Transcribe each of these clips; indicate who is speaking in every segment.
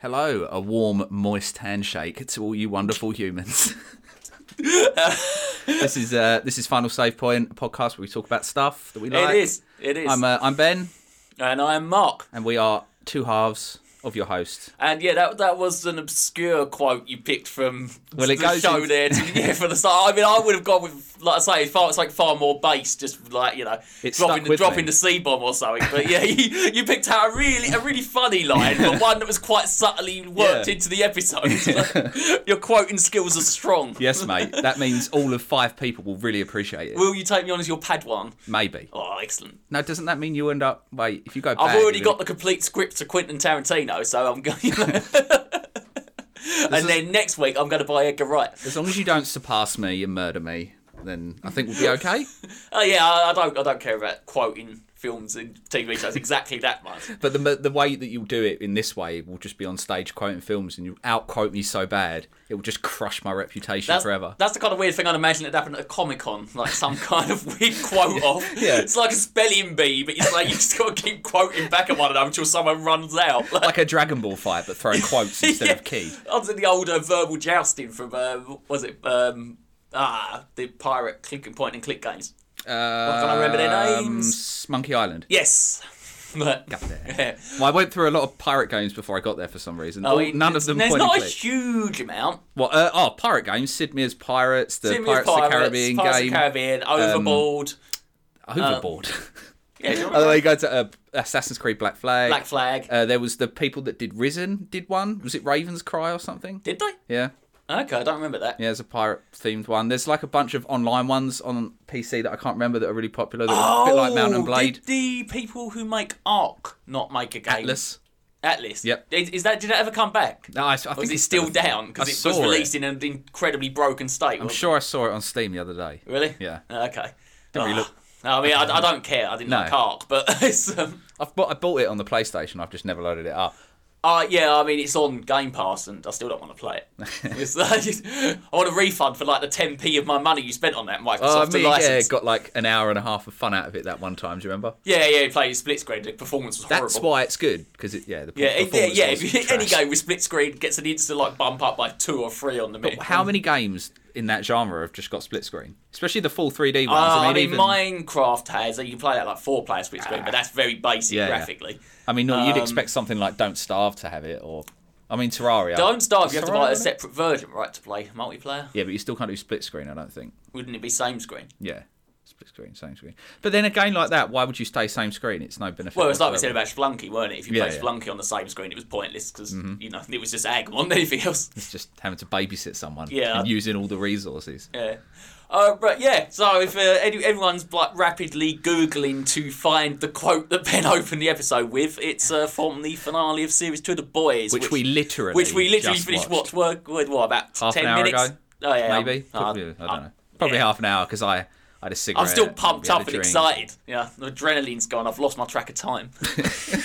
Speaker 1: hello, a warm, moist handshake to all you wonderful humans. this is uh, this is Final Save Point, a podcast where we talk about stuff that we like.
Speaker 2: It is. It is.
Speaker 1: I'm uh, I'm Ben,
Speaker 2: and I'm Mark.
Speaker 1: and we are two halves of your host.
Speaker 2: And yeah, that that was an obscure quote you picked from
Speaker 1: Well, it
Speaker 2: the
Speaker 1: goes
Speaker 2: show
Speaker 1: in-
Speaker 2: there. To, yeah, for the start. I mean, I would have gone with, like I say, far, it's like far more bass, just like you know,
Speaker 1: It stuck
Speaker 2: dropping the
Speaker 1: with
Speaker 2: dropping
Speaker 1: me.
Speaker 2: the C bomb or something. But yeah, you, you picked out a really a really funny line, but one that was quite subtly worked
Speaker 1: Yeah.
Speaker 2: into the episode. Your quoting skills are strong.
Speaker 1: Yes, mate. That means all of five people will really appreciate it.
Speaker 2: Will you take me on as your Padawan?
Speaker 1: Maybe.
Speaker 2: Oh, excellent.
Speaker 1: Now, doesn't that mean you end up? Wait, if you go,
Speaker 2: I've
Speaker 1: bad,
Speaker 2: already
Speaker 1: you
Speaker 2: got the complete script to Quentin Tarantino, so I'm going. and then next week, I'm going to buy Edgar Wright.
Speaker 1: As long as you don't surpass me and murder me, then I think we'll be okay.
Speaker 2: Oh yeah, I, I don't. I don't care about quoting films and TV shows exactly that much.
Speaker 1: But the the way that you'll do it in this way will just be on stage quoting films, and you out quote me so bad it will just crush my reputation
Speaker 2: That's,
Speaker 1: forever.
Speaker 2: that's the kind of weird thing I'd imagine it happened at a Comic Con, like some kind of weird quote off.
Speaker 1: Yeah.
Speaker 2: It's like a spelling bee, but it's like you just got to keep quoting back at one another until someone runs out. Like,
Speaker 1: like a Dragon Ball fight, but throwing quotes instead
Speaker 2: Yeah.
Speaker 1: of key.
Speaker 2: I was in the old uh, verbal jousting from uh, what was it um, ah the pirate click and point and click games.
Speaker 1: Uh, Can
Speaker 2: I remember their names?
Speaker 1: Um, Monkey Island.
Speaker 2: Yes. But,
Speaker 1: there. Well, I went through a lot of pirate games before I got there for some reason. All-
Speaker 2: it-
Speaker 1: none of them
Speaker 2: Oh, There's
Speaker 1: point and
Speaker 2: not a
Speaker 1: click.
Speaker 2: huge amount.
Speaker 1: Well, uh, oh, pirate games: Sid Meier's Pirates, the
Speaker 2: Similar
Speaker 1: Pirates, of the Caribbean
Speaker 2: Pirates
Speaker 1: game, um,
Speaker 2: of the um, Caribbean, Overboard.
Speaker 1: Hoverboard.
Speaker 2: yeah, do you
Speaker 1: By the
Speaker 2: remember
Speaker 1: way, you go to uh, Assassin's Creed Black Flag.
Speaker 2: Black Flag.
Speaker 1: Uh, there was the people that did Risen did one. Was it Raven's Cry or something?
Speaker 2: Did they?
Speaker 1: Yeah.
Speaker 2: Okay, I don't remember that.
Speaker 1: Yeah, there's a pirate themed one. There's like a bunch of online ones on PC that I can't remember that are really popular. That are a bit like Mountain
Speaker 2: Oh,
Speaker 1: Blade.
Speaker 2: Did the people who make Ark not make a game?
Speaker 1: Atlas.
Speaker 2: Atlas.
Speaker 1: Yep.
Speaker 2: Is, is that did that ever come back?
Speaker 1: No, I, I think
Speaker 2: Or is it
Speaker 1: it's
Speaker 2: still
Speaker 1: available.
Speaker 2: down
Speaker 1: I
Speaker 2: because it was
Speaker 1: saw
Speaker 2: released in an incredibly broken state?
Speaker 1: I'm sure I saw it on Steam the other day.
Speaker 2: Really?
Speaker 1: Yeah.
Speaker 2: Okay.
Speaker 1: Didn't really
Speaker 2: Oh.
Speaker 1: look-
Speaker 2: I mean, I, I don't care. I didn't
Speaker 1: No.
Speaker 2: like Ark, but it's, um,
Speaker 1: I've bought, I bought it on the PlayStation. I've just never loaded it up.
Speaker 2: Uh, yeah, I mean, it's on Game Pass, and I still don't want to play it. It's like- I want a refund for like the 10p of my money you spent on that Microsoft
Speaker 1: Oh, I
Speaker 2: to
Speaker 1: mean, yeah,
Speaker 2: license. Yeah,
Speaker 1: got like an hour and a half of fun out of it that one time. Do you remember?
Speaker 2: yeah, you play split screen. The performance was horrible.
Speaker 1: That's why it's good because it, yeah, the
Speaker 2: yeah, it- yeah,
Speaker 1: performance
Speaker 2: yeah.
Speaker 1: was
Speaker 2: If you hit any
Speaker 1: trash.
Speaker 2: game with split screen, gets an instant like bump up by two or three on the minute.
Speaker 1: How many games in that genre have just got split screen? Especially the full 3D ones.
Speaker 2: Uh,
Speaker 1: I mean,
Speaker 2: I mean,
Speaker 1: even, Ah.
Speaker 2: Minecraft has. You can play that like four player split screen, but that's very basic
Speaker 1: Yeah, yeah.
Speaker 2: graphically.
Speaker 1: I mean, no,
Speaker 2: um,
Speaker 1: you'd expect something like Don't Starve to have it, or I mean, Terraria.
Speaker 2: Don't starve. You have to buy a
Speaker 1: Terraria?
Speaker 2: separate version, right, to play multiplayer.
Speaker 1: Yeah, but you still can't do split screen. I don't think.
Speaker 2: Wouldn't it be same screen?
Speaker 1: Yeah, split screen, same screen. But then a game like that, why would you stay same screen? It's no benefit.
Speaker 2: Well, it's like we said
Speaker 1: whatsoever.
Speaker 2: about Splunky, weren't it? If you
Speaker 1: Yeah, Mm-hmm.
Speaker 2: played
Speaker 1: yeah.
Speaker 2: Splunky on the same screen, it was pointless because you know it was just ag more than anything else.
Speaker 1: It's just having to babysit someone
Speaker 2: Yeah.
Speaker 1: and using all the resources.
Speaker 2: Yeah. Uh, but yeah, so if uh, any, everyone's like rapidly googling to find the quote that Ben opened the episode with, it's uh, from the finale of series two of The Boys,
Speaker 1: Which, we literally,
Speaker 2: which we literally
Speaker 1: just
Speaker 2: finished
Speaker 1: watched,
Speaker 2: watch work with what about
Speaker 1: Half an
Speaker 2: ten
Speaker 1: hour
Speaker 2: minutes?
Speaker 1: ago,
Speaker 2: Oh yeah, I'm-
Speaker 1: maybe.
Speaker 2: uh,
Speaker 1: Probably, I don't
Speaker 2: I'm-
Speaker 1: know. Probably
Speaker 2: yeah.
Speaker 1: half an hour because I, I had a cigarette.
Speaker 2: I'm still
Speaker 1: and
Speaker 2: pumped
Speaker 1: had a
Speaker 2: up and
Speaker 1: drink.
Speaker 2: excited. Yeah, the adrenaline's gone. I've lost my track of time.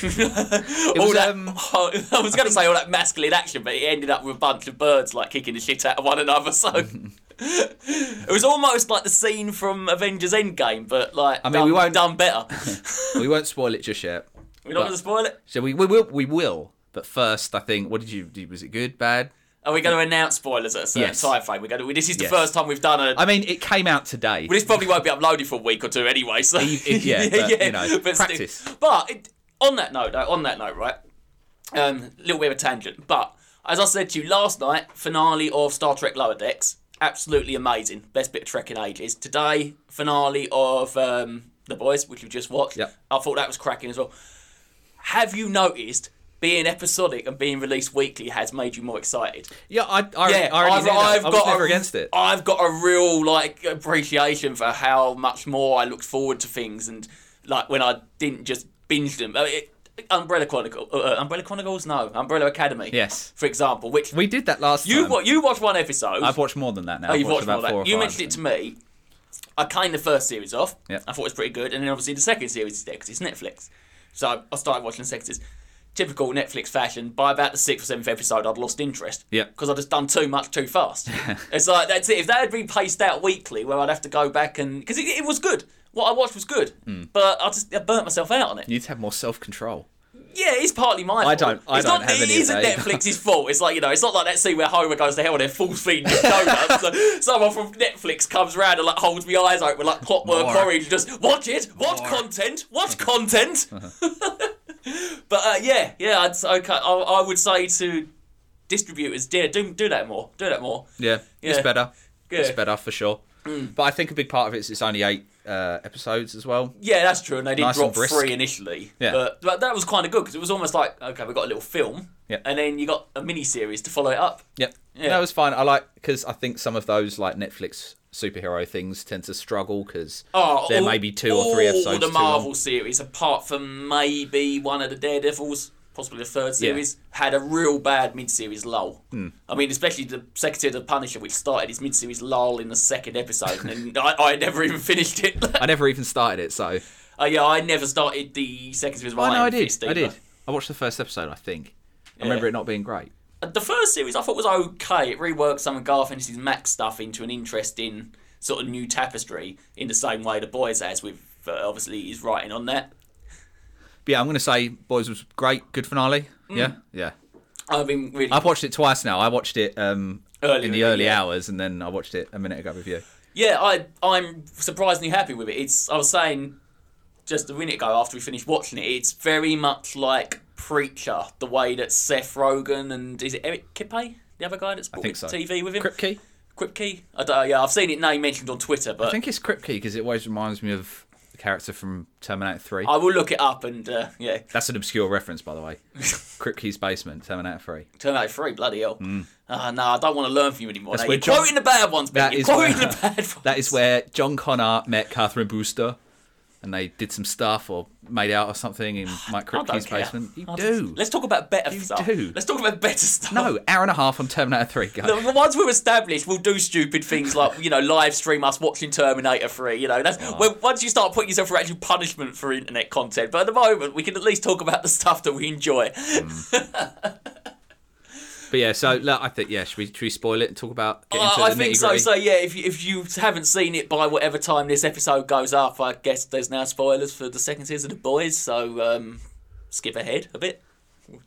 Speaker 2: all
Speaker 1: was,
Speaker 2: that, oh,
Speaker 1: um,
Speaker 2: I was going to say all that masculine action, but it ended up with a bunch of birds like kicking the shit out of one another. So it was almost like the scene from Avengers Endgame, but like I
Speaker 1: mean, we won't-
Speaker 2: done better.
Speaker 1: We won't spoil it just yet.
Speaker 2: We're not going to spoil it.
Speaker 1: So we, we will. We will. But first, I think. What did you? do? Was it good? Bad?
Speaker 2: Are we going to announce spoilers at a certain
Speaker 1: Yes.
Speaker 2: time frame? We're going to. This is the
Speaker 1: Yes.
Speaker 2: first time we've done a.
Speaker 1: I mean, it came out today.
Speaker 2: Well, this probably won't be uploaded for a week or two anyway. So
Speaker 1: E- yeah, but, you know,
Speaker 2: still-
Speaker 1: practice.
Speaker 2: but it, on that note, though, on that note, right? Um, little bit of a tangent, but as I said to you last night, finale of Star Trek Lower Decks, absolutely amazing, best bit of Trek in ages. Today, finale of um, The Boys, which we've just watched.
Speaker 1: Yep.
Speaker 2: I thought that was cracking as well. Have you noticed? Being episodic and being released weekly has made you more excited.
Speaker 1: Yeah, I, I,
Speaker 2: Yeah,
Speaker 1: I already
Speaker 2: I've,
Speaker 1: knew that.
Speaker 2: I've
Speaker 1: I was
Speaker 2: got
Speaker 1: never
Speaker 2: a,
Speaker 1: against it.
Speaker 2: I've got a real like appreciation for how much more I looked forward to things, and like when I didn't just binge them. I mean, it, Umbrella Chronicle, uh, uh, Umbrella Chronicles, no, Umbrella Academy.
Speaker 1: Yes.
Speaker 2: for example, which
Speaker 1: We did that last
Speaker 2: you
Speaker 1: time.
Speaker 2: wa- you watched one episode.
Speaker 1: I've watched more than that now.
Speaker 2: Oh,
Speaker 1: I've
Speaker 2: you've watched
Speaker 1: about
Speaker 2: more of
Speaker 1: four or
Speaker 2: that. You
Speaker 1: five,
Speaker 2: mentioned
Speaker 1: I
Speaker 2: it to
Speaker 1: think.
Speaker 2: me. I kind the first series off.
Speaker 1: Yep.
Speaker 2: I thought it was pretty good, and then obviously the second series is there because it's Netflix. So I started watching the second series. Typical Netflix fashion. By about the sixth or seventh episode, I'd lost interest.
Speaker 1: Yep.
Speaker 2: Because I'd just done too much too fast. it's like that's it. If that had been paced out weekly, where I'd have to go back and because it,
Speaker 1: Hmm.
Speaker 2: it was good. What I watched was good, but I just I burnt myself out on it.
Speaker 1: You need to have more self control.
Speaker 2: Yeah, it's partly my fault.
Speaker 1: I don't- I
Speaker 2: it's
Speaker 1: don't
Speaker 2: not,
Speaker 1: have
Speaker 2: it
Speaker 1: any of
Speaker 2: isn't
Speaker 1: that.
Speaker 2: Netflix's fault. It's like, you know, it's not like that scene where Homer goes to hell and they're full feeding him donuts. so someone from Netflix comes round and like holds me eyes open like clockwork
Speaker 1: More.
Speaker 2: orange, just watch it, watch
Speaker 1: More.
Speaker 2: content, watch content.
Speaker 1: Uh-huh.
Speaker 2: but uh, yeah, yeah, I'd, say- okay, I, I would say to distributors, yeah, do do that more, do that more.
Speaker 1: Yeah, it's
Speaker 2: Yeah.
Speaker 1: better. It's
Speaker 2: Yeah. Mm.
Speaker 1: better for sure. But I think a big part of it is it's only eight uh, episodes as well.
Speaker 2: Yeah, that's true. And they did
Speaker 1: Nice and
Speaker 2: drop
Speaker 1: brisk.
Speaker 2: three initially.
Speaker 1: Yeah.
Speaker 2: But, but that was kind of good because it was almost like, okay, we got a little film.
Speaker 1: Yeah.
Speaker 2: And then you got a mini series to follow it up.
Speaker 1: Yep.
Speaker 2: Yeah.
Speaker 1: That was fine. I like because I think some of those like Netflix superhero things tend to struggle because
Speaker 2: Oh,
Speaker 1: there
Speaker 2: all-
Speaker 1: may be two or three
Speaker 2: all
Speaker 1: episodes.
Speaker 2: the
Speaker 1: too long.
Speaker 2: Marvel series, apart from maybe one of the Daredevils, possibly the third series, had a real bad mid-series lull.
Speaker 1: Hmm.
Speaker 2: I mean, especially the Secretary of the Punisher, which started its mid-series lull in the second episode, and I, I never even finished it.
Speaker 1: I never even started it, so
Speaker 2: uh, yeah, I never started the second series. Of
Speaker 1: Oh, I
Speaker 2: Iron
Speaker 1: know I did.
Speaker 2: Fist
Speaker 1: I
Speaker 2: either.
Speaker 1: did. I watched the first episode. I think. I remember it not being great.
Speaker 2: Uh, The first series I thought was okay. It reworked some of Garfinish's Max stuff into an interesting sort of new tapestry in the same way the boys has with uh, obviously his writing on that.
Speaker 1: But yeah, I'm gonna say Boys was great. Good finale.
Speaker 2: Mm.
Speaker 1: Yeah, yeah.
Speaker 2: I've been really
Speaker 1: I've watched it twice now. I watched it um,
Speaker 2: Earlier
Speaker 1: in
Speaker 2: in
Speaker 1: the
Speaker 2: the
Speaker 1: early
Speaker 2: year.
Speaker 1: hours, and then I watched it a minute ago with you.
Speaker 2: yeah, I I'm surprisingly happy with it. It's I was saying just a minute ago after we finished watching it, it's very much like Preacher, the way that Seth Rogen and is it Eric Kippe, the other guy that's brought
Speaker 1: think
Speaker 2: it
Speaker 1: so.
Speaker 2: to TV with him,
Speaker 1: Kripke.
Speaker 2: Kripke. I don't know, yeah, I've seen it name mentioned on Twitter,
Speaker 1: I
Speaker 2: but I,
Speaker 1: think it's Kripke because it always reminds me of the character from Terminator Three.
Speaker 2: will look it up and uh, yeah,
Speaker 1: That's an obscure reference, by the way. Kripke's basement, Terminator Three.
Speaker 2: turn out free, bloody hell. Ah, no, I don't want to learn from you anymore. now.
Speaker 1: Hmm. where
Speaker 2: You're
Speaker 1: John-
Speaker 2: quoting the bad ones,
Speaker 1: That
Speaker 2: man. You're
Speaker 1: is
Speaker 2: quoting
Speaker 1: where-
Speaker 2: the bad ones.
Speaker 1: That is where John Connor met Catherine Brewster, and they did some stuff or made out or something in Mike
Speaker 2: I don't
Speaker 1: Kripke's
Speaker 2: care.
Speaker 1: basement. You
Speaker 2: I
Speaker 1: do.
Speaker 2: don't- Let's talk about better
Speaker 1: You
Speaker 2: stuff.
Speaker 1: do.
Speaker 2: Let's talk about better stuff.
Speaker 1: No, hour and a half on Terminator Three. Go.
Speaker 2: The, the ones we're established will do stupid things like, you know, live stream us watching Terminator 3. You know, that's when, once you start putting yourself for actual punishment for internet content. But at the moment, we can at least talk about the stuff that we enjoy.
Speaker 1: But yeah, so look, I think yeah, should we, should we spoil it and talk about? Get
Speaker 2: Uh,
Speaker 1: into
Speaker 2: I
Speaker 1: the
Speaker 2: think so.
Speaker 1: nitty-gritty?
Speaker 2: So, yeah, if you, if you haven't seen it by whatever time this episode goes up, I guess there's now spoilers for the second season of Boys. So, um, skip ahead a bit.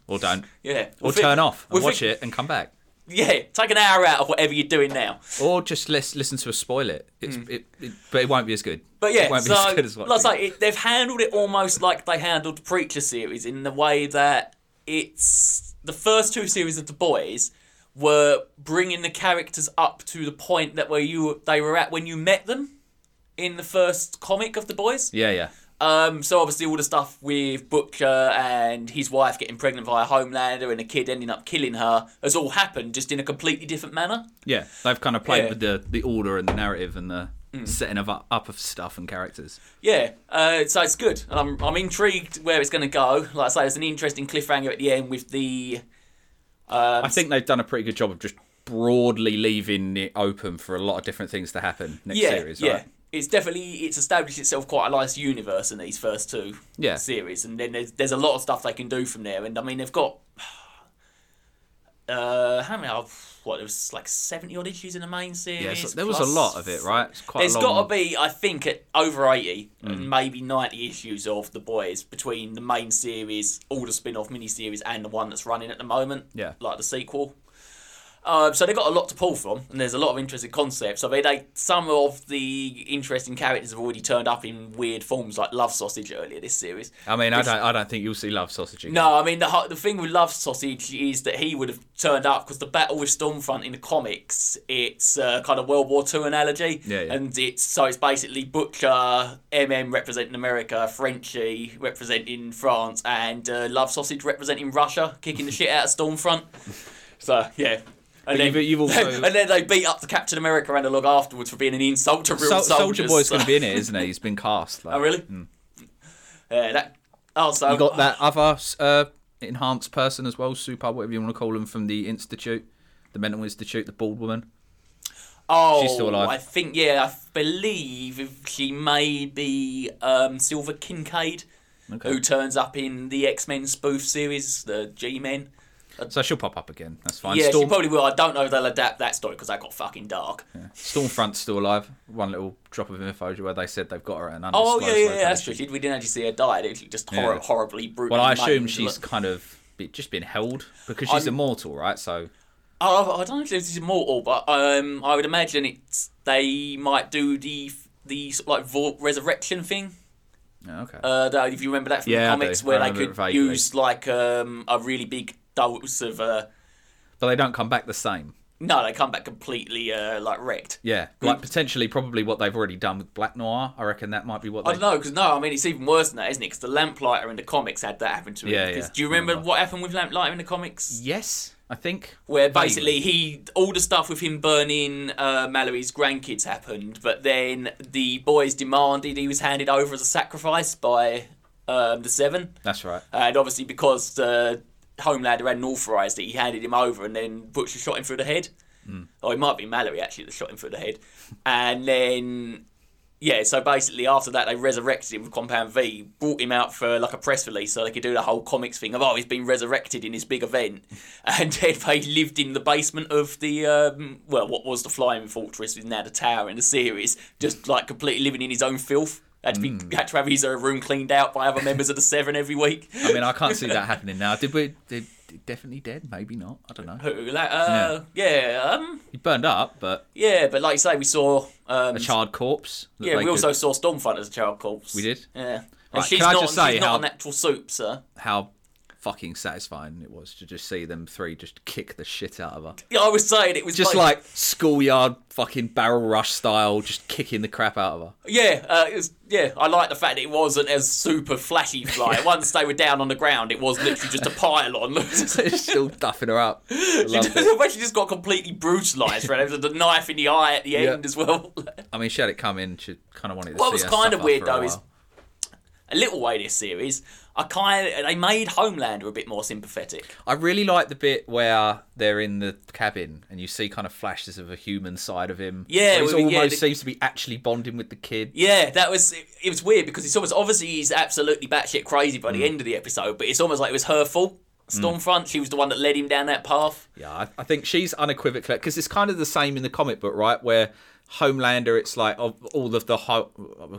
Speaker 1: Or don't.
Speaker 2: Yeah.
Speaker 1: Or
Speaker 2: We'll fi-
Speaker 1: turn off and
Speaker 2: we'll fi-
Speaker 1: watch it and come back.
Speaker 2: Yeah, take an hour out of whatever you're doing now.
Speaker 1: Or just lis- listen to us spoil it. It's, it, it. But it won't be as good.
Speaker 2: Hmm. But yeah,
Speaker 1: it won't
Speaker 2: so
Speaker 1: be as good as
Speaker 2: like
Speaker 1: watching.
Speaker 2: I say, it, they've handled it almost like they handled the Preacher series in the way that it's the first two series of the boys were bringing the characters up to the point that where you they were at when you met them in the first comic of the boys.
Speaker 1: yeah, yeah.
Speaker 2: Um, so obviously all the stuff with Butcher and his wife getting pregnant via Homelander and a kid ending up killing her has all happened just in a completely different manner.
Speaker 1: Yeah, they've kind of played
Speaker 2: Yeah. Mm.
Speaker 1: with the, the order and the narrative and the setting of up, up of stuff and characters.
Speaker 2: Yeah, uh, so it's good, and I'm I'm intrigued where it's going to go. Like I say, there's an interesting cliffhanger at the end with the. Um,
Speaker 1: I think they've done a pretty good job of just broadly leaving it open for a lot of different things to happen next
Speaker 2: yeah,
Speaker 1: series,
Speaker 2: yeah,
Speaker 1: right?
Speaker 2: it's definitely it's established itself quite a nice universe in these first two
Speaker 1: Yeah.
Speaker 2: series, and then there's there's a lot of stuff they can do from there. And I mean, they've got. Uh, how many? Are, what there was like seventy odd issues in the main series.
Speaker 1: Yeah, so there was a
Speaker 2: plus
Speaker 1: lot of it, right? It's quite
Speaker 2: There's
Speaker 1: a long... Mm.
Speaker 2: got to be, I think, at over 80 and maybe 90 issues of The Boys between the main series, all the spin off miniseries, and the one that's running at the moment,
Speaker 1: Yeah.
Speaker 2: like the sequel. Um, so they've got a lot to pull from, and there's a lot of interesting concepts. I mean, they, some of the interesting characters have already turned up in weird forms, like Love Sausage earlier this series.
Speaker 1: I mean, I don't, I don't think you'll see Love Sausage again.
Speaker 2: No, I mean the ho- the thing with Love Sausage is that he would have turned up because the battle with Stormfront in the comics, it's uh, kind of World War Two analogy,
Speaker 1: Yeah, yeah.
Speaker 2: and it's so it's basically Butcher, MM representing America, Frenchie representing France, and uh, Love Sausage representing Russia, kicking the shit out of Stormfront. So yeah. And
Speaker 1: But you've- you've also-
Speaker 2: and then they beat up the Captain America analog afterwards for being an insult to real
Speaker 1: Sol- Soldier
Speaker 2: soldiers.
Speaker 1: Boy's
Speaker 2: so-
Speaker 1: going to be in it, isn't he? He's been cast. Like.
Speaker 2: Oh really? Yeah, that. Oh, so
Speaker 1: You got that other uh, enhanced person as well, super, whatever you want to call him, from the institute, the mental institute, the bald woman.
Speaker 2: Oh,
Speaker 1: She's still alive.
Speaker 2: I think yeah, I believe if she may be um, Silver Kincaid,
Speaker 1: Okay.
Speaker 2: who turns up in the X Men spoof series, the G Men.
Speaker 1: So she'll pop up again. That's fine.
Speaker 2: Yeah, she
Speaker 1: Storm,
Speaker 2: probably will. I don't know if they'll adapt that story because that got fucking dark.
Speaker 1: Stormfront's still alive. One little drop of info where they said they've got her at an
Speaker 2: Oh
Speaker 1: undisclosed
Speaker 2: yeah, yeah, yeah,
Speaker 1: location.
Speaker 2: that's true. She, we didn't actually see her die. It was just hor-
Speaker 1: Yeah.
Speaker 2: horribly brutal.
Speaker 1: Well, I assume she's kind of be- just been held because she's immortal, right? So
Speaker 2: Oh, I don't know if this is immortal, but um, I would imagine it's they might do the the sort of like vor- resurrection thing.
Speaker 1: yeah, okay.
Speaker 2: Uh, that, if you remember that from
Speaker 1: Yeah, I
Speaker 2: the comics,
Speaker 1: do.
Speaker 2: where
Speaker 1: I
Speaker 2: they
Speaker 1: remember
Speaker 2: could
Speaker 1: it vaguely.
Speaker 2: use like um, a really big dose of. Uh,
Speaker 1: but they don't come back the same.
Speaker 2: no, they come back completely uh, like wrecked.
Speaker 1: Yeah, like potentially, probably what they've already done with Black Noir. I reckon that might be what
Speaker 2: I
Speaker 1: they.
Speaker 2: don't know, because no, I mean it's even worse than that, isn't it? Because the lamplighter in the comics had that happen to him.
Speaker 1: Yeah,
Speaker 2: 'Cause
Speaker 1: yeah.
Speaker 2: Do you remember
Speaker 1: Remember.
Speaker 2: what happened with lamplighter in the comics?
Speaker 1: Yes, I think.
Speaker 2: where basically he all the stuff with him burning uh, Mallory's grandkids happened, but then the boys demanded he was handed over as a sacrifice by um, the Seven,
Speaker 1: That's right.
Speaker 2: and obviously because uh, Homelander hadn't authorized it, he handed him over, and then Butcher shot him through the head. Oh, it might be Mallory actually that shot him through the head, and then. Yeah, so basically after that they resurrected him with Compound V, brought him out for like a press release so they could do the whole comics thing of oh he's been resurrected in this big event, and then they lived in the basement of the um, well what was the Flying Fortress is now the tower in the series, just like completely living in his own filth. Had to be had to have his uh, room cleaned out by other members of the Seven every week.
Speaker 1: I mean, I can't see that happening now. Did we? Did, did definitely dead? Maybe not. I don't know.
Speaker 2: Who, like, uh, yeah. um,
Speaker 1: He burned up, but
Speaker 2: yeah, but like you say, we saw. Um,
Speaker 1: a charred corpse. that
Speaker 2: yeah,
Speaker 1: they
Speaker 2: we
Speaker 1: could-
Speaker 2: also saw Stormfront as a child corpse.
Speaker 1: We did?
Speaker 2: Yeah. And
Speaker 1: Right,
Speaker 2: she's
Speaker 1: can I
Speaker 2: not,
Speaker 1: just say
Speaker 2: she's
Speaker 1: how-
Speaker 2: not an actual soup, sir.
Speaker 1: how fucking satisfying it was to just see them three just kick the shit out of her.
Speaker 2: Yeah, I was saying it was
Speaker 1: Just
Speaker 2: both-
Speaker 1: like schoolyard fucking barrel rush style, just kicking the crap out of her.
Speaker 2: yeah, uh, it was, yeah. I like the fact that it wasn't as super flashy fly. Once they were down on the ground, it was literally just a pylon.
Speaker 1: They're still duffing her up. I
Speaker 2: She
Speaker 1: loved
Speaker 2: just,
Speaker 1: it.
Speaker 2: she just got completely brutalised, right? There was a knife in the eye at the end as well.
Speaker 1: I mean, she had it come in. She kind of wanted to
Speaker 2: What
Speaker 1: see
Speaker 2: was
Speaker 1: her
Speaker 2: kind
Speaker 1: suffer
Speaker 2: of weird,
Speaker 1: for a
Speaker 2: though, is-
Speaker 1: while.
Speaker 2: a little way this series, I kind of they made Homelander a bit more sympathetic.
Speaker 1: I really like the bit where they're in the cabin and you see kind of flashes of a human side of him. Where
Speaker 2: Yeah,
Speaker 1: he
Speaker 2: well,
Speaker 1: almost
Speaker 2: yeah, the-
Speaker 1: seems to be actually bonding with the kid.
Speaker 2: Yeah, that was it, it was weird because it's almost obviously he's absolutely batshit crazy by
Speaker 1: Mm.
Speaker 2: the end of the episode, but it's almost like it was her fault. Stormfront, she was the one that led him down that path.
Speaker 1: Yeah, I, I think she's unequivocal because it's kind of the same in the comic book, right? Where Homelander, it's like of all of the ho-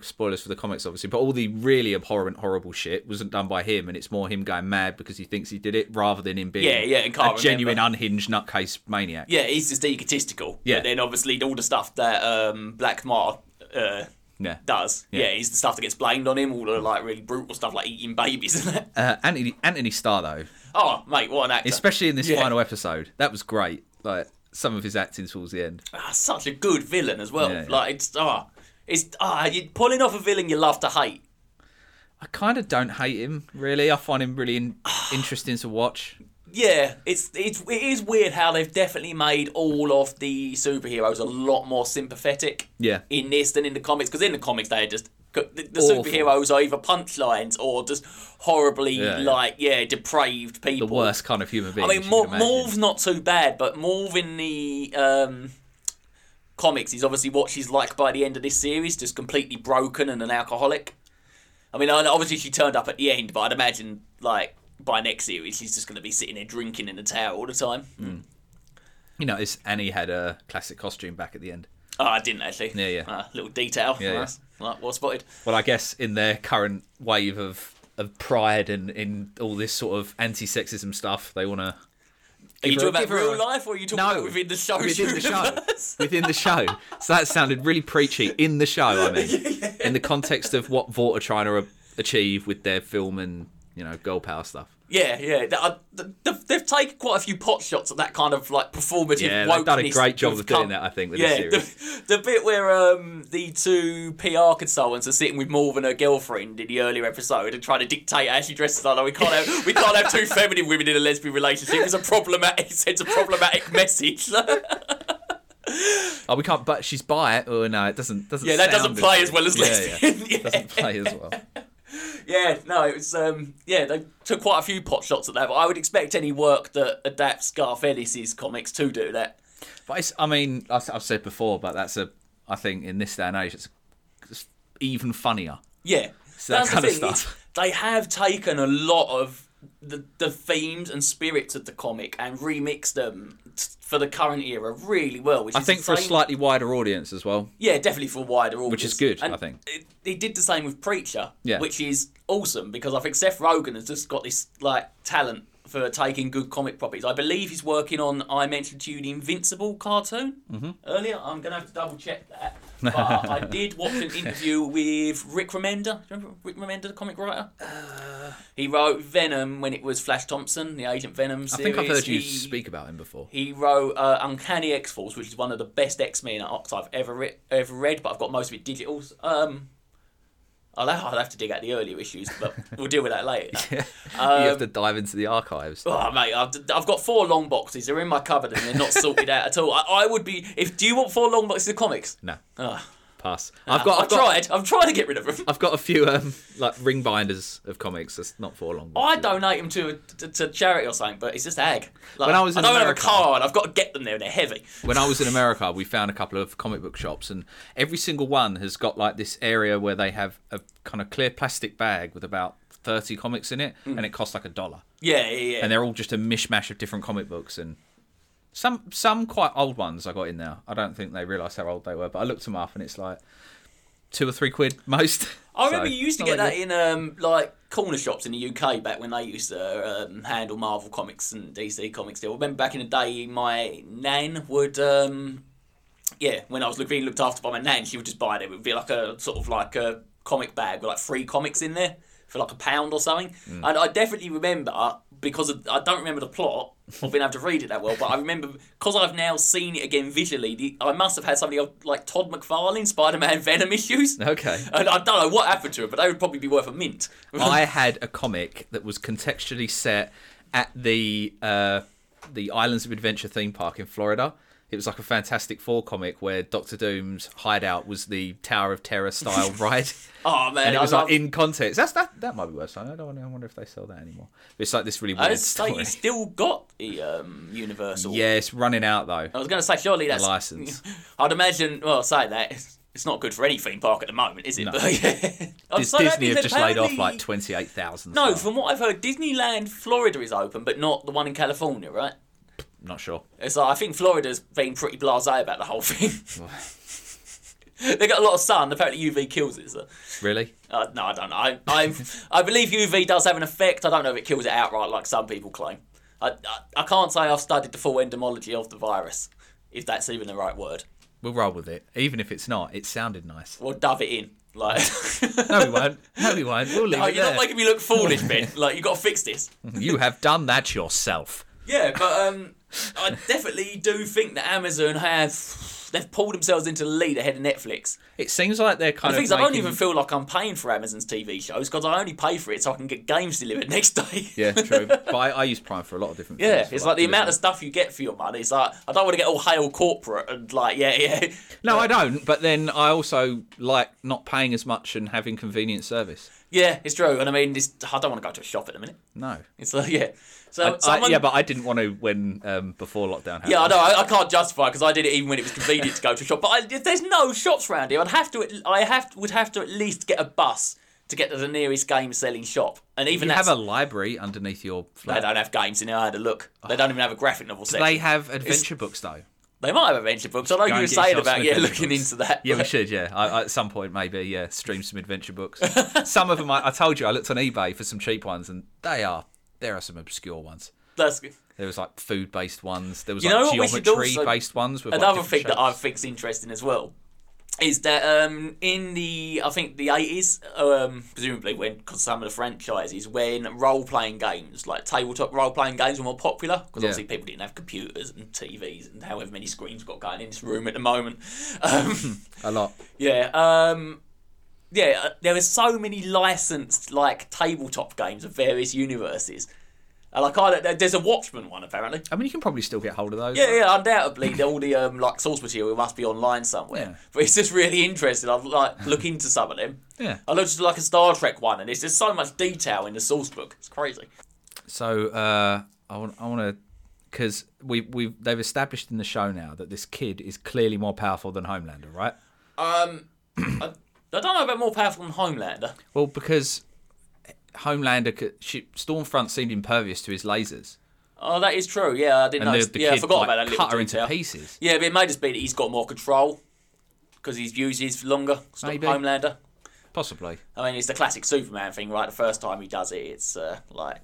Speaker 1: spoilers for the comics, obviously, but all the really abhorrent, horrible shit wasn't done by him, and it's more him going mad because he thinks he did it rather than him being
Speaker 2: Yeah, yeah, and can't
Speaker 1: a genuine
Speaker 2: remember.
Speaker 1: unhinged nutcase maniac.
Speaker 2: Yeah, he's just egotistical.
Speaker 1: Yeah.
Speaker 2: But then obviously all the stuff that um, Black Mar uh,
Speaker 1: Yeah.
Speaker 2: does. Yeah. he's the stuff that gets blamed on him, all the like really brutal stuff like eating babies and that.
Speaker 1: Uh, Anthony Anthony Starr though,
Speaker 2: Oh, mate, what an actor.
Speaker 1: especially in this
Speaker 2: Yeah.
Speaker 1: final episode, that was great. Like some of his acting towards the end.
Speaker 2: Ah, such a good villain as well.
Speaker 1: Yeah, yeah.
Speaker 2: Like it's ah, it's ah, you pulling off a villain you love to hate.
Speaker 1: I kind of don't hate him really. I find him really in- interesting to watch.
Speaker 2: Yeah, it's it's it is weird how they've definitely made all of the superheroes a lot more sympathetic.
Speaker 1: Yeah.
Speaker 2: In this than in the comics, because in the comics they are just the, the
Speaker 1: Awful.
Speaker 2: superheroes are either punchlines or just horribly
Speaker 1: Yeah, yeah.
Speaker 2: like yeah depraved people.
Speaker 1: The worst kind of human being.
Speaker 2: I mean, Mor- Morve's not too bad, but Morve in the um, comics is obviously what she's like by the end of this series, just completely broken and an alcoholic. I mean, I- obviously she turned up at the end, but I'd imagine like by next series she's just going to be sitting there drinking in the tower all the time.
Speaker 1: You know, it's Annie had a classic costume back at the end.
Speaker 2: Oh, I didn't actually.
Speaker 1: Yeah, yeah.
Speaker 2: Ah, little detail.
Speaker 1: Yeah, yeah.
Speaker 2: Nice. Like, well spotted.
Speaker 1: Well, I guess in their current wave of of pride and in all this sort of anti-sexism stuff, they want to.
Speaker 2: Are you
Speaker 1: her-
Speaker 2: talking about
Speaker 1: give her
Speaker 2: real
Speaker 1: a-
Speaker 2: life or are you talking
Speaker 1: No,
Speaker 2: about within the show?
Speaker 1: within the show.
Speaker 2: universe?
Speaker 1: Within the show, so that sounded really preachy in the show. I mean, in the context of what Vought are trying to achieve with their film and you know girl power stuff.
Speaker 2: Yeah, yeah. Th- uh, th- th- They've taken quite a few pot shots at that kind of like performative.
Speaker 1: Yeah, they've done a
Speaker 2: wokeness
Speaker 1: great job
Speaker 2: we've
Speaker 1: of doing
Speaker 2: come-
Speaker 1: that. I think with
Speaker 2: Yeah,
Speaker 1: the series.
Speaker 2: the, the bit where um the two PR consultants are sitting with Morve and her girlfriend in the earlier episode and trying to dictate how she dresses. Like, no, we can't have we can't have two feminine women in a lesbian relationship. It's a problematic. It sends a problematic message.
Speaker 1: Oh, we can't. But she's by it. Oh no, it doesn't. doesn't
Speaker 2: yeah, that doesn't
Speaker 1: sound
Speaker 2: play
Speaker 1: good.
Speaker 2: as well as
Speaker 1: Yeah, yeah.
Speaker 2: lesbian. Yeah.
Speaker 1: Doesn't play as well.
Speaker 2: Yeah, no, it was um yeah, they took quite a few pot shots at that, but I would expect any work that adapts Garth Ennis's comics to do that.
Speaker 1: But it's, I mean, I've I've said before, but that's a. I think in this day and age, it's, it's even funnier.
Speaker 2: Yeah.
Speaker 1: that
Speaker 2: That's
Speaker 1: kind
Speaker 2: the
Speaker 1: of
Speaker 2: thing.
Speaker 1: stuff.
Speaker 2: It's, they have taken a lot of the the themes and spirits of the comic and remixed them t- for the current era really well. Which
Speaker 1: I think for a slightly wider audience as well.
Speaker 2: yeah, definitely for a wider audience,
Speaker 1: is good, I think.
Speaker 2: it- he did the same with Preacher,
Speaker 1: Yeah.
Speaker 2: which is awesome because I think Seth Rogen has just got this like talent for taking good comic properties. I believe he's working on I mentioned to you the Invincible cartoon
Speaker 1: Mm-hmm.
Speaker 2: earlier. I'm gonna have to double check that. But I did watch an interview with Rick Remender. Do you remember Rick Remender, the comic writer? he wrote Venom when it was Flash Thompson, the Agent Venom
Speaker 1: I
Speaker 2: series.
Speaker 1: think I've heard you
Speaker 2: He-
Speaker 1: speak about him before.
Speaker 2: he wrote uh, Uncanny X Force, which is one of the best X Men arcs I've ever re- ever read, but I've got most of it digital. Um, I'll, have, I'll have to dig out the earlier issues, but we'll deal with that later. Um,
Speaker 1: you have to dive into the archives.
Speaker 2: Oh, mate, I've, I've got four long boxes. They're in my cupboard and they're not sorted out at all. I, I would be if. Do you want four long boxes of comics?
Speaker 1: No,
Speaker 2: Ugh.
Speaker 1: pass. I've got.
Speaker 2: I've,
Speaker 1: I've got.
Speaker 2: tried. I'm trying to get rid of them.
Speaker 1: I've got a few um, like ring binders of comics. That's not for long.
Speaker 2: I donate them to, to to charity or something, but it's just ag. Like,
Speaker 1: When I was in
Speaker 2: don't
Speaker 1: America-
Speaker 2: have a car, and I've got to get them there, and they're heavy.
Speaker 1: when I was in America, we found a couple of comic book shops, and every single one has got like this area where they have a kind of clear plastic bag with about 30 comics in it,
Speaker 2: Hmm.
Speaker 1: and it costs like a dollar.
Speaker 2: Yeah, yeah, yeah.
Speaker 1: And they're all just a mishmash of different comic books, and some some quite old ones I got in there. I don't think they realised how old they were, but I looked them up, and it's like two or three quid most.
Speaker 2: I remember
Speaker 1: So,
Speaker 2: you used to
Speaker 1: not
Speaker 2: get that
Speaker 1: good.
Speaker 2: in um, like corner shops in the UK back when they used to um, handle Marvel comics and DC comics. Still, I remember back in the day, my nan would, um, yeah, when I was look- being looked after by my nan, she would just buy it. It would be like a sort of like a comic bag with like three comics in there for like a pound or something.
Speaker 1: Hmm.
Speaker 2: And I definitely remember because of, I don't remember the plot or being able to read it that well, but I remember because I've now seen it again visually. The, I must have had something of, like Todd McFarlane Spider-Man Venom issues.
Speaker 1: Okay.
Speaker 2: And I don't know what happened to it, but they would probably be worth a mint.
Speaker 1: I had a comic that was contextually set at the uh, the Islands of Adventure theme park in Florida. It was like a Fantastic Four comic where Doctor Doom's hideout was the Tower of Terror style ride,
Speaker 2: oh man,
Speaker 1: and it
Speaker 2: I
Speaker 1: was
Speaker 2: love...
Speaker 1: like in context. That's that. That might be worth something. I don't. wanna- I wonder if they sell that anymore. But it's like this really
Speaker 2: I
Speaker 1: weird
Speaker 2: was say
Speaker 1: story.
Speaker 2: you still got the um, Universal.
Speaker 1: Yeah, it's running out though.
Speaker 2: I was going to say surely that's
Speaker 1: license.
Speaker 2: I'd imagine. Well, say that it's- it's not good for any theme park at the moment, is it? But, yeah. I'd
Speaker 1: Dis-
Speaker 2: say that
Speaker 1: Disney have
Speaker 2: means
Speaker 1: just laid off
Speaker 2: apparently-
Speaker 1: like twenty eight thousand.
Speaker 2: No, from what I've heard, Disneyland Florida is open, but not the one in California, right?
Speaker 1: not sure.
Speaker 2: It's like I think Florida's been pretty blasé about the whole thing. they got a lot of sun. Apparently, UV kills it. So.
Speaker 1: Really?
Speaker 2: Uh, no, I don't know. I, I, I believe UV does have an effect. I don't know if it kills it outright like some people claim. I, I, I can't say I've studied the full endomology of the virus, if that's even the right word.
Speaker 1: We'll roll with it, even if it's not. It sounded nice.
Speaker 2: We'll dove it in. Like,
Speaker 1: No, we won't. No, we won't. We'll leave
Speaker 2: Oh,
Speaker 1: it
Speaker 2: you're
Speaker 1: there.
Speaker 2: not making me look foolish, Ben. Like, you've got to fix this.
Speaker 1: You have done that yourself.
Speaker 2: Yeah, but um, I definitely do think that Amazon have they've pulled themselves into the lead ahead of Netflix.
Speaker 1: It seems like they're kind of.
Speaker 2: The thing is, I don't
Speaker 1: making-
Speaker 2: even feel like I'm paying for Amazon's TV shows because I only pay for it so I can get games delivered next day.
Speaker 1: Yeah, true. but I, I use Prime for a lot of different
Speaker 2: Yeah,
Speaker 1: things.
Speaker 2: it's like the amount of stuff you get for your money. It's like I don't want to get all hail corporate and like yeah, yeah.
Speaker 1: No, I don't. But then I also like not paying as much and having convenient service.
Speaker 2: Yeah, it's true. And I mean, this, I don't want to go to a shop at the minute.
Speaker 1: No.
Speaker 2: It's like yeah. So
Speaker 1: I-
Speaker 2: someone,
Speaker 1: yeah,
Speaker 2: yeah,
Speaker 1: but I didn't want to when um, before lockdown happened.
Speaker 2: I know I, I can't justify because I did it even when it was convenient to go to a shop. But I, if there's no shops around here, I'd have to. at- I have would have to at least get a bus to get to the nearest game selling shop. And even
Speaker 1: You
Speaker 2: that's,
Speaker 1: have a library underneath your
Speaker 2: they
Speaker 1: flat.
Speaker 2: don't have games in there. I had a look. They don't even have a graphic novel section.
Speaker 1: Oh. They
Speaker 2: They,
Speaker 1: have adventure books though.
Speaker 2: might have adventure books. I know you
Speaker 1: and
Speaker 2: were
Speaker 1: get
Speaker 2: saying
Speaker 1: yourself some
Speaker 2: about yeah,
Speaker 1: adventure
Speaker 2: looking
Speaker 1: books.
Speaker 2: into that.
Speaker 1: Yeah, we should. Yeah, I, I, at some point maybe. Yeah, stream some adventure books. some of them I, I told you I looked on eBay for some cheap ones, and they are there are some obscure ones.
Speaker 2: That's good.
Speaker 1: There was like food based ones. There was
Speaker 2: You know
Speaker 1: like
Speaker 2: what we should
Speaker 1: geometry
Speaker 2: also-
Speaker 1: based ones. With
Speaker 2: another
Speaker 1: like
Speaker 2: thing
Speaker 1: different
Speaker 2: that I
Speaker 1: shapes.
Speaker 2: think's interesting as well is that um, in the I think the eighties, um, presumably when 'cause some of the franchises when role playing games like tabletop role playing games were more popular because
Speaker 1: Yeah.
Speaker 2: obviously people didn't have computers and TVs and however many screens we've got going in this room at the moment. Um,
Speaker 1: a lot.
Speaker 2: yeah. Um, yeah, uh, there were so many licensed like tabletop games of various universes. And, Like I, don't- there's a Watchmen one apparently.
Speaker 1: I mean, you can probably still get hold of those.
Speaker 2: Yeah, yeah, undoubtedly, the- all the um, like source material must be online somewhere.
Speaker 1: Yeah.
Speaker 2: But it's just really interesting. I've like look into some of them.
Speaker 1: yeah.
Speaker 2: I looked at like a Star Trek one, and it's just so much detail in the source book. It's crazy.
Speaker 1: So uh, I want, I want to, because we we they've established in the show now that this kid is clearly more powerful than Homelander, right?
Speaker 2: I, I don't know about more powerful than Homelander.
Speaker 1: Well, because Homelander, could, she, Stormfront seemed impervious to his lasers,
Speaker 2: Oh, that is true. Yeah, I didn't
Speaker 1: and
Speaker 2: know.
Speaker 1: the, the
Speaker 2: yeah,
Speaker 1: kid
Speaker 2: I forgot
Speaker 1: like,
Speaker 2: about that little
Speaker 1: cut her into
Speaker 2: detail.
Speaker 1: pieces.
Speaker 2: Yeah, but it may just be that he's got more control because he's used his longer. Stop
Speaker 1: Maybe.
Speaker 2: Homelander.
Speaker 1: Possibly.
Speaker 2: I mean, it's the classic Superman thing, right? The first time he does it, it's uh, like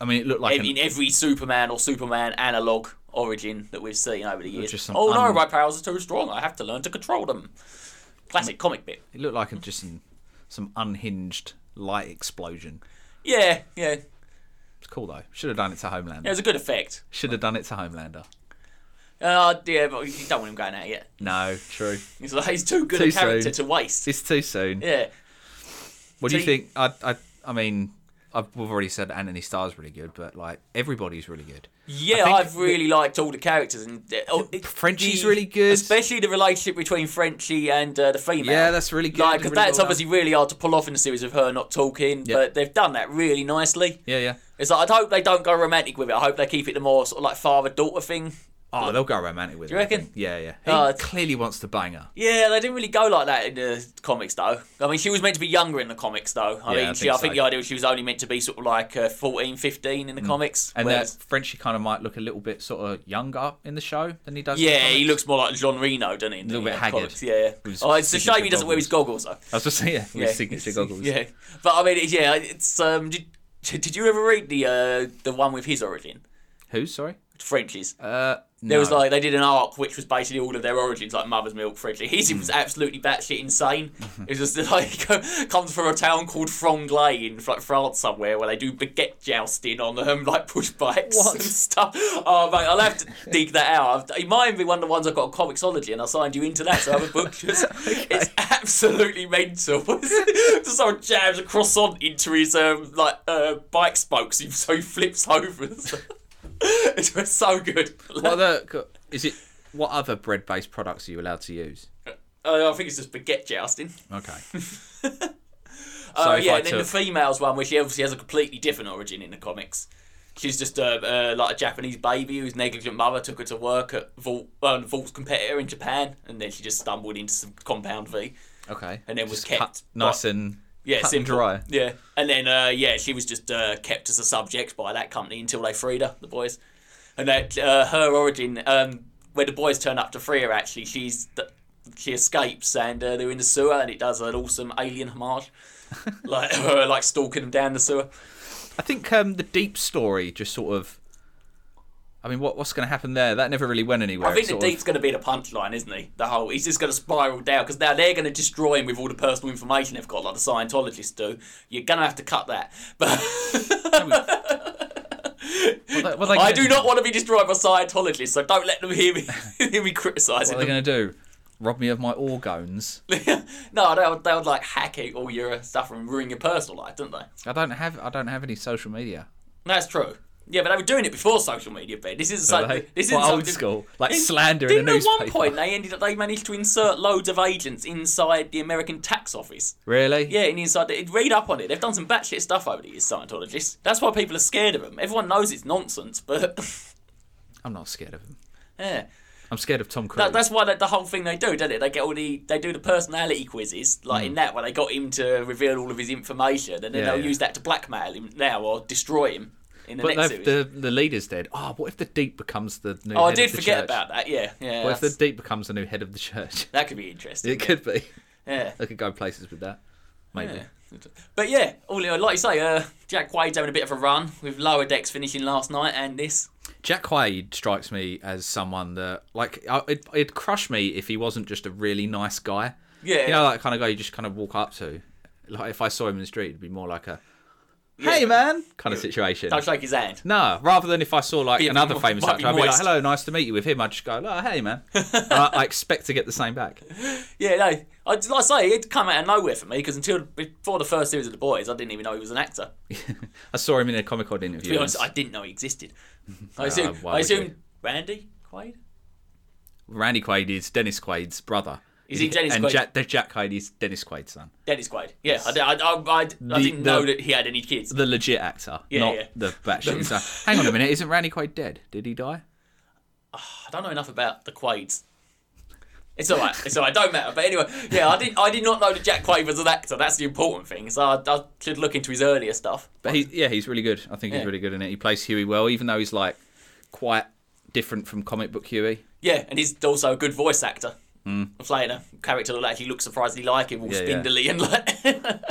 Speaker 1: I mean, it looked like
Speaker 2: ev-
Speaker 1: an,
Speaker 2: in every Superman or Superman analog origin that we've seen over the years.
Speaker 1: just some
Speaker 2: Oh no,
Speaker 1: un-
Speaker 2: my powers are too strong. I have to learn to control them. Classic comic bit.
Speaker 1: it looked like a, just some, some unhinged light explosion.
Speaker 2: Yeah, yeah. It
Speaker 1: It's cool though. Should have done it to Homelander.
Speaker 2: was a good effect.
Speaker 1: Should have done it to Homelander.
Speaker 2: Uh, yeah, but you don't want him going out yet.
Speaker 1: No, true.
Speaker 2: He's like he's too good
Speaker 1: Too
Speaker 2: a character
Speaker 1: soon.
Speaker 2: to waste.
Speaker 1: It's too soon.
Speaker 2: Yeah.
Speaker 1: What do you
Speaker 2: Do you-
Speaker 1: think? I, I, I mean, I've we've already said Anthony Starr's really good, but like everybody's really good.
Speaker 2: Yeah,
Speaker 1: think
Speaker 2: I've really liked all the characters, and uh, oh, it-
Speaker 1: Frenchie's
Speaker 2: the-
Speaker 1: really good.
Speaker 2: especially the relationship between Frenchie and uh, the female.
Speaker 1: Yeah, that's really good.
Speaker 2: like 'cause
Speaker 1: really well
Speaker 2: that's
Speaker 1: done.
Speaker 2: obviously really hard to pull off in the series of her not talking, but they've done that really nicely.
Speaker 1: Yeah, yeah.
Speaker 2: It's like I'd hope they don't go romantic with it. I hope they keep it the more sort of like father daughter thing.
Speaker 1: Oh, they'll go romantic with. it,
Speaker 2: You
Speaker 1: I
Speaker 2: reckon?
Speaker 1: think. Yeah, yeah. He
Speaker 2: Oh, it's-
Speaker 1: clearly wants to bang her.
Speaker 2: Yeah, they didn't really go like that in the comics though. I mean, she was meant to be younger in the comics though. I
Speaker 1: Yeah, I
Speaker 2: mean, she,
Speaker 1: think
Speaker 2: I think
Speaker 1: so. Mm.
Speaker 2: the idea was she was only meant to be sort of like uh, 14, 15 in the comics.
Speaker 1: And that
Speaker 2: whereas-
Speaker 1: Frenchie kind of might look a little bit sort of younger in the show than he does. in the
Speaker 2: Yeah, he
Speaker 1: comics.
Speaker 2: looks more like John Reno, doesn't he? A
Speaker 1: little bit haggard.
Speaker 2: Yeah.
Speaker 1: With his
Speaker 2: Oh, it's a
Speaker 1: signature
Speaker 2: shame he doesn't wear his goggles though.
Speaker 1: I was just saying, yeah, with
Speaker 2: Yeah.
Speaker 1: his signature goggles.
Speaker 2: Yeah, but I mean, it- yeah, it's um. Did, did you ever read the uh, the one with his origin,
Speaker 1: Who? Sorry.
Speaker 2: French's?
Speaker 1: Uh, no.
Speaker 2: There was like they did an arc which was basically all of their origins, like mother's milk, Frenchie. His
Speaker 1: Hmm.
Speaker 2: was absolutely batshit insane. It's just like comes from a town called Franglais in like France somewhere where they do baguette jousting on um, like push bikes
Speaker 1: What?
Speaker 2: and stuff. Oh mate, I'll have to dig that out. It might be one of the ones I've got on Comixology, and I signed you into that, so I have a book. Just, It's absolutely mental. just someone jabs a croissant into his um, like uh, bike spokes, so he flips over. and stuff. It's so good.
Speaker 1: What other? Is it? What other bread-based products are you allowed to use?
Speaker 2: Uh, I think it's just baguette jousting.
Speaker 1: Okay.
Speaker 2: Oh
Speaker 1: if
Speaker 2: yeah,
Speaker 1: I
Speaker 2: and then
Speaker 1: took-
Speaker 2: the females one, where she obviously has a completely different origin in the comics. She's just a uh, like a Japanese baby whose negligent mother took her to work at Vault, um, Vault's competitor in Japan, and then she just stumbled into some compound V.
Speaker 1: Okay.
Speaker 2: And it was
Speaker 1: Just
Speaker 2: kept,
Speaker 1: cut nice and
Speaker 2: Yeah,
Speaker 1: cut and
Speaker 2: simple.
Speaker 1: dry.
Speaker 2: Yeah, and then uh, yeah, she was just uh, kept as a subject by that company until they freed her, the boys. And that uh, her origin, um, where the boys turn up to free her, actually, she's th- she escapes and uh, they're in the sewer, and it does an awesome alien homage, like her like stalking them down the sewer.
Speaker 1: I think um, the deep story just sort of. I mean, what what's going to happen there? That never really went anywhere.
Speaker 2: I think
Speaker 1: It
Speaker 2: the
Speaker 1: sort
Speaker 2: deep's
Speaker 1: of-
Speaker 2: going to be the punchline, isn't he? The whole he's just going to spiral down because now they're going to destroy him with all the personal information they've got, like the Scientologists do. You're going to have to cut that, but.
Speaker 1: what, what are they
Speaker 2: I
Speaker 1: gonna-
Speaker 2: do not want to be destroyed by Scientologists, so don't let them hear me hear me
Speaker 1: What
Speaker 2: criticising
Speaker 1: are they going
Speaker 2: them.
Speaker 1: to do? Rob me of my orgones?
Speaker 2: no, they would, they would like hack it, all your stuff and ruin your personal life, don't they?
Speaker 1: I don't have I don't have any social media.
Speaker 2: That's true. Yeah, but they were doing it before social media, Ben. This isn't
Speaker 1: So
Speaker 2: something.
Speaker 1: they-
Speaker 2: This isn't
Speaker 1: what old
Speaker 2: something-
Speaker 1: school, like
Speaker 2: Didn't-
Speaker 1: slander in
Speaker 2: Didn't
Speaker 1: a
Speaker 2: at
Speaker 1: newspaper.
Speaker 2: one point they ended up they managed to insert loads of agents inside the American tax office.
Speaker 1: Really?
Speaker 2: Yeah, and inside the, read up on it. They've done some batshit stuff over the years, Scientologists. That's why people are scared of them. Everyone knows it's nonsense, but
Speaker 1: I'm not scared of him.
Speaker 2: yeah.
Speaker 1: I'm scared of Tom Cruise.
Speaker 2: That, that's why that, the whole thing they do, don't it? They get all the they do the personality quizzes, like in that where they got him to reveal all of his information, and then
Speaker 1: Mm. Yeah,
Speaker 2: they'll
Speaker 1: yeah.
Speaker 2: use that to blackmail him now or destroy him in the
Speaker 1: but
Speaker 2: next
Speaker 1: they've-
Speaker 2: series.
Speaker 1: the the leader's dead. Oh, what if the deep becomes the new?
Speaker 2: oh, I
Speaker 1: head
Speaker 2: did
Speaker 1: of the
Speaker 2: forget
Speaker 1: church?
Speaker 2: about that. Yeah, yeah,
Speaker 1: What if the
Speaker 2: that's-
Speaker 1: deep becomes the new head of the church?
Speaker 2: that could be interesting.
Speaker 1: It could be.
Speaker 2: Yeah.
Speaker 1: They could go places with that. Maybe.
Speaker 2: yeah. But yeah, all in all, like you say, uh, Jack Quaid's having a bit of a run with lower decks finishing last night and this.
Speaker 1: Jack Quaid strikes me as someone that, like, I- it'd, it'd crush me if he wasn't just a really nice guy.
Speaker 2: Yeah.
Speaker 1: You know, that kind of guy you just kind of walk up to. Like, if I saw him in the street, it'd be more like a, hey,
Speaker 2: Yeah.
Speaker 1: man, kind of situation.
Speaker 2: Don't shake his hand.
Speaker 1: No, rather than if I saw, like,
Speaker 2: Be a bit
Speaker 1: another
Speaker 2: mo-
Speaker 1: famous
Speaker 2: might
Speaker 1: actor,
Speaker 2: be
Speaker 1: I'd be like,
Speaker 2: moist.
Speaker 1: hello, nice to meet you with him. I'd just go, oh, hey, man. And I, I expect to get the same back.
Speaker 2: Yeah, no. I, like I say, it'd come out of nowhere for me because until before the first series of The Boys, I didn't even know he was an actor.
Speaker 1: I saw him in a Comic Con interview.
Speaker 2: To be
Speaker 1: and
Speaker 2: honest, I
Speaker 1: s-
Speaker 2: didn't know he existed. I assume,
Speaker 1: why
Speaker 2: I
Speaker 1: would
Speaker 2: assume
Speaker 1: you?
Speaker 2: Randy Quaid?
Speaker 1: Randy Quaid is Dennis Quaid's brother.
Speaker 2: Is he Dennis
Speaker 1: and
Speaker 2: Quaid?
Speaker 1: Jack, Jack Quaid is Dennis Quaid's son.
Speaker 2: Dennis Quaid. Yeah, I, di- I, I, I, I didn't
Speaker 1: the-
Speaker 2: know that he had any kids.
Speaker 1: the legit actor,
Speaker 2: Yeah,
Speaker 1: not
Speaker 2: yeah.
Speaker 1: the batshit. so, hang on a minute, isn't Randy Quaid dead? Did he die?
Speaker 2: I don't know enough about the Quaids. It's all right. It's all right. Don't matter. But anyway, yeah, I did. I did not know that Jack Quaid was an actor. That's the important thing. So I, I should look into his earlier stuff.
Speaker 1: But he's yeah, he's really good. I think he's
Speaker 2: Yeah.
Speaker 1: really good in it. He plays Huey well, even though he's like quite different from comic book Huey.
Speaker 2: Yeah, and he's also a good voice actor. Mm. Playing a character that actually looks surprisingly like him, all
Speaker 1: Yeah, yeah.
Speaker 2: spindly and like.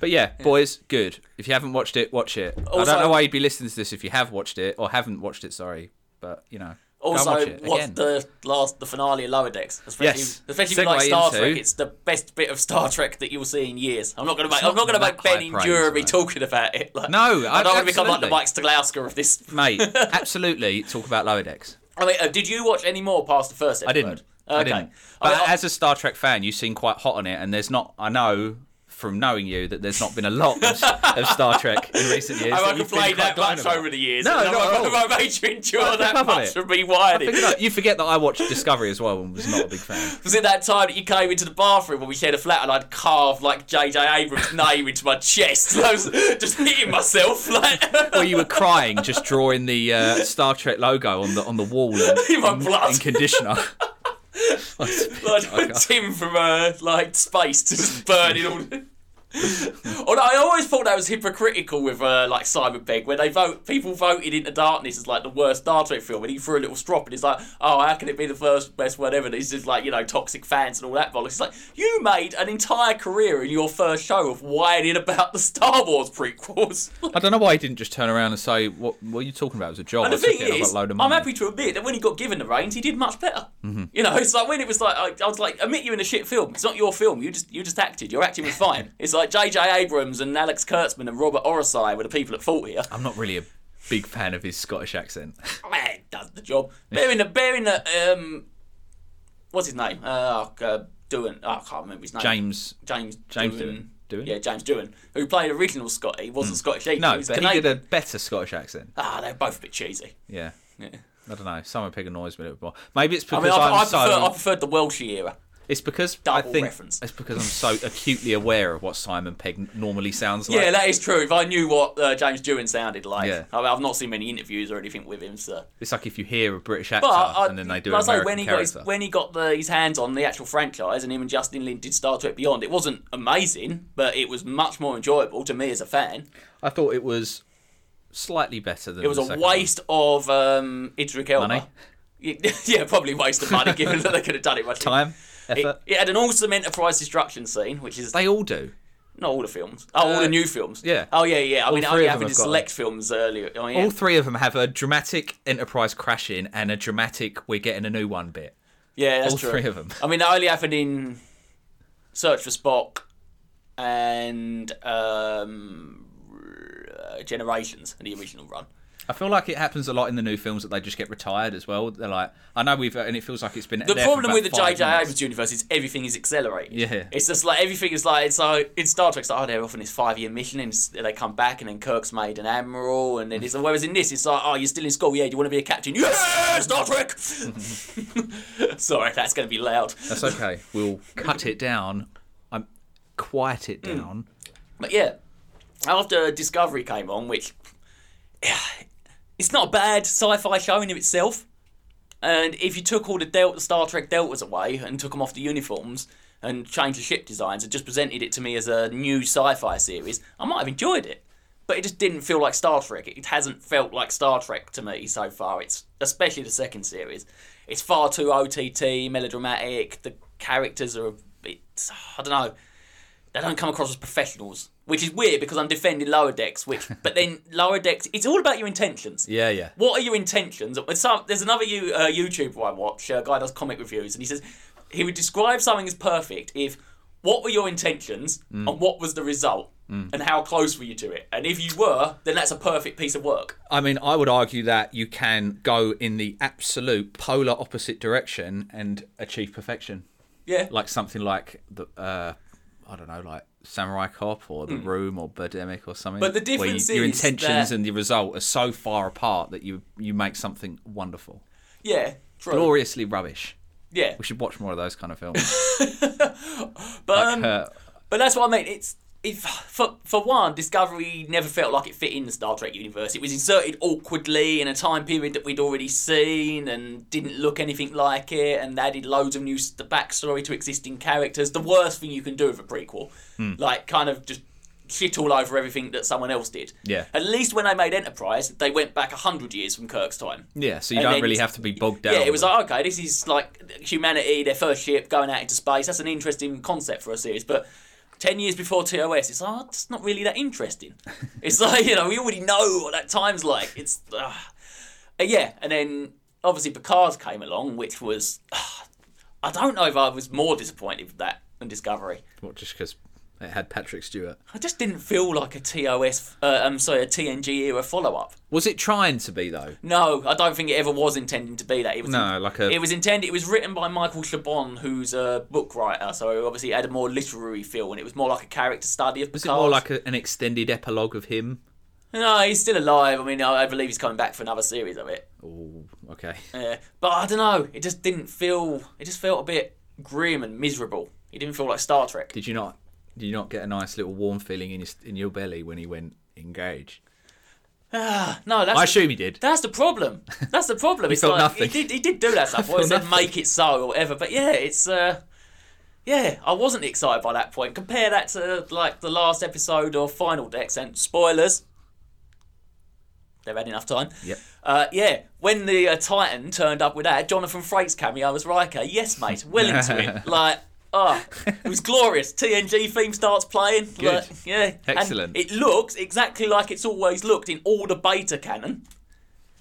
Speaker 1: But yeah, boys, good. If you haven't watched it, watch it. I
Speaker 2: Also-
Speaker 1: don't know why you'd be listening to this if you have watched it or haven't watched it. Sorry, but you know, go and
Speaker 2: also,
Speaker 1: watch it
Speaker 2: what's
Speaker 1: again.
Speaker 2: the last the finale of Lower Decks? Especially,
Speaker 1: Yes.
Speaker 2: especially if you
Speaker 1: Segue
Speaker 2: like Star
Speaker 1: into-
Speaker 2: Trek, it's the best bit of Star Trek that you'll see in years. I'm not gonna make
Speaker 1: not
Speaker 2: I'm not gonna
Speaker 1: that
Speaker 2: make Ben
Speaker 1: high praise,
Speaker 2: endure me
Speaker 1: mate.
Speaker 2: talking about it. Like,
Speaker 1: No,
Speaker 2: I don't want to become like the
Speaker 1: absolutely.
Speaker 2: Mike Stoglaska of this.
Speaker 1: mate? Absolutely, talk about Lower Decks.
Speaker 2: I mean, uh, did you watch any more past the first
Speaker 1: I
Speaker 2: episode?
Speaker 1: didn't.
Speaker 2: Okay.
Speaker 1: I didn't.
Speaker 2: I
Speaker 1: But
Speaker 2: mean, I-
Speaker 1: as a Star Trek fan, you seem quite hot on it, and there's not. I know from knowing you that there's not been a lot of, of Star Trek in recent years.
Speaker 2: I
Speaker 1: that
Speaker 2: haven't
Speaker 1: you've been
Speaker 2: played
Speaker 1: quite
Speaker 2: that much
Speaker 1: down about.
Speaker 2: over the years.
Speaker 1: No,
Speaker 2: and
Speaker 1: not
Speaker 2: I,
Speaker 1: at all.
Speaker 2: I made you endure
Speaker 1: I pick
Speaker 2: that
Speaker 1: up on
Speaker 2: much
Speaker 1: it.
Speaker 2: from me whining.
Speaker 1: Think about it, You forget that I watched Discovery as well and was not a big fan.
Speaker 2: Was it that time that you came into the bathroom when we shared a flat and I'd carved like JJ Abrams' name into my chest? I was just hitting myself. Like,
Speaker 1: Or you were crying just drawing the uh, Star Trek logo on the on the wall and,
Speaker 2: In my
Speaker 1: and-
Speaker 2: blood.
Speaker 1: and conditioner.
Speaker 2: like Tim from uh, like space just burning all. Although I always thought that was hypocritical with uh, like Simon Pegg, where they vote people voted into darkness as like the worst Star Trek film, and he threw a little strop, and he's like, "Oh, how can it be the first best one ever?" And he's just like, you know, toxic fans and all that bollocks. It's like you made an entire career in your first show of whining about the Star Wars prequels.
Speaker 1: I don't know why he didn't just turn around and say, "What, what are you talking about? It was a job."
Speaker 2: And
Speaker 1: I
Speaker 2: the
Speaker 1: took
Speaker 2: thing
Speaker 1: it and I got
Speaker 2: is,
Speaker 1: a load of
Speaker 2: I'm
Speaker 1: money." Mm-hmm.
Speaker 2: happy to admit that when he got given the reins, he did much better. You know, it's like when it was like I, I was like, admit you in a shit film. It's not your film. You just you just acted. Your acting was fine. it's like J.J. Abrams and Alex Kurtzman and Robert Orosei were the people at fault here.
Speaker 1: I'm not really a big fan of his Scottish accent.
Speaker 2: Man, does the job. Bearing the bearing the um, what's his name? Uh, uh Doohan. Oh, I can't remember his name.
Speaker 1: James
Speaker 2: James
Speaker 1: James
Speaker 2: Doohan.
Speaker 1: Doohan. Doohan?
Speaker 2: Yeah, James Doohan, who played original Scotty, wasn't Scottish either.
Speaker 1: No,
Speaker 2: he
Speaker 1: but
Speaker 2: was
Speaker 1: he
Speaker 2: Canadian.
Speaker 1: did a better Scottish accent.
Speaker 2: Ah, they're both a bit cheesy.
Speaker 1: Yeah.
Speaker 2: Yeah.
Speaker 1: I don't know. Simon Pegg annoys me a little bit more. Maybe it's
Speaker 2: I
Speaker 1: because
Speaker 2: mean, I,
Speaker 1: am
Speaker 2: I,
Speaker 1: so.
Speaker 2: prefer, I preferred the Welsh era.
Speaker 1: It's because I
Speaker 2: Double
Speaker 1: think
Speaker 2: reference.
Speaker 1: it's because I'm so acutely aware of what Simon Pegg normally sounds like.
Speaker 2: Yeah, that is true. If I knew what uh, James Dewan sounded like,
Speaker 1: Yeah.
Speaker 2: I mean, I've not seen many interviews or anything with him, so.
Speaker 1: It's like if you hear a British actor
Speaker 2: But I,
Speaker 1: and then they do
Speaker 2: like
Speaker 1: an
Speaker 2: I say,
Speaker 1: American
Speaker 2: when he
Speaker 1: character.
Speaker 2: got his, when he got the, his hands on the actual franchise, and him and Justin Lin did Star Trek Beyond, it wasn't amazing, but it was much more enjoyable to me as a fan.
Speaker 1: I thought it was slightly better than
Speaker 2: It was
Speaker 1: the
Speaker 2: a
Speaker 1: second
Speaker 2: waste of um, Idris Elba.
Speaker 1: Money?
Speaker 2: Yeah, probably waste of money, given that they could have done it much.
Speaker 1: one. time
Speaker 2: It,
Speaker 1: effort.
Speaker 2: it had an awesome Enterprise destruction scene, which is
Speaker 1: they all do.
Speaker 2: not all the films. Oh, all
Speaker 1: Uh,
Speaker 2: the new films.
Speaker 1: yeah.
Speaker 2: Oh yeah, yeah. I mean,
Speaker 1: three
Speaker 2: only
Speaker 1: of
Speaker 2: having
Speaker 1: them
Speaker 2: to
Speaker 1: have got
Speaker 2: select films earlier. Oh, yeah.
Speaker 1: All three of them have a dramatic Enterprise crashing and a dramatic we're getting a new one bit.
Speaker 2: Yeah, that's
Speaker 1: All
Speaker 2: true.
Speaker 1: three of them.
Speaker 2: I mean, that only happened in Search for Spock and um, uh, Generations and the original run.
Speaker 1: I feel like it happens a lot in the new films that they just get retired as well. They're like, I know we've, and it feels like it's been
Speaker 2: The problem with the J.J. Abrams universe is everything is accelerated.
Speaker 1: Yeah.
Speaker 2: It's just like everything is like, it's like in Star Trek, it's like, oh, they're off on this five year mission and it's- they come back and then Kirk's made an admiral. And then it's, whereas in this, it's like, oh, you're still in school, yeah, do you want to be a captain? Yeah, Star Trek! Sorry, that's going to be loud.
Speaker 1: That's okay. We'll cut it down. I'm quiet it
Speaker 2: Hmm.
Speaker 1: down.
Speaker 2: But yeah, after Discovery came on, which it's not a bad sci-fi show in of itself, and if you took all the Delta Star Trek deltas away and took them off the uniforms and changed the ship designs and just presented it to me as a new sci-fi series, I might have enjoyed it. But it just didn't feel like Star Trek. It hasn't felt like Star Trek to me so far. It's especially the second series. It's far too OTT, melodramatic. The characters are a bit, I don't know they don't come across as professionals, which is weird because I'm defending lower decks. Which, but then lower decks, it's all about your intentions.
Speaker 1: Yeah, yeah.
Speaker 2: What are your intentions? And Some, there's another you, uh, YouTuber I watch. A guy does comic reviews, and he says he would describe something as perfect if what were your intentions and what was the result and how close were you to it. And if you were, then that's a perfect piece of work.
Speaker 1: I mean, I would argue that you can go in the absolute polar opposite direction and achieve perfection.
Speaker 2: Yeah.
Speaker 1: Like something like the, uh, I don't know, like Samurai Cop or The Room or Birdemic or something.
Speaker 2: Hmm. But the
Speaker 1: where you-
Speaker 2: difference
Speaker 1: your
Speaker 2: is
Speaker 1: intentions
Speaker 2: that-
Speaker 1: and the result are so far apart that you you make something wonderful,
Speaker 2: yeah. True.
Speaker 1: gloriously rubbish.
Speaker 2: Yeah.
Speaker 1: We should watch more of those kind of films. Uh,
Speaker 2: But
Speaker 1: Like
Speaker 2: um,
Speaker 1: her-
Speaker 2: But that's what I mean. It's if for for one, Discovery never felt like it fit in the Star Trek universe. It was inserted awkwardly in a time period that we'd already seen and didn't look anything like it, and added loads of new s- the backstory to existing characters. The worst thing you can do with a prequel, like kind of just shit all over everything that someone else did.
Speaker 1: Yeah.
Speaker 2: At least when they made Enterprise, they went back hundred years from Kirk's time.
Speaker 1: Yeah, so you
Speaker 2: And
Speaker 1: don't
Speaker 2: then
Speaker 1: really
Speaker 2: it's-
Speaker 1: have to be bogged down.
Speaker 2: Yeah, it was
Speaker 1: with-
Speaker 2: like okay, this is like humanity, their first ship going out into space. That's an interesting concept for a series, but ten years before TOS, it's like oh, it's not really that interesting. it's like you know we already know what that time's like. It's uh, yeah, and then obviously Picard came along, which was ah, I don't know if I was more disappointed with that than Discovery.
Speaker 1: Well, just because it had Patrick Stewart.
Speaker 2: I just didn't feel like a TOS, uh, I'm sorry, a TNG era follow up.
Speaker 1: Was it trying to be though?
Speaker 2: No, I don't think it ever was intended to be that. It was
Speaker 1: No, like a
Speaker 2: It was intended. It was written by Michael Chabon, who's a book writer, so obviously it had a more literary feel, and it was more like a character study of
Speaker 1: was it
Speaker 2: Picard.
Speaker 1: more like a, an extended epilogue of him?
Speaker 2: No, he's still alive. I mean, I I believe he's coming back for another series of it.
Speaker 1: Oh, okay.
Speaker 2: Yeah. But I don't know. It just didn't feel. It just felt a bit grim and miserable. It didn't feel like Star Trek.
Speaker 1: Did you not? Did you not get a nice little warm feeling in your, in your belly when he went engaged?
Speaker 2: Ah, no, that's
Speaker 1: I assume he did.
Speaker 2: that's the problem. That's the problem. it's
Speaker 1: felt
Speaker 2: like,
Speaker 1: nothing.
Speaker 2: He did, he did do that stuff.
Speaker 1: felt
Speaker 2: Or he said
Speaker 1: nothing.
Speaker 2: make it so or whatever. But yeah, it's uh, yeah, I wasn't excited by that point. Compare that to like the last episode of Final Decks and spoilers. They've had enough time.
Speaker 1: Yep.
Speaker 2: Uh, yeah, when the uh, Titan turned up with that, Jonathan Frakes cameo was Riker. Yes, mate, well into it. Like, oh, it was glorious. TNG theme starts playing. Like, yeah, And
Speaker 1: Excellent.
Speaker 2: it looks exactly like it's always looked in all the beta canon.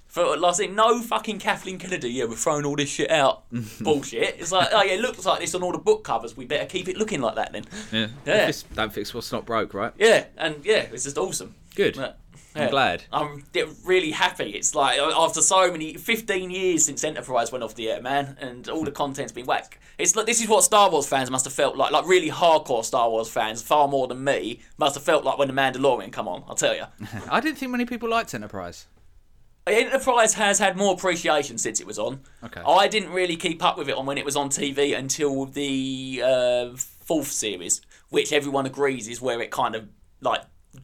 Speaker 2: For like, I said, no fucking Kathleen Kennedy. Yeah, we're throwing all this shit out. Bullshit. It's like, oh yeah, it looks like this on all the book covers. We better keep it looking like that then.
Speaker 1: Yeah.
Speaker 2: Yeah.
Speaker 1: Just don't fix what's not broke, right?
Speaker 2: Yeah, and yeah, it's just awesome.
Speaker 1: Good.
Speaker 2: But,
Speaker 1: I'm
Speaker 2: yeah.
Speaker 1: glad.
Speaker 2: I'm de- really happy. It's like uh, after so many 15 years since Enterprise went off the air, man, and all the content's been whack. It's like this is what Star Wars fans must have felt like, like really hardcore Star Wars fans, far more than me, must have felt like when the Mandalorian come on. I'll tell you,
Speaker 1: I didn't think many people liked Enterprise.
Speaker 2: Enterprise has had more appreciation since it was on.
Speaker 1: Okay.
Speaker 2: I didn't really keep up with it on when it was on TV until the uh, fourth series, which everyone agrees is where it kind of like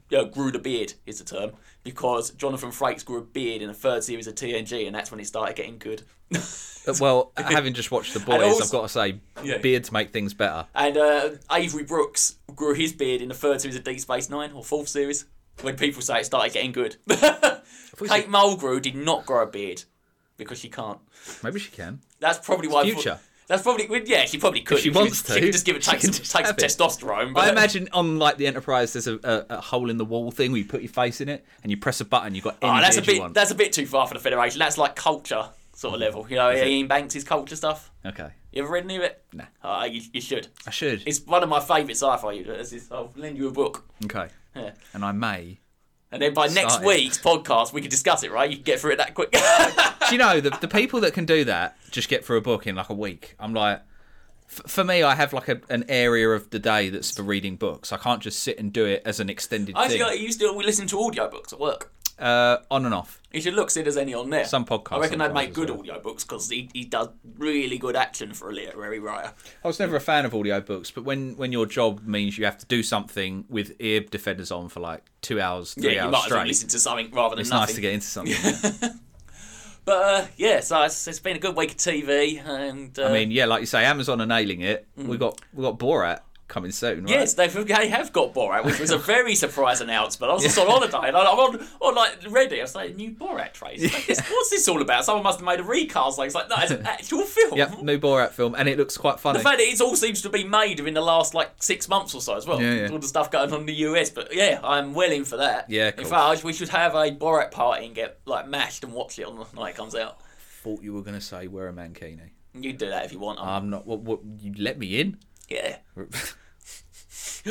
Speaker 2: you know, grew the beard is the term because Jonathan Frakes grew a beard in the third series of TNG, and that's when it started getting good.
Speaker 1: Uh, Well, having just watched the boys,
Speaker 2: also-
Speaker 1: I've got to say,
Speaker 2: Yeah.
Speaker 1: beards make things better.
Speaker 2: and uh, Avery Brooks grew his beard in the third series of Deep Space Nine or fourth series when people say it started getting good. Kate Mulgrew did not grow a beard because she can't.
Speaker 1: Maybe she can.
Speaker 2: That's probably why.
Speaker 1: future.
Speaker 2: That's probably well, yeah. She probably could.
Speaker 1: she
Speaker 2: could-
Speaker 1: wants
Speaker 2: She
Speaker 1: to,
Speaker 2: could just give it
Speaker 1: she
Speaker 2: take
Speaker 1: can
Speaker 2: some,
Speaker 1: just
Speaker 2: take some
Speaker 1: have it.
Speaker 2: testosterone. But
Speaker 1: I imagine on like the Enterprise, there's a, a, a hole in the wall thing where you put your face in it and you press a button, you got any
Speaker 2: Oh, that's a
Speaker 1: beard you
Speaker 2: bit.
Speaker 1: want. Mm.
Speaker 2: That's a bit too far for the Federation. That's like culture sort of level. You know, Ian Banks' culture stuff.
Speaker 1: Okay,
Speaker 2: You ever read any of it?
Speaker 1: Nah.
Speaker 2: Oh, you, you should.
Speaker 1: I should.
Speaker 2: It's one of my favourite sci-fi. units. It's- I'll lend you a book.
Speaker 1: okay,
Speaker 2: Yeah.
Speaker 1: and I may.
Speaker 2: And then by next
Speaker 1: Started.
Speaker 2: week's podcast, we can discuss it, right? You can get through it that quick.
Speaker 1: Do you know the the people that can do that just get through a book in like a week? I'm like. f- For me, I have like a, an area of the day that's for reading books. I can't just sit and do it as an extended
Speaker 2: I
Speaker 1: thing,
Speaker 2: feel like you still we listen to audiobooks at work.
Speaker 1: uh, on and off.
Speaker 2: You should look, see if there's any on there.
Speaker 1: Some podcasts
Speaker 2: I reckon they'd make
Speaker 1: sometimes
Speaker 2: good
Speaker 1: as
Speaker 2: audiobooks because he, he does really good action for a literary writer.
Speaker 1: I was never a fan of audiobooks, but when, when your job means you have to do something with ear defenders on for like two hours, three
Speaker 2: Yeah, you
Speaker 1: hours
Speaker 2: might as well
Speaker 1: straight,
Speaker 2: listen to something rather than
Speaker 1: it's
Speaker 2: nothing.
Speaker 1: nice to get into something.
Speaker 2: But uh, yeah, so it's, it's been a good week of TV, and uh,
Speaker 1: I mean, yeah, like you say, Amazon are nailing it. We got we got Borat coming soon. Right?
Speaker 2: Mm. yes, they've, they have got Borat, which was a very surprise announcement. I was just on holiday, and I- I'm on, on like Reddit. I was like, new Borat trailer. Like, this, what's this all about? Someone must have made a recast. Like, it's like no, it's an actual film.
Speaker 1: Yep, new Borat film, and it looks quite funny.
Speaker 2: The fact that it all seems to be made within the last like six months or so as well.
Speaker 1: Yeah, yeah.
Speaker 2: All the stuff going on in the US, but yeah, I'm well in for that.
Speaker 1: Yeah,
Speaker 2: In
Speaker 1: cool.
Speaker 2: fact, we should have a Borat party and get like mashed and watch it on the night it comes out.
Speaker 1: thought you were going to say wear a mankini.
Speaker 2: You do that if you want. I'm-
Speaker 1: I'm not. What, what? You let me in?
Speaker 2: yeah.
Speaker 1: I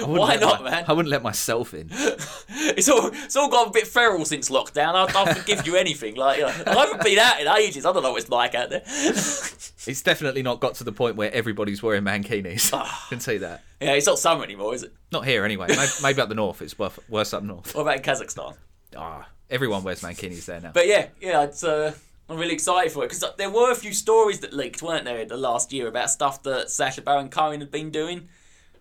Speaker 1: wouldn't
Speaker 2: Why
Speaker 1: let
Speaker 2: not,
Speaker 1: my-
Speaker 2: man?
Speaker 1: I wouldn't let myself in.
Speaker 2: It's all it's all got a bit feral since lockdown. I'll, I'll forgive you anything. Like you know, I haven't been out in ages. I don't know what it's like out there.
Speaker 1: It's definitely not got to the point where everybody's wearing mankinis.
Speaker 2: Ah.
Speaker 1: I can see that.
Speaker 2: yeah, it's not summer anymore, is it?
Speaker 1: Not here, anyway. Maybe, maybe up the north. It's worth, worse up north.
Speaker 2: What about in Kazakhstan?
Speaker 1: Ah, everyone wears mankinis there now.
Speaker 2: But yeah, yeah, it's, uh, I'm really excited for it because there were a few stories that leaked, weren't there, in the last year about stuff that Sasha Baron Cohen had been doing.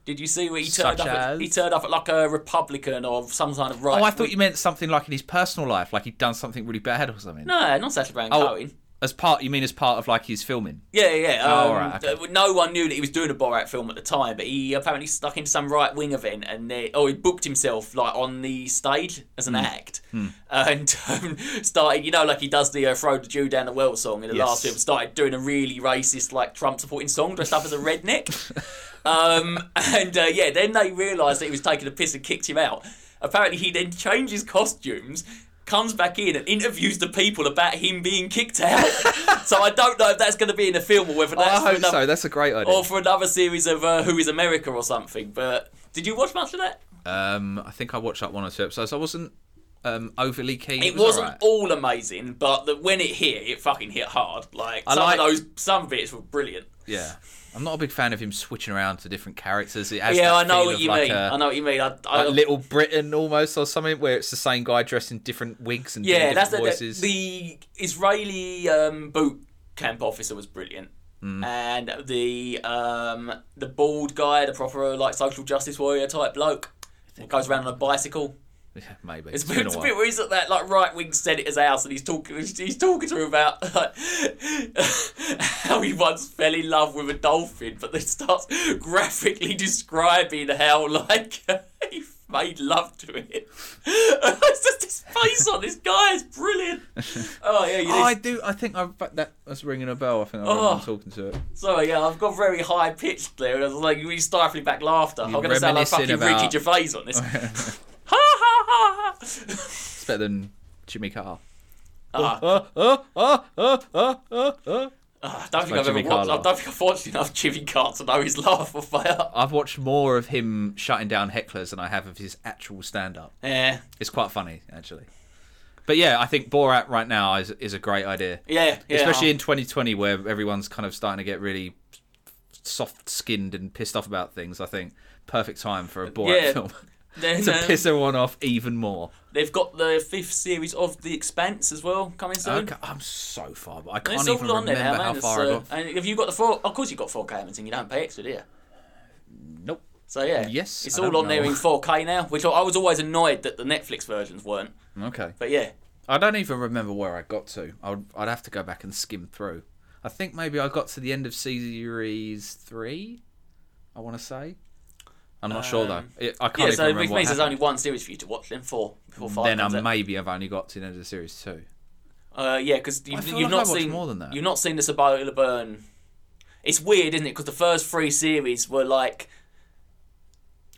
Speaker 2: Did you see where he
Speaker 1: Such
Speaker 2: turned up? At,
Speaker 1: as?
Speaker 2: he turned up at like a Republican or some kind of right.
Speaker 1: Oh, I thought you meant something like in his personal life, like he'd done something really bad or something.
Speaker 2: no, not Sacha Baron
Speaker 1: Oh.
Speaker 2: Cohen.
Speaker 1: As part, you mean as part of like his filming?
Speaker 2: Yeah, yeah. yeah. Um,
Speaker 1: Oh, alright, okay.
Speaker 2: uh, No one knew that he was doing a Borat film at the time, but he apparently stuck into some right wing event and they, oh, he booked himself like on the stage as
Speaker 1: Hmm.
Speaker 2: an act and um, started, you know, like he does the uh, "Throw the Jew Down the Well" song in the
Speaker 1: Yes.
Speaker 2: last film. Started doing a really racist, like Trump supporting song, dressed up as a redneck. Um, and uh, yeah, then they realised that he was taking a piss and kicked him out. Apparently, he then changed his costumes, comes back in and interviews the people about him being kicked out. so I don't know if that's going to be in the film or whether that's
Speaker 1: I
Speaker 2: for
Speaker 1: hope
Speaker 2: another,
Speaker 1: so. That's a great idea.
Speaker 2: or for another series of uh, Who Is America or something. But did you watch much of that?
Speaker 1: Um, I think I watched like one or two episodes. I wasn't um, overly keen.
Speaker 2: It
Speaker 1: was
Speaker 2: wasn't
Speaker 1: alright.
Speaker 2: all amazing, but the, when it hit, it fucking hit hard. Like
Speaker 1: I
Speaker 2: some
Speaker 1: like-
Speaker 2: of those, some bits were brilliant.
Speaker 1: Yeah, I'm not a big fan of him switching around to different characters. It has
Speaker 2: Yeah,
Speaker 1: that
Speaker 2: I know
Speaker 1: feel
Speaker 2: what
Speaker 1: of
Speaker 2: you
Speaker 1: like
Speaker 2: mean.
Speaker 1: a-
Speaker 2: I know what you mean. I, I,
Speaker 1: like Little Britain almost or something, where it's the same guy dressed in different wigs and
Speaker 2: Yeah,
Speaker 1: doing
Speaker 2: that's
Speaker 1: different
Speaker 2: the,
Speaker 1: voices.
Speaker 2: the Israeli um, boot camp officer was brilliant,
Speaker 1: Mm.
Speaker 2: and the um, the bald guy, the proper like social justice warrior type bloke, goes around on a bicycle.
Speaker 1: Yeah, maybe
Speaker 2: It's,
Speaker 1: it's been a
Speaker 2: it's a
Speaker 1: while.
Speaker 2: bit where he's at that like right wing senator's house, and he's talking he's, he's talking to her about like, how he once fell in love with a dolphin, but then starts graphically describing how like he made love to it. it's just his face on this guy is brilliant. Oh yeah, you
Speaker 1: Oh, I
Speaker 2: I...
Speaker 1: do. I think I that was ringing a bell. I think I
Speaker 2: Oh.
Speaker 1: am talking to it.
Speaker 2: sorry, yeah, I've got very high pitched there, and I was like really stifling back laughter. I'm gonna sound like
Speaker 1: reminiscing
Speaker 2: fucking Ricky
Speaker 1: about-
Speaker 2: Gervais on this.
Speaker 1: it's
Speaker 2: ha ha ha ha.
Speaker 1: better than Jimmy Carr.
Speaker 2: Ah.
Speaker 1: Oh, oh, oh, oh, oh, oh, oh.
Speaker 2: Ah, I don't think
Speaker 1: my
Speaker 2: I've ever
Speaker 1: Jimmy
Speaker 2: watched.
Speaker 1: Carr
Speaker 2: I don't think I've watched enough Jimmy Carr to know his laugh off by heart.
Speaker 1: I've watched more of him shutting down hecklers than I have of his actual stand-up.
Speaker 2: Yeah,
Speaker 1: It's quite funny actually. But yeah, I think Borat right now is is a great idea,
Speaker 2: yeah, yeah.
Speaker 1: especially in 2020 where everyone's kind of starting to get really soft-skinned and pissed off about things. I think perfect time for a Borat
Speaker 2: Yeah.
Speaker 1: film
Speaker 2: Then,
Speaker 1: to
Speaker 2: um,
Speaker 1: piss everyone off even more.
Speaker 2: they've got the fifth series of The Expanse as well coming soon.
Speaker 1: Okay, I'm so far, but I can't
Speaker 2: It's
Speaker 1: even
Speaker 2: all on
Speaker 1: remember
Speaker 2: there now,
Speaker 1: how
Speaker 2: man.
Speaker 1: far I
Speaker 2: It's,
Speaker 1: got.
Speaker 2: uh, and have you got the four? Of course, you've got 4K, Edmonton. You don't pay extra, do you?
Speaker 1: Nope.
Speaker 2: So yeah,
Speaker 1: Yes,
Speaker 2: it's
Speaker 1: I
Speaker 2: all on
Speaker 1: don't
Speaker 2: there
Speaker 1: know.
Speaker 2: in 4K now. Which I- I was always annoyed that the Netflix versions weren't.
Speaker 1: Okay.
Speaker 2: But yeah,
Speaker 1: I don't even remember where I got to. I'd, I'd have to go back and skim through. I think maybe I got to the end of series three. I want to say. I'm not sure though. It, I
Speaker 2: Um,
Speaker 1: can't
Speaker 2: yeah. So
Speaker 1: even
Speaker 2: which
Speaker 1: remember what
Speaker 2: means there's
Speaker 1: happened.
Speaker 2: only one series for you to watch. Then four before five.
Speaker 1: Then I
Speaker 2: comes out.
Speaker 1: maybe I've only got to the end of the series two.
Speaker 2: Uh, yeah, because you,
Speaker 1: I
Speaker 2: you've
Speaker 1: feel like I
Speaker 2: not
Speaker 1: watched
Speaker 2: seen
Speaker 1: more than that.
Speaker 2: You've not seen the Sabola Burn. It's weird, isn't it? Because the first three series were like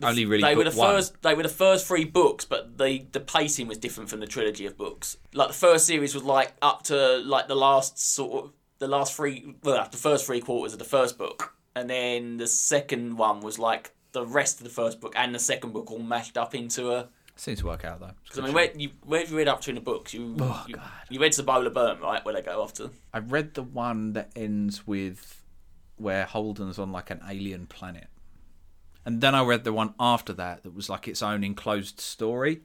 Speaker 1: Only really
Speaker 2: they were
Speaker 1: book
Speaker 2: the
Speaker 1: one.
Speaker 2: first. They were the first three books, but the the pacing was different from the trilogy of books. Like the first series was like up to like the last sort of the last three, well, the first three quarters of the first book, and then the second one was like the rest of the first book and the second book all mashed up into a.
Speaker 1: Seems to work out though. It's
Speaker 2: Because I mean,
Speaker 1: good
Speaker 2: where you where have you read up to in the books? You
Speaker 1: Oh,
Speaker 2: you,
Speaker 1: God.
Speaker 2: you read Sabola Burn, right? Where they go after.
Speaker 1: show. I read the one that ends with where Holden's on like an alien planet, and then I read the one after that that was like its own enclosed story,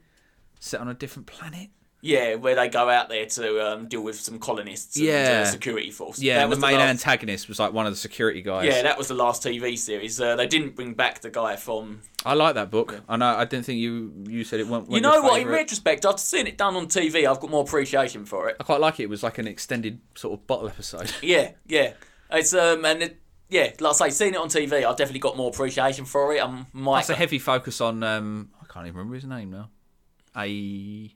Speaker 1: set on a different planet.
Speaker 2: Yeah, where they go out there to um, deal with some colonists and
Speaker 1: Yeah.
Speaker 2: uh, security force.
Speaker 1: Yeah, and the main
Speaker 2: last,
Speaker 1: antagonist was like one of the security guys.
Speaker 2: Yeah, that was the last TV series. Uh, they didn't bring back the guy from.
Speaker 1: I like that book. I know. I didn't think you you said it went.
Speaker 2: You know what? In retrospect, after seeing it done on TV, I've got more appreciation for it.
Speaker 1: I quite like it. It was like an extended sort of bottle episode.
Speaker 2: Yeah, yeah. It's um and it, yeah, like I say, seeing it on TV, I've definitely got more appreciation for it. I might.
Speaker 1: That's a heavy focus on. Um, I can't even remember his name now. A,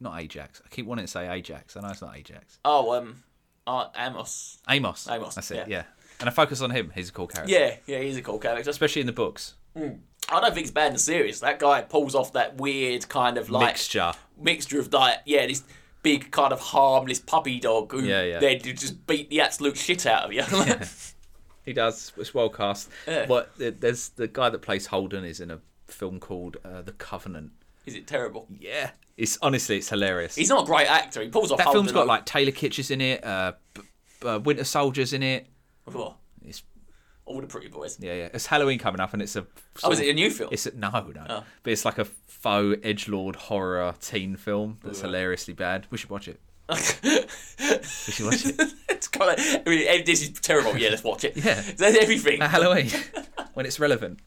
Speaker 1: not Ajax. I keep wanting to say Ajax. I know it's not Ajax.
Speaker 2: oh, um, uh, Amos.
Speaker 1: Amos.
Speaker 2: Amos,
Speaker 1: That's it.
Speaker 2: yeah.
Speaker 1: Yeah. And I focus on him. He's a cool character,
Speaker 2: Yeah, yeah, he's a cool character.
Speaker 1: especially in the books.
Speaker 2: I don't think it's bad in the series. That guy pulls off that weird kind of like
Speaker 1: Mixture.
Speaker 2: mixture of diet. Yeah, this big kind of harmless puppy dog who
Speaker 1: Yeah, yeah.
Speaker 2: they do just beat the absolute shit out of you.
Speaker 1: He does. It's well cast.
Speaker 2: Yeah.
Speaker 1: But th- there's the guy that plays Holden is in a film called uh, The Covenant.
Speaker 2: Is it terrible?
Speaker 1: Yeah. It's honestly, it's hilarious.
Speaker 2: He's not a great actor. He pulls off.
Speaker 1: That
Speaker 2: Holden
Speaker 1: film's got
Speaker 2: up-
Speaker 1: like Taylor Kitsch in it, uh, b- b- uh, Winter Soldiers in it.
Speaker 2: Oh,
Speaker 1: It's
Speaker 2: all the pretty boys.
Speaker 1: yeah, yeah. It's Halloween coming up, and it's a.
Speaker 2: Oh,
Speaker 1: sort
Speaker 2: is
Speaker 1: of-
Speaker 2: it Oh. a new film?
Speaker 1: It's a, no, no. But it's like a faux edge lord horror teen film that's hilariously bad. We should watch it. We should watch it
Speaker 2: it's kind of. I mean, eh, this is terrible. Yeah, let's watch it.
Speaker 1: Yeah.
Speaker 2: There's everything.
Speaker 1: at Halloween when it's relevant.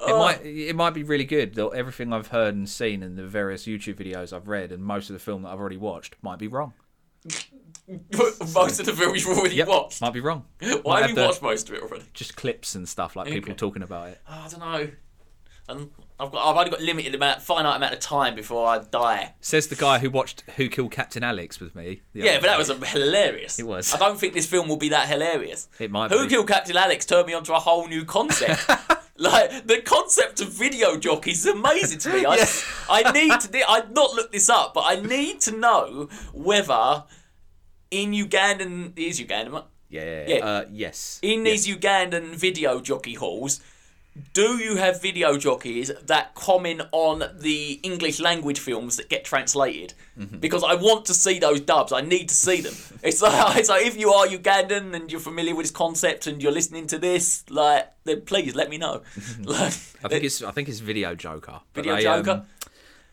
Speaker 1: It
Speaker 2: Oh.
Speaker 1: might it might be really good. Though everything I've heard and seen and the various YouTube videos I've read and most of the film that I've already watched might be wrong.
Speaker 2: most of the film you've already
Speaker 1: Yep,
Speaker 2: watched.
Speaker 1: might be wrong.
Speaker 2: Why
Speaker 1: Might
Speaker 2: have
Speaker 1: have
Speaker 2: you
Speaker 1: the-
Speaker 2: watched most of it already?
Speaker 1: Just clips and stuff like people
Speaker 2: Okay.
Speaker 1: talking about it.
Speaker 2: I don't know. And I've got I've only got limited amount finite amount of time before I die.
Speaker 1: Says the guy who watched Who Killed Captain Alex with me. the
Speaker 2: Yeah,
Speaker 1: other
Speaker 2: but that
Speaker 1: day.
Speaker 2: was a, hilarious. It
Speaker 1: was.
Speaker 2: I don't think this film will be that hilarious.
Speaker 1: It might
Speaker 2: Who
Speaker 1: be.
Speaker 2: Killed Captain Alex turned me onto a whole new concept. like the concept of video jockeys is amazing to me. I,
Speaker 1: Yes.
Speaker 2: I need to. I've not looked this up, but I need to know whether in Ugandan it is Ugandan. right?
Speaker 1: Yeah.
Speaker 2: Yeah.
Speaker 1: Uh, yes.
Speaker 2: In these Ugandan video jockey halls, do you have video jockeys that comment on the English language films that get translated?
Speaker 1: Mm-hmm.
Speaker 2: Because I want to see those dubs. I need to see them. It's like, it's like if you are Ugandan and you're familiar with this concept and you're listening to this, like, then please let me know. like,
Speaker 1: Mm-hmm. I think it's I think it's Video Joker. But
Speaker 2: video
Speaker 1: they, um,
Speaker 2: joker.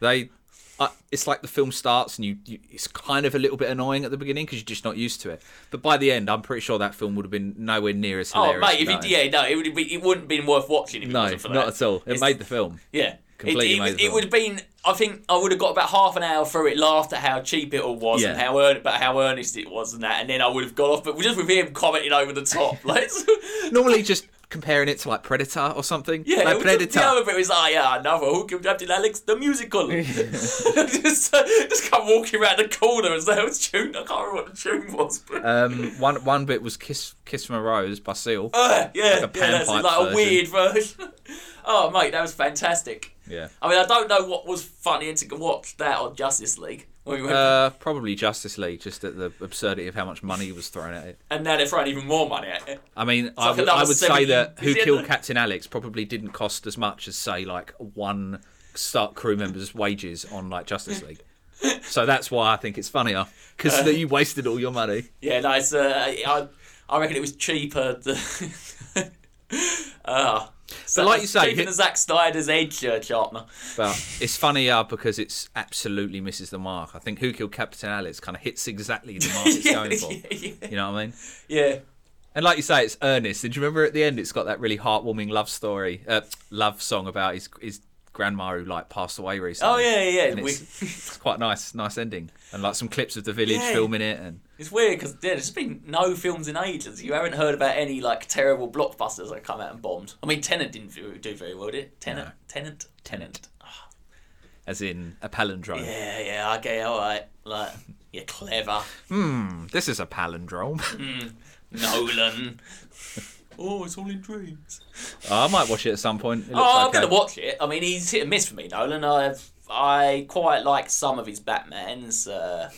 Speaker 1: they uh, it's like the film starts and you, you it's kind of a little bit annoying at the beginning because you're just not used to it but by the end i'm pretty sure that film would have been nowhere near as
Speaker 2: Oh
Speaker 1: hilarious
Speaker 2: mate, if
Speaker 1: without
Speaker 2: it,
Speaker 1: him.
Speaker 2: yeah, no, it would be, it wouldn't been worth watching. If it
Speaker 1: no
Speaker 2: wasn't for
Speaker 1: not
Speaker 2: that.
Speaker 1: at all it
Speaker 2: It's-
Speaker 1: made the film
Speaker 2: Yeah.
Speaker 1: Completely
Speaker 2: it, it,
Speaker 1: amazing.
Speaker 2: was- it would have been. I think I would have got about half an hour through it, laughed at how cheap it all was, and
Speaker 1: Yeah.
Speaker 2: how earn, about how earnest it was, and that, and then I would have gone off. But just with him commenting over the top, like it's-
Speaker 1: normally just comparing it to like predator or something
Speaker 2: yeah,
Speaker 1: like
Speaker 2: it was just,
Speaker 1: predator
Speaker 2: the other bit was like, yeah, another Who Killed Captain Alex the musical. just, uh, just come walking around the corner as though it was tuned. I can't remember what the tune was, but uh,
Speaker 1: um one one bit was kiss kiss from a rose by seal
Speaker 2: uh, yeah,
Speaker 1: like a
Speaker 2: yeah, that's it,
Speaker 1: panpipe
Speaker 2: like a
Speaker 1: version.
Speaker 2: weird version. oh mate, that was fantastic.
Speaker 1: yeah
Speaker 2: I mean, I don't know what was funnier to watch that or Justice League. When we went
Speaker 1: uh, probably Justice League, just at the absurdity of how much money was thrown at it.
Speaker 2: and now they're throwing even more money at it.
Speaker 1: I mean, I
Speaker 2: like
Speaker 1: would-
Speaker 2: another
Speaker 1: I would say
Speaker 2: 70
Speaker 1: that Who
Speaker 2: is it
Speaker 1: Killed
Speaker 2: the-
Speaker 1: Captain Alex probably didn't cost as much as, say, like one Stark crew member's wages on like Justice League. so that's why I think it's funnier because
Speaker 2: Uh.
Speaker 1: you wasted all your money.
Speaker 2: Yeah, no, it's, uh, I, I reckon it was cheaper. The, uh, so
Speaker 1: like you say,
Speaker 2: cheaper
Speaker 1: it-
Speaker 2: than Zack Snyder's Edge uh, Sharpener.
Speaker 1: But it's funnier because it's absolutely misses the mark. I think Who Killed Captain Alex kind of hits exactly the mark it's
Speaker 2: yeah,
Speaker 1: going for.
Speaker 2: yeah,
Speaker 1: You know what I mean?
Speaker 2: yeah.
Speaker 1: And like you say, it's earnest. Did you remember at the end? It's got that really heartwarming love story, uh, love song about his his grandma who like passed away
Speaker 2: Oh
Speaker 1: recently.
Speaker 2: yeah, yeah.
Speaker 1: And
Speaker 2: yeah. We,
Speaker 1: it's, it's quite nice, nice ending, and like some clips of the village
Speaker 2: Yeah.
Speaker 1: filming it, and
Speaker 2: it's weird because there's been no films in ages. You haven't heard about any like terrible blockbusters that come out and bombed. I mean, Tenant didn't do- do very well, did it? Tenant,
Speaker 1: No.
Speaker 2: Tenant,
Speaker 1: Tenant. as in a palindrome.
Speaker 2: Yeah, yeah. Okay, all right. Like, you're clever.
Speaker 1: Hmm, this is a palindrome.
Speaker 2: Nolan. oh, it's all in dreams.
Speaker 1: I might watch it at some point. It looks
Speaker 2: Oh, I'm
Speaker 1: okay.
Speaker 2: gonna watch it. I mean, he's hit and miss for me, Nolan. I I quite like some of his Batman's. Uh,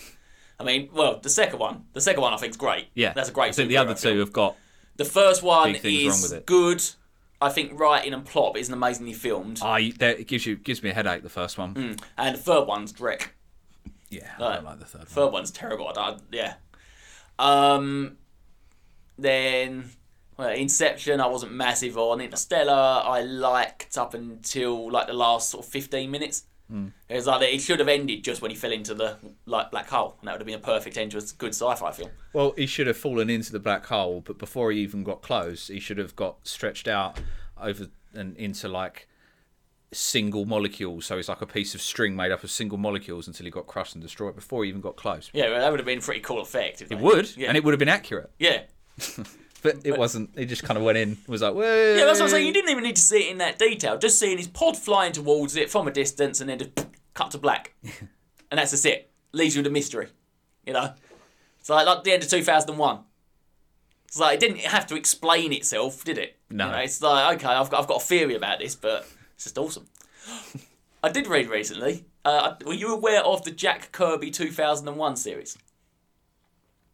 Speaker 2: I mean, well, the second one, the second one, I think's great.
Speaker 1: Yeah,
Speaker 2: that's a great.
Speaker 1: I think the other
Speaker 2: superhero
Speaker 1: two
Speaker 2: film.
Speaker 1: have got.
Speaker 2: The first one
Speaker 1: big things wrong
Speaker 2: is
Speaker 1: with it.
Speaker 2: good. I think writing and plot but isn't amazingly filmed,
Speaker 1: I that it gives you gives me a headache. The first one.
Speaker 2: and the third one's dreck.
Speaker 1: Yeah, I
Speaker 2: Mm. Right.
Speaker 1: don't like the third one.
Speaker 2: Third one's terrible. I don't, yeah. Um, then well, Inception, I wasn't massive on. Interstellar, I liked up until like the last sort of fifteen minutes.
Speaker 1: Hmm.
Speaker 2: It was like it should have ended just when he fell into the like black hole, and that would have been a perfect end to a good sci-fi film.
Speaker 1: Well, he should have fallen into the black hole, but before he even got close, he should have got stretched out over and into like single molecules. So he's like a piece of string made up of single molecules until he got crushed and destroyed before he even got close.
Speaker 2: Yeah, well, that would have been a pretty cool effect. If
Speaker 1: It would,
Speaker 2: Yeah.
Speaker 1: and it would have been accurate.
Speaker 2: yeah.
Speaker 1: But it wasn't. It just kind of went in. Was like,
Speaker 2: Yeah, that's what I'm saying. You didn't even need to see it in that detail. Just seeing his pod flying towards it from a distance and then just cut to black. and that's just it. Leaves you with a mystery. You know? It's like, like the end of 2001. It's like, it didn't have to explain itself, did it?
Speaker 1: No.
Speaker 2: You know, it's like, okay, I've got, I've got a theory about this, but it's just awesome. I did read recently. Uh, were you aware of the Jack Kirby 2001 series?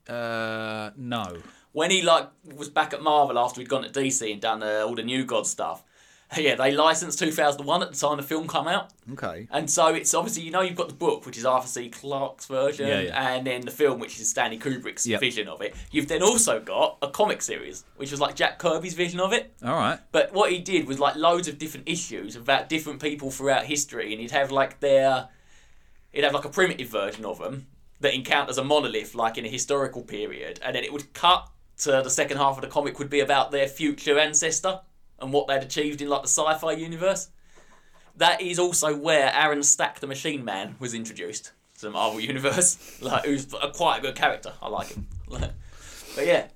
Speaker 1: Uh, no.
Speaker 2: when he like was back at Marvel after he'd gone to DC and done uh, all the New God stuff. Yeah, they licensed 2001 at the time the film come out,
Speaker 1: Okay.
Speaker 2: and so it's obviously you know you've got the book which is Arthur C. Clarke's version,
Speaker 1: Yeah, yeah.
Speaker 2: and then the film which is Stanley Kubrick's
Speaker 1: Yep.
Speaker 2: vision of it. You've then also got a comic series which was like Jack Kirby's vision of it.
Speaker 1: All right.
Speaker 2: But what he did was like loads of different issues about different people throughout history, and he'd have like their, he'd have like a primitive version of them that encounters a monolith like in a historical period, and then it would cut to the second half of the comic would be about their future ancestor. and what they'd achieved in like the sci-fi universe. That is also where Aaron Stack, the Machine Man, was introduced to the Marvel universe. like, who's a, quite a good character. I like him. Like, but yeah,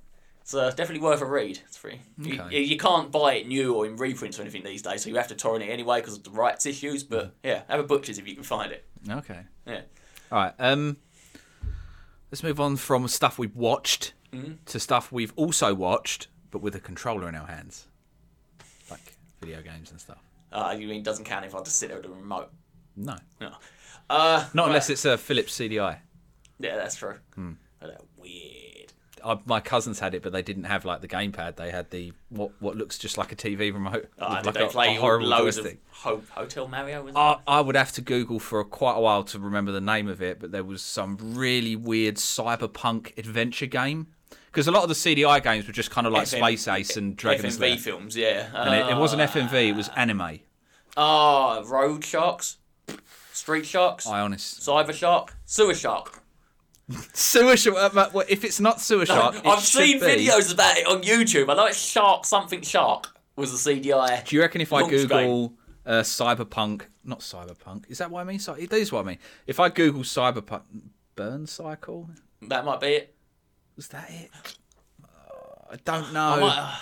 Speaker 2: so it's definitely worth a read. It's free. You-
Speaker 1: Okay.
Speaker 2: You, you can't buy it new or in reprints or anything these days, so you have to torrent it anyway because of the rights issues. But yeah, have a butcher's if you can find it.
Speaker 1: Okay.
Speaker 2: Yeah.
Speaker 1: All right. Um, let's move on from stuff we've watched
Speaker 2: Mm-hmm.
Speaker 1: to stuff we've also watched, but with a controller in our hands, like video games and stuff.
Speaker 2: Uh, you mean it doesn't count if I just sit there with a remote?
Speaker 1: No,
Speaker 2: No. Uh,
Speaker 1: not
Speaker 2: right.
Speaker 1: unless it's a Philips CDI.
Speaker 2: Yeah, that's true.
Speaker 1: Hmm.
Speaker 2: But they're weird.
Speaker 1: I, my cousins had it, but they didn't have like the gamepad. They had the what what looks just like a TV remote.
Speaker 2: Oh,
Speaker 1: with,
Speaker 2: did
Speaker 1: like,
Speaker 2: they
Speaker 1: a-
Speaker 2: play
Speaker 1: a horrible
Speaker 2: loads
Speaker 1: joystick. Oh,
Speaker 2: of Ho- Hotel Mario? Was it?
Speaker 1: I, I would have to Google for quite a while to remember the name of it, but there was some really weird cyberpunk adventure game. Because a lot of the CDI games were just kind of like
Speaker 2: FM
Speaker 1: Space Ace and Dragon
Speaker 2: FMV
Speaker 1: Slayer.
Speaker 2: films, yeah. Uh,
Speaker 1: And it, it wasn't FMV, it was anime.
Speaker 2: Ah, Road Sharks, Street Sharks,
Speaker 1: I honest.
Speaker 2: Cyber Shark, Sewer Shark.
Speaker 1: Sewer Shark. uh, but- well, If it's not Sewer Shark, it
Speaker 2: I've
Speaker 1: should
Speaker 2: seen
Speaker 1: be-
Speaker 2: videos about it on YouTube. I know it's Shark something Shark was the CDI.
Speaker 1: Do you reckon if I
Speaker 2: Launch
Speaker 1: Google uh, cyberpunk, not cyberpunk, is that what I mean? Cy- It is what I mean. If I Google cyberpunk, burn cycle,
Speaker 2: That might be it.
Speaker 1: was that it? Uh, I don't know.
Speaker 2: I might-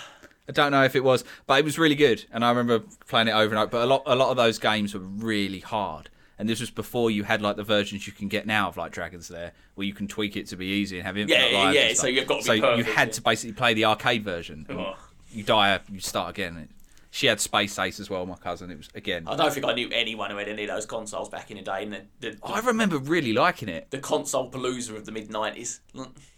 Speaker 1: I don't know if it was, but it was really good, and I remember playing it over and over. But a lot, a lot of those games were really hard, and this was before you had like the versions you can get now of like Dragons Lair, where you can tweak it to be easy and have infinite
Speaker 2: yeah,
Speaker 1: lives.
Speaker 2: yeah,
Speaker 1: and
Speaker 2: so
Speaker 1: stuff.
Speaker 2: you've got to
Speaker 1: so
Speaker 2: be
Speaker 1: you
Speaker 2: perfect,
Speaker 1: had
Speaker 2: yeah.
Speaker 1: to basically play the arcade version. and
Speaker 2: Oh.
Speaker 1: You die, you start again. She had Space Ace as well, my cousin. It was again.
Speaker 2: I don't think I knew anyone who had any of those consoles back in the day. And the, the, the,
Speaker 1: I remember really liking it.
Speaker 2: the console palooza of the mid nineties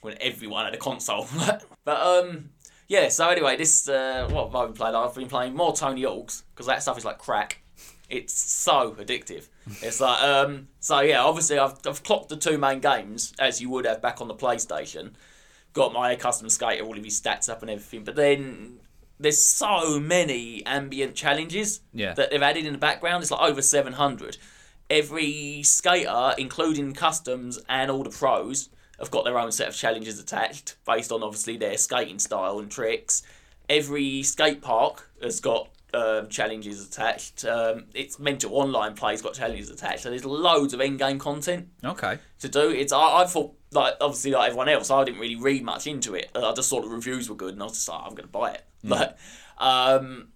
Speaker 2: when everyone had a console. but um, yeah. So anyway, this uh, what have I been playing? I've been playing more Tony Hawk's because that stuff is like crack. It's so addictive. It's like um, so yeah. Obviously, I've I've clocked the two main games as you would have back on the PlayStation. Got my custom skater, all of his stats up and everything. But then there's so many ambient challenges
Speaker 1: Yeah.
Speaker 2: that they've added in the background. It's like over 700. Every skater, including customs and all the pros, have got their own set of challenges attached based on obviously their skating style and tricks. Every skate park has got um, challenges attached. Um, it's mental online play's got challenges attached. So there's loads of in-game content
Speaker 1: Okay.
Speaker 2: to do. It's I, I thought like obviously like everyone else, I didn't really read much into it. Uh, I just saw the reviews were good, and I was just like, I'm gonna buy it.
Speaker 1: Hmm.
Speaker 2: Like, um,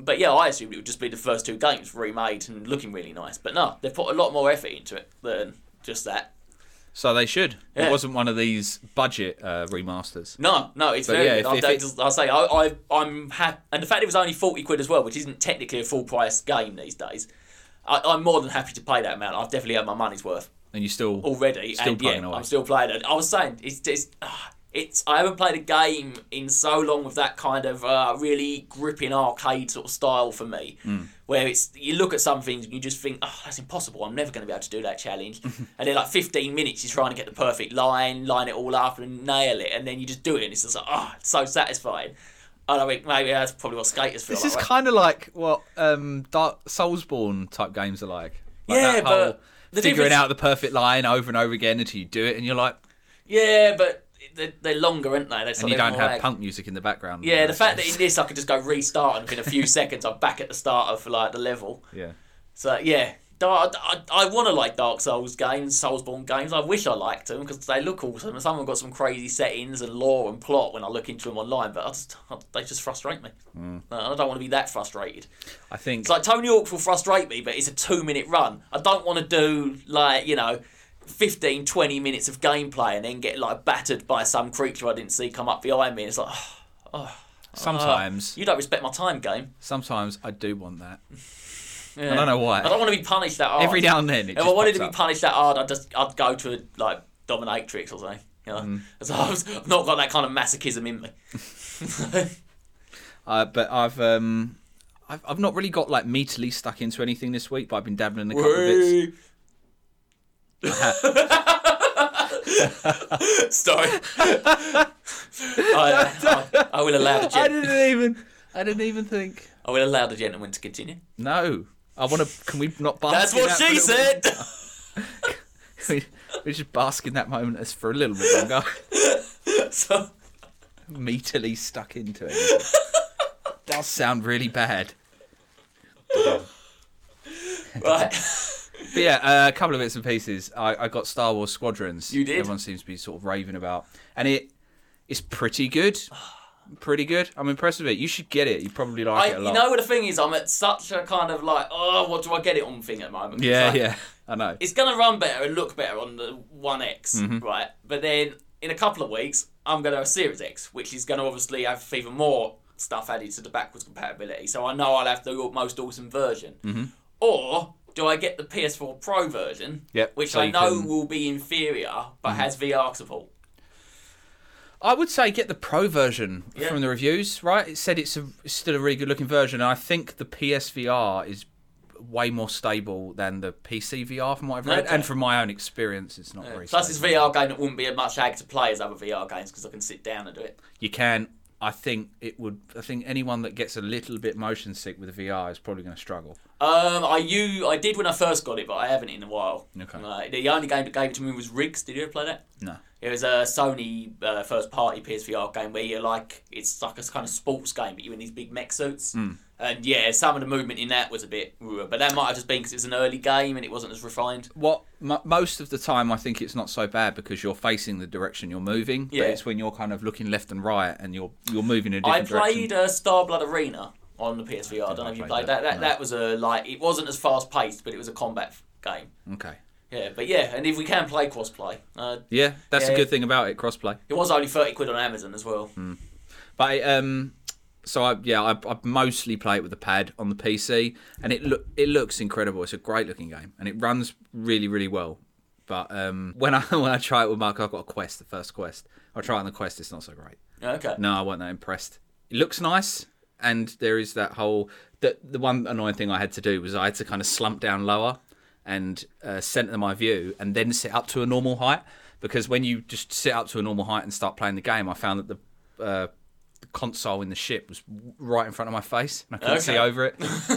Speaker 2: but yeah, I assumed it would just be the first two games remade and looking really nice. But no, they've put a lot more effort into it than just that.
Speaker 1: So they should.
Speaker 2: Yeah.
Speaker 1: It wasn't one of these budget uh, remasters.
Speaker 2: No, no, it's
Speaker 1: But
Speaker 2: very
Speaker 1: yeah,
Speaker 2: good.
Speaker 1: if-
Speaker 2: I,
Speaker 1: if
Speaker 2: don't-
Speaker 1: it-
Speaker 2: just- I say I, I I'm happy, and the fact it was only forty quid as well, which isn't technically a full price game these days. I, I'm more than happy to pay that amount. I've definitely had my money's worth.
Speaker 1: And you still.
Speaker 2: already,
Speaker 1: Still
Speaker 2: and yeah,
Speaker 1: plugging away.
Speaker 2: I'm still playing it. I was saying it's just. ah, It's, I haven't played a game in so long with that kind of uh, really gripping arcade sort of style for me,
Speaker 1: Hmm.
Speaker 2: where it's you look at some things and you just think, oh, that's impossible. I'm never going to be able to do that challenge. and then like 15 minutes, you're trying to get the perfect line, line it all up, and nail it, and then you just do it, and it's just like, oh, it's so satisfying. And I think maybe that's probably what skaters feel
Speaker 1: This
Speaker 2: like.
Speaker 1: is
Speaker 2: right?
Speaker 1: kind of like what um, Dark Soulsborne type games are like. Like
Speaker 2: Yeah,
Speaker 1: that
Speaker 2: but
Speaker 1: whole
Speaker 2: the
Speaker 1: figuring
Speaker 2: difference-
Speaker 1: out the perfect line over and over again until you do it, and you're like,
Speaker 2: yeah, but they're, they're longer, aren't they? They're
Speaker 1: and
Speaker 2: slightly
Speaker 1: you don't
Speaker 2: more
Speaker 1: have
Speaker 2: ag-
Speaker 1: punk music in the background.
Speaker 2: Yeah, the fact that in this I could just go restart and within a few seconds I'm back at the start of like the level.
Speaker 1: yeah,
Speaker 2: So yeah, Dark, I, I want to like Dark Souls games, Soulsborne games. I wish I liked them because they look awesome. And some have got some crazy settings and lore and plot when I look into them online, but I just, they just frustrate me. I don't want to be that frustrated.
Speaker 1: I think
Speaker 2: It's like Tony Hawk will frustrate me, but it's a two minute run. I don't want to do like, you know, 15, 20 minutes of gameplay and then get like battered by some creature I didn't see come up behind me. It's like, uh,
Speaker 1: sometimes,
Speaker 2: you don't respect my time, game.
Speaker 1: sometimes I do want that.
Speaker 2: Yeah.
Speaker 1: I don't know
Speaker 2: I
Speaker 1: why.
Speaker 2: don't want to be punished that hard.
Speaker 1: Every now and then, it
Speaker 2: if
Speaker 1: just
Speaker 2: I wanted
Speaker 1: pops
Speaker 2: to be
Speaker 1: up.
Speaker 2: punished that hard, I'd just I'd go to a like dominatrix or something. You know,
Speaker 1: Mm.
Speaker 2: so I was, I've not got that kind of masochism in me.
Speaker 1: Uh, but I've um, I've, I've not really got like meatily stuck into anything this week, but I've been dabbling in a couple of bits.
Speaker 2: Whee! Sorry, I, I, I will allow the
Speaker 1: I
Speaker 2: gen-
Speaker 1: didn't even, I didn't even think.
Speaker 2: I will allow the gentleman to continue.
Speaker 1: No, I want to. Can we not? bask
Speaker 2: That's
Speaker 1: in
Speaker 2: what
Speaker 1: that for
Speaker 2: she
Speaker 1: a little bit?
Speaker 2: said.
Speaker 1: we, we just bask in that moment as for a little bit longer.
Speaker 2: so,
Speaker 1: Meatily stuck into it. That does sound really bad.
Speaker 2: Right.
Speaker 1: But yeah, uh, a couple of bits and pieces. I, I got Star Wars Squadrons.
Speaker 2: You did?
Speaker 1: Everyone seems to be sort of raving about, and it is pretty good. Pretty good. I'm impressed with it. You should get it. You probably
Speaker 2: I,
Speaker 1: like it a
Speaker 2: you
Speaker 1: lot.
Speaker 2: know what the thing is? I'm at such a kind of like, oh, what do I get it on thing at the moment.
Speaker 1: yeah,
Speaker 2: It's like,
Speaker 1: yeah. I know.
Speaker 2: It's gonna run better and look better on the One X,
Speaker 1: Mm-hmm.
Speaker 2: right? But then in a couple of weeks, I'm gonna have Series X, which is gonna obviously have even more stuff added to the backwards compatibility. So I know I'll have the most awesome version.
Speaker 1: Mm-hmm.
Speaker 2: Or do I get the PS4 Pro version,
Speaker 1: Yep,
Speaker 2: which
Speaker 1: so
Speaker 2: I
Speaker 1: you
Speaker 2: know
Speaker 1: can- Mm-hmm.
Speaker 2: will be inferior but has VR support?
Speaker 1: I would say get the pro version
Speaker 2: Yeah.
Speaker 1: from the reviews. Right, it said it's, a, it's still a really good looking version, and I think the PSVR is way more stable than the PC VR from what I've read,
Speaker 2: Okay.
Speaker 1: and from my own experience, it's not very.
Speaker 2: Plus,
Speaker 1: stable.
Speaker 2: this VR game that wouldn't be a much ag to play as other VR games because I can sit down and do it.
Speaker 1: you can. I think it would. I think anyone that gets a little bit motion sick with VR is probably going to struggle.
Speaker 2: Um, I you I did when I first got it, but I haven't in a while.
Speaker 1: Okay.
Speaker 2: Uh, the only game that gave it to me was Rigs. Did you ever play that?
Speaker 1: No.
Speaker 2: It was a Sony uh, first party PSVR game where you're like it's like a kind of sports game, but you're in these big mech suits.
Speaker 1: Hmm.
Speaker 2: And yeah, some of the movement in that was a bit, "Ugh," but that might have just been because it's an early game and it wasn't as refined.
Speaker 1: What mo most of the time, I think it's not so bad because you're facing the direction you're moving.
Speaker 2: Yeah.
Speaker 1: But it's when you're kind of looking left and right and you're you're moving in a
Speaker 2: I
Speaker 1: different direction.
Speaker 2: played uh, Starblood Arena on the PSVR. I don't know if you played that. That,
Speaker 1: no.
Speaker 2: that was a like it wasn't as fast paced, but it was a combat f- game.
Speaker 1: Okay.
Speaker 2: Yeah, but yeah, and if we can play crossplay, uh,
Speaker 1: Yeah, that's
Speaker 2: Yeah.
Speaker 1: a good thing about it, crossplay.
Speaker 2: it was only thirty quid on Amazon as well.
Speaker 1: But um, so I yeah, I, I mostly play it with a pad on the PC, and it look it looks incredible. It's a great looking game, and it runs really really well. But um, when I when I try it with Mark, I've got a quest, the first quest. I try it on the quest, it's not so great.
Speaker 2: Okay.
Speaker 1: No, I wasn't that impressed. It looks nice, and there is that whole the the one annoying thing I had to do was I had to kind of slump down lower and uh, center my view, and then sit up to a normal height. Because when you just sit up to a normal height and start playing the game, I found that the, uh, the console in the ship was right in front of my face, and I couldn't see
Speaker 2: Okay.
Speaker 1: over it.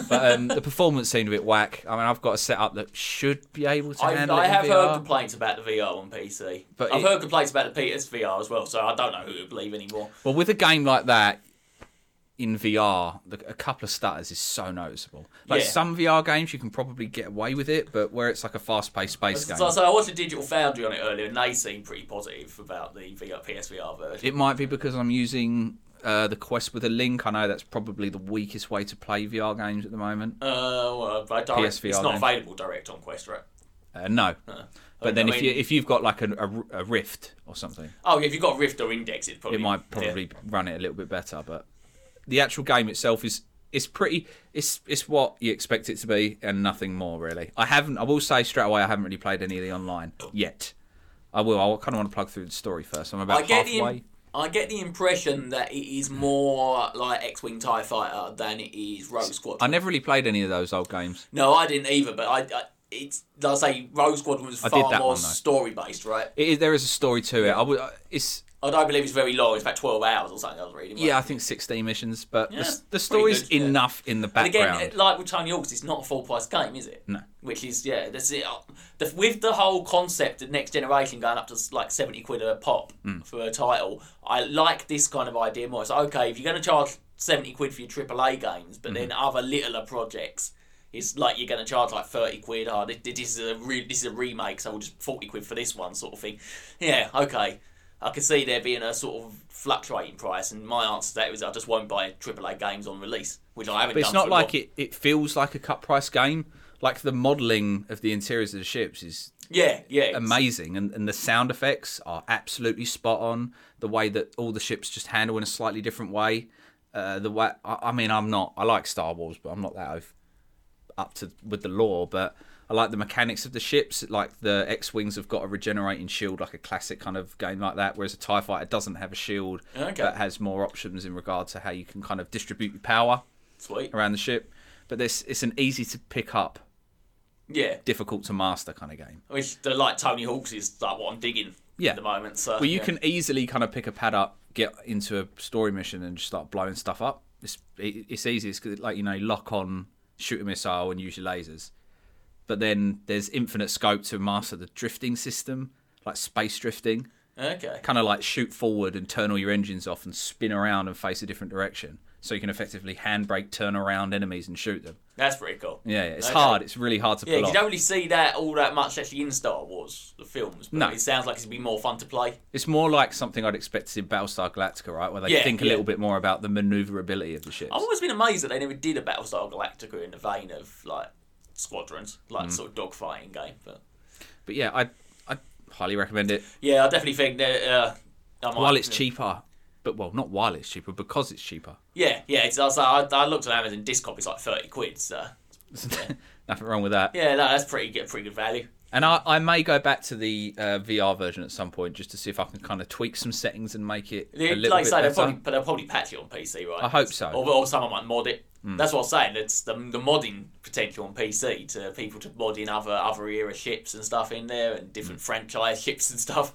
Speaker 1: But um, the performance seemed a bit whack. I mean, I've got a setup that should be able to
Speaker 2: I,
Speaker 1: handle.
Speaker 2: I
Speaker 1: it in
Speaker 2: have
Speaker 1: VR.
Speaker 2: heard complaints about the VR on PC.
Speaker 1: But
Speaker 2: I've
Speaker 1: it-
Speaker 2: heard complaints about the PSVR as well, so I don't know who to believe anymore.
Speaker 1: Well, with a game like that in VR, the, a couple of stutters is so noticeable. Like
Speaker 2: Yeah.
Speaker 1: some VR games, you can probably get away with it, but where it's like a fast-paced space game,
Speaker 2: So, so I watched a Digital Foundry on it earlier, and they seem pretty positive about the VR, PSVR version.
Speaker 1: it might be because I'm using uh, the Quest with a link. I know that's probably the weakest way to play VR games at the moment.
Speaker 2: Uh, well, but direct,
Speaker 1: PSVR
Speaker 2: it's not
Speaker 1: then.
Speaker 2: available direct on Quest, right?
Speaker 1: Uh, no, but then
Speaker 2: I
Speaker 1: if
Speaker 2: mean-
Speaker 1: you if you've got like a, a, a Rift or something,
Speaker 2: Oh, yeah, if you've got Rift or Index, it's probably
Speaker 1: it might probably run it a little bit better. But the actual game itself is it's pretty it's it's what you expect it to be and nothing more really. I haven't I will say straight away I haven't really played any of the online yet. I will. I kind of want to plug through the story first. I'm about
Speaker 2: I get
Speaker 1: halfway.
Speaker 2: the I get the impression that it is more like X-wing Tie Fighter than it is Rogue Squadron.
Speaker 1: I never really played any of those old games.
Speaker 2: No, I didn't either. But I, I it's like I say, Rogue Squadron was
Speaker 1: I
Speaker 2: far
Speaker 1: did that
Speaker 2: more
Speaker 1: one, though.
Speaker 2: story based, right?
Speaker 1: It is, there is a story to it. I would. uh, It's
Speaker 2: I don't believe it's very long. It's about twelve hours or something. I was reading.
Speaker 1: yeah. I think 16 missions, but
Speaker 2: Yeah,
Speaker 1: the, s- the
Speaker 2: pretty
Speaker 1: story's
Speaker 2: good, yeah.
Speaker 1: enough in the
Speaker 2: And again,
Speaker 1: background.
Speaker 2: it- like with Tony Hawk's, it's not a full price game, is it?
Speaker 1: No.
Speaker 2: Which is yeah, that's it. Uh, The, with the whole concept of next generation going up to like seventy quid a pop
Speaker 1: Mm.
Speaker 2: for a title, I like this kind of idea more. It's like, okay if you're going to charge seventy quid for your AAA games, but
Speaker 1: Mm-hmm.
Speaker 2: then other littler projects. It's like you're going to charge like thirty quid. Oh, this, this is a re- this is a remake, so we'll just forty quid for this one, sort of thing. Yeah, okay. I can see there being a sort of fluctuating price, and my answer to that is I just won't buy AAA games on release, which I haven't.
Speaker 1: But it's
Speaker 2: done
Speaker 1: not
Speaker 2: for a
Speaker 1: like
Speaker 2: while.
Speaker 1: it, it feels like a cut price game. Like the modelling of the interiors of the ships is
Speaker 2: Yeah, yeah.
Speaker 1: amazing and, and the sound effects are absolutely spot on the way that all the ships just handle in a slightly different way uh, the way I, I mean i'm not i like star wars but i'm not that over- up to with the lore but i like the mechanics of the ships like the x-wings have got a regenerating shield like a classic kind of game like that whereas a tie fighter doesn't have a shield
Speaker 2: Okay.
Speaker 1: but has more options in regard to how you can kind of distribute your power
Speaker 2: Sweet.
Speaker 1: around the ship but this it's an easy to pick up
Speaker 2: Yeah.
Speaker 1: difficult to master kind of game
Speaker 2: Which the like Tony Hawk's is like what I'm digging
Speaker 1: Yeah.
Speaker 2: at the moment. So
Speaker 1: Well, you
Speaker 2: yeah.
Speaker 1: can easily kind of pick a pad up, get into a story mission, and just start blowing stuff up. It's it, it's easy. It's 'cause, like you know, you lock on, shoot a missile, and use your lasers. But then there's infinite scope to master the drifting system, like space drifting.
Speaker 2: Okay.
Speaker 1: Kind of like shoot forward and turn all your engines off and spin around and face a different direction. so you can effectively handbrake, turn around enemies and shoot them.
Speaker 2: That's pretty cool.
Speaker 1: Yeah, it's
Speaker 2: Okay.
Speaker 1: hard. It's really hard to
Speaker 2: Yeah,
Speaker 1: pull
Speaker 2: 'cause
Speaker 1: off.
Speaker 2: you don't really see that all that much actually in Star Wars, the films. But
Speaker 1: No.
Speaker 2: It sounds like it'd be more fun to play.
Speaker 1: It's more like something I'd expect to see in Battlestar Galactica, right? Where they
Speaker 2: Yeah,
Speaker 1: think a
Speaker 2: yeah.
Speaker 1: little bit more about the maneuverability of the ships.
Speaker 2: I've always been amazed that they never did a Battlestar Galactica in the vein of, like, squadrons,
Speaker 1: Mm.
Speaker 2: like, sort of dogfighting game. But
Speaker 1: But yeah, I I highly recommend it.
Speaker 2: yeah, I definitely think that. Uh, I might-
Speaker 1: While it's cheaper, but well, not while it's cheaper, because it's cheaper.
Speaker 2: Yeah, yeah. It's, I, was like- I, I looked at Amazon Discog, it's like 30 quid. So,
Speaker 1: Nothing wrong with that.
Speaker 2: yeah, no, that's pretty good, pretty good value.
Speaker 1: And I, I may go back to the uh, VR version at some point just to see if I can kind of tweak some settings and make it a
Speaker 2: They-
Speaker 1: little
Speaker 2: like I
Speaker 1: bit
Speaker 2: say,
Speaker 1: better.
Speaker 2: they'll probably, but they'll probably patch it on PC, right?
Speaker 1: I hope so. Hmm.
Speaker 2: Or, or someone might mod it. That's what I'm saying. It's the, the modding potential on PC to people to mod in other other era ships and stuff in there and different
Speaker 1: Hmm.
Speaker 2: franchise ships and stuff.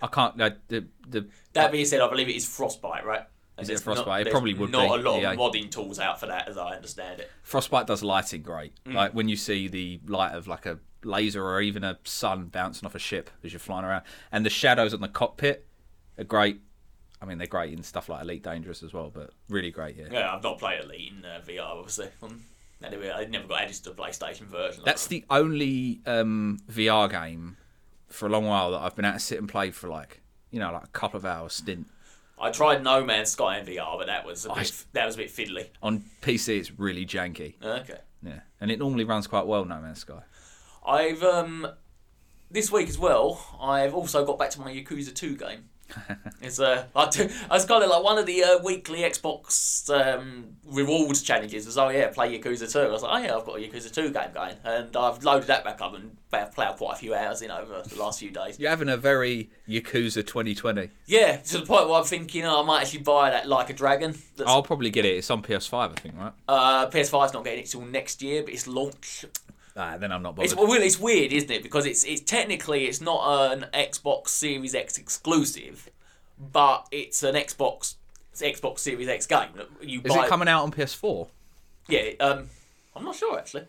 Speaker 1: I can't. I, the the
Speaker 2: That being said, I believe it is Frostbite, right?
Speaker 1: Is it
Speaker 2: There's
Speaker 1: Frostbite?
Speaker 2: Not,
Speaker 1: It
Speaker 2: there's
Speaker 1: probably would
Speaker 2: not
Speaker 1: be,
Speaker 2: a lot
Speaker 1: yeah.
Speaker 2: of modding tools out for that, as I understand it.
Speaker 1: Frostbite does lighting great.
Speaker 2: Mm.
Speaker 1: Like when you see the light of like a laser or even a sun bouncing off a ship as you're flying around, and the shadows on the cockpit are great. I mean, they're great in stuff like Elite Dangerous as well, but really great here.
Speaker 2: Yeah, I've not played Elite in uh, VR, obviously. Um, anyway, I never got added to the PlayStation version.
Speaker 1: That's the only um, VR game for a long while that I've been out to sit and play for like you know like a couple of hours stint
Speaker 2: I tried No Man's Sky in VR, but that was a bit, that was a bit fiddly.
Speaker 1: on PC. It's really janky.
Speaker 2: Okay.
Speaker 1: Yeah, and it normally runs quite well. No Man's Sky.
Speaker 2: I've um this week as well. I've also got back to my Yakuza Two game. it's uh, I do, I was kind of like one of the uh, weekly Xbox um, rewards challenges was oh yeah play Yakuza Two. I was like oh yeah I've got a Yakuza Two game going, and I've loaded that back up and ba- played quite a few hours in over the last few days.
Speaker 1: You're having a very Yakuza 2020.
Speaker 2: Yeah, to the point where I'm thinking oh, I might actually buy that Like a Dragon. That's,
Speaker 1: I'll probably get it. It's on PS5, I think, right?
Speaker 2: uh, PS5's not getting it till next year, but it's launch
Speaker 1: Ah, then I'm not bothered.
Speaker 2: It's well, it's weird, isn't it? Because it's it's technically it's not an Xbox Series X exclusive, but it's an Xbox it's an Xbox Series X game. You
Speaker 1: Is
Speaker 2: buy,
Speaker 1: it coming out on PS4?
Speaker 2: Yeah, um, I'm not sure actually.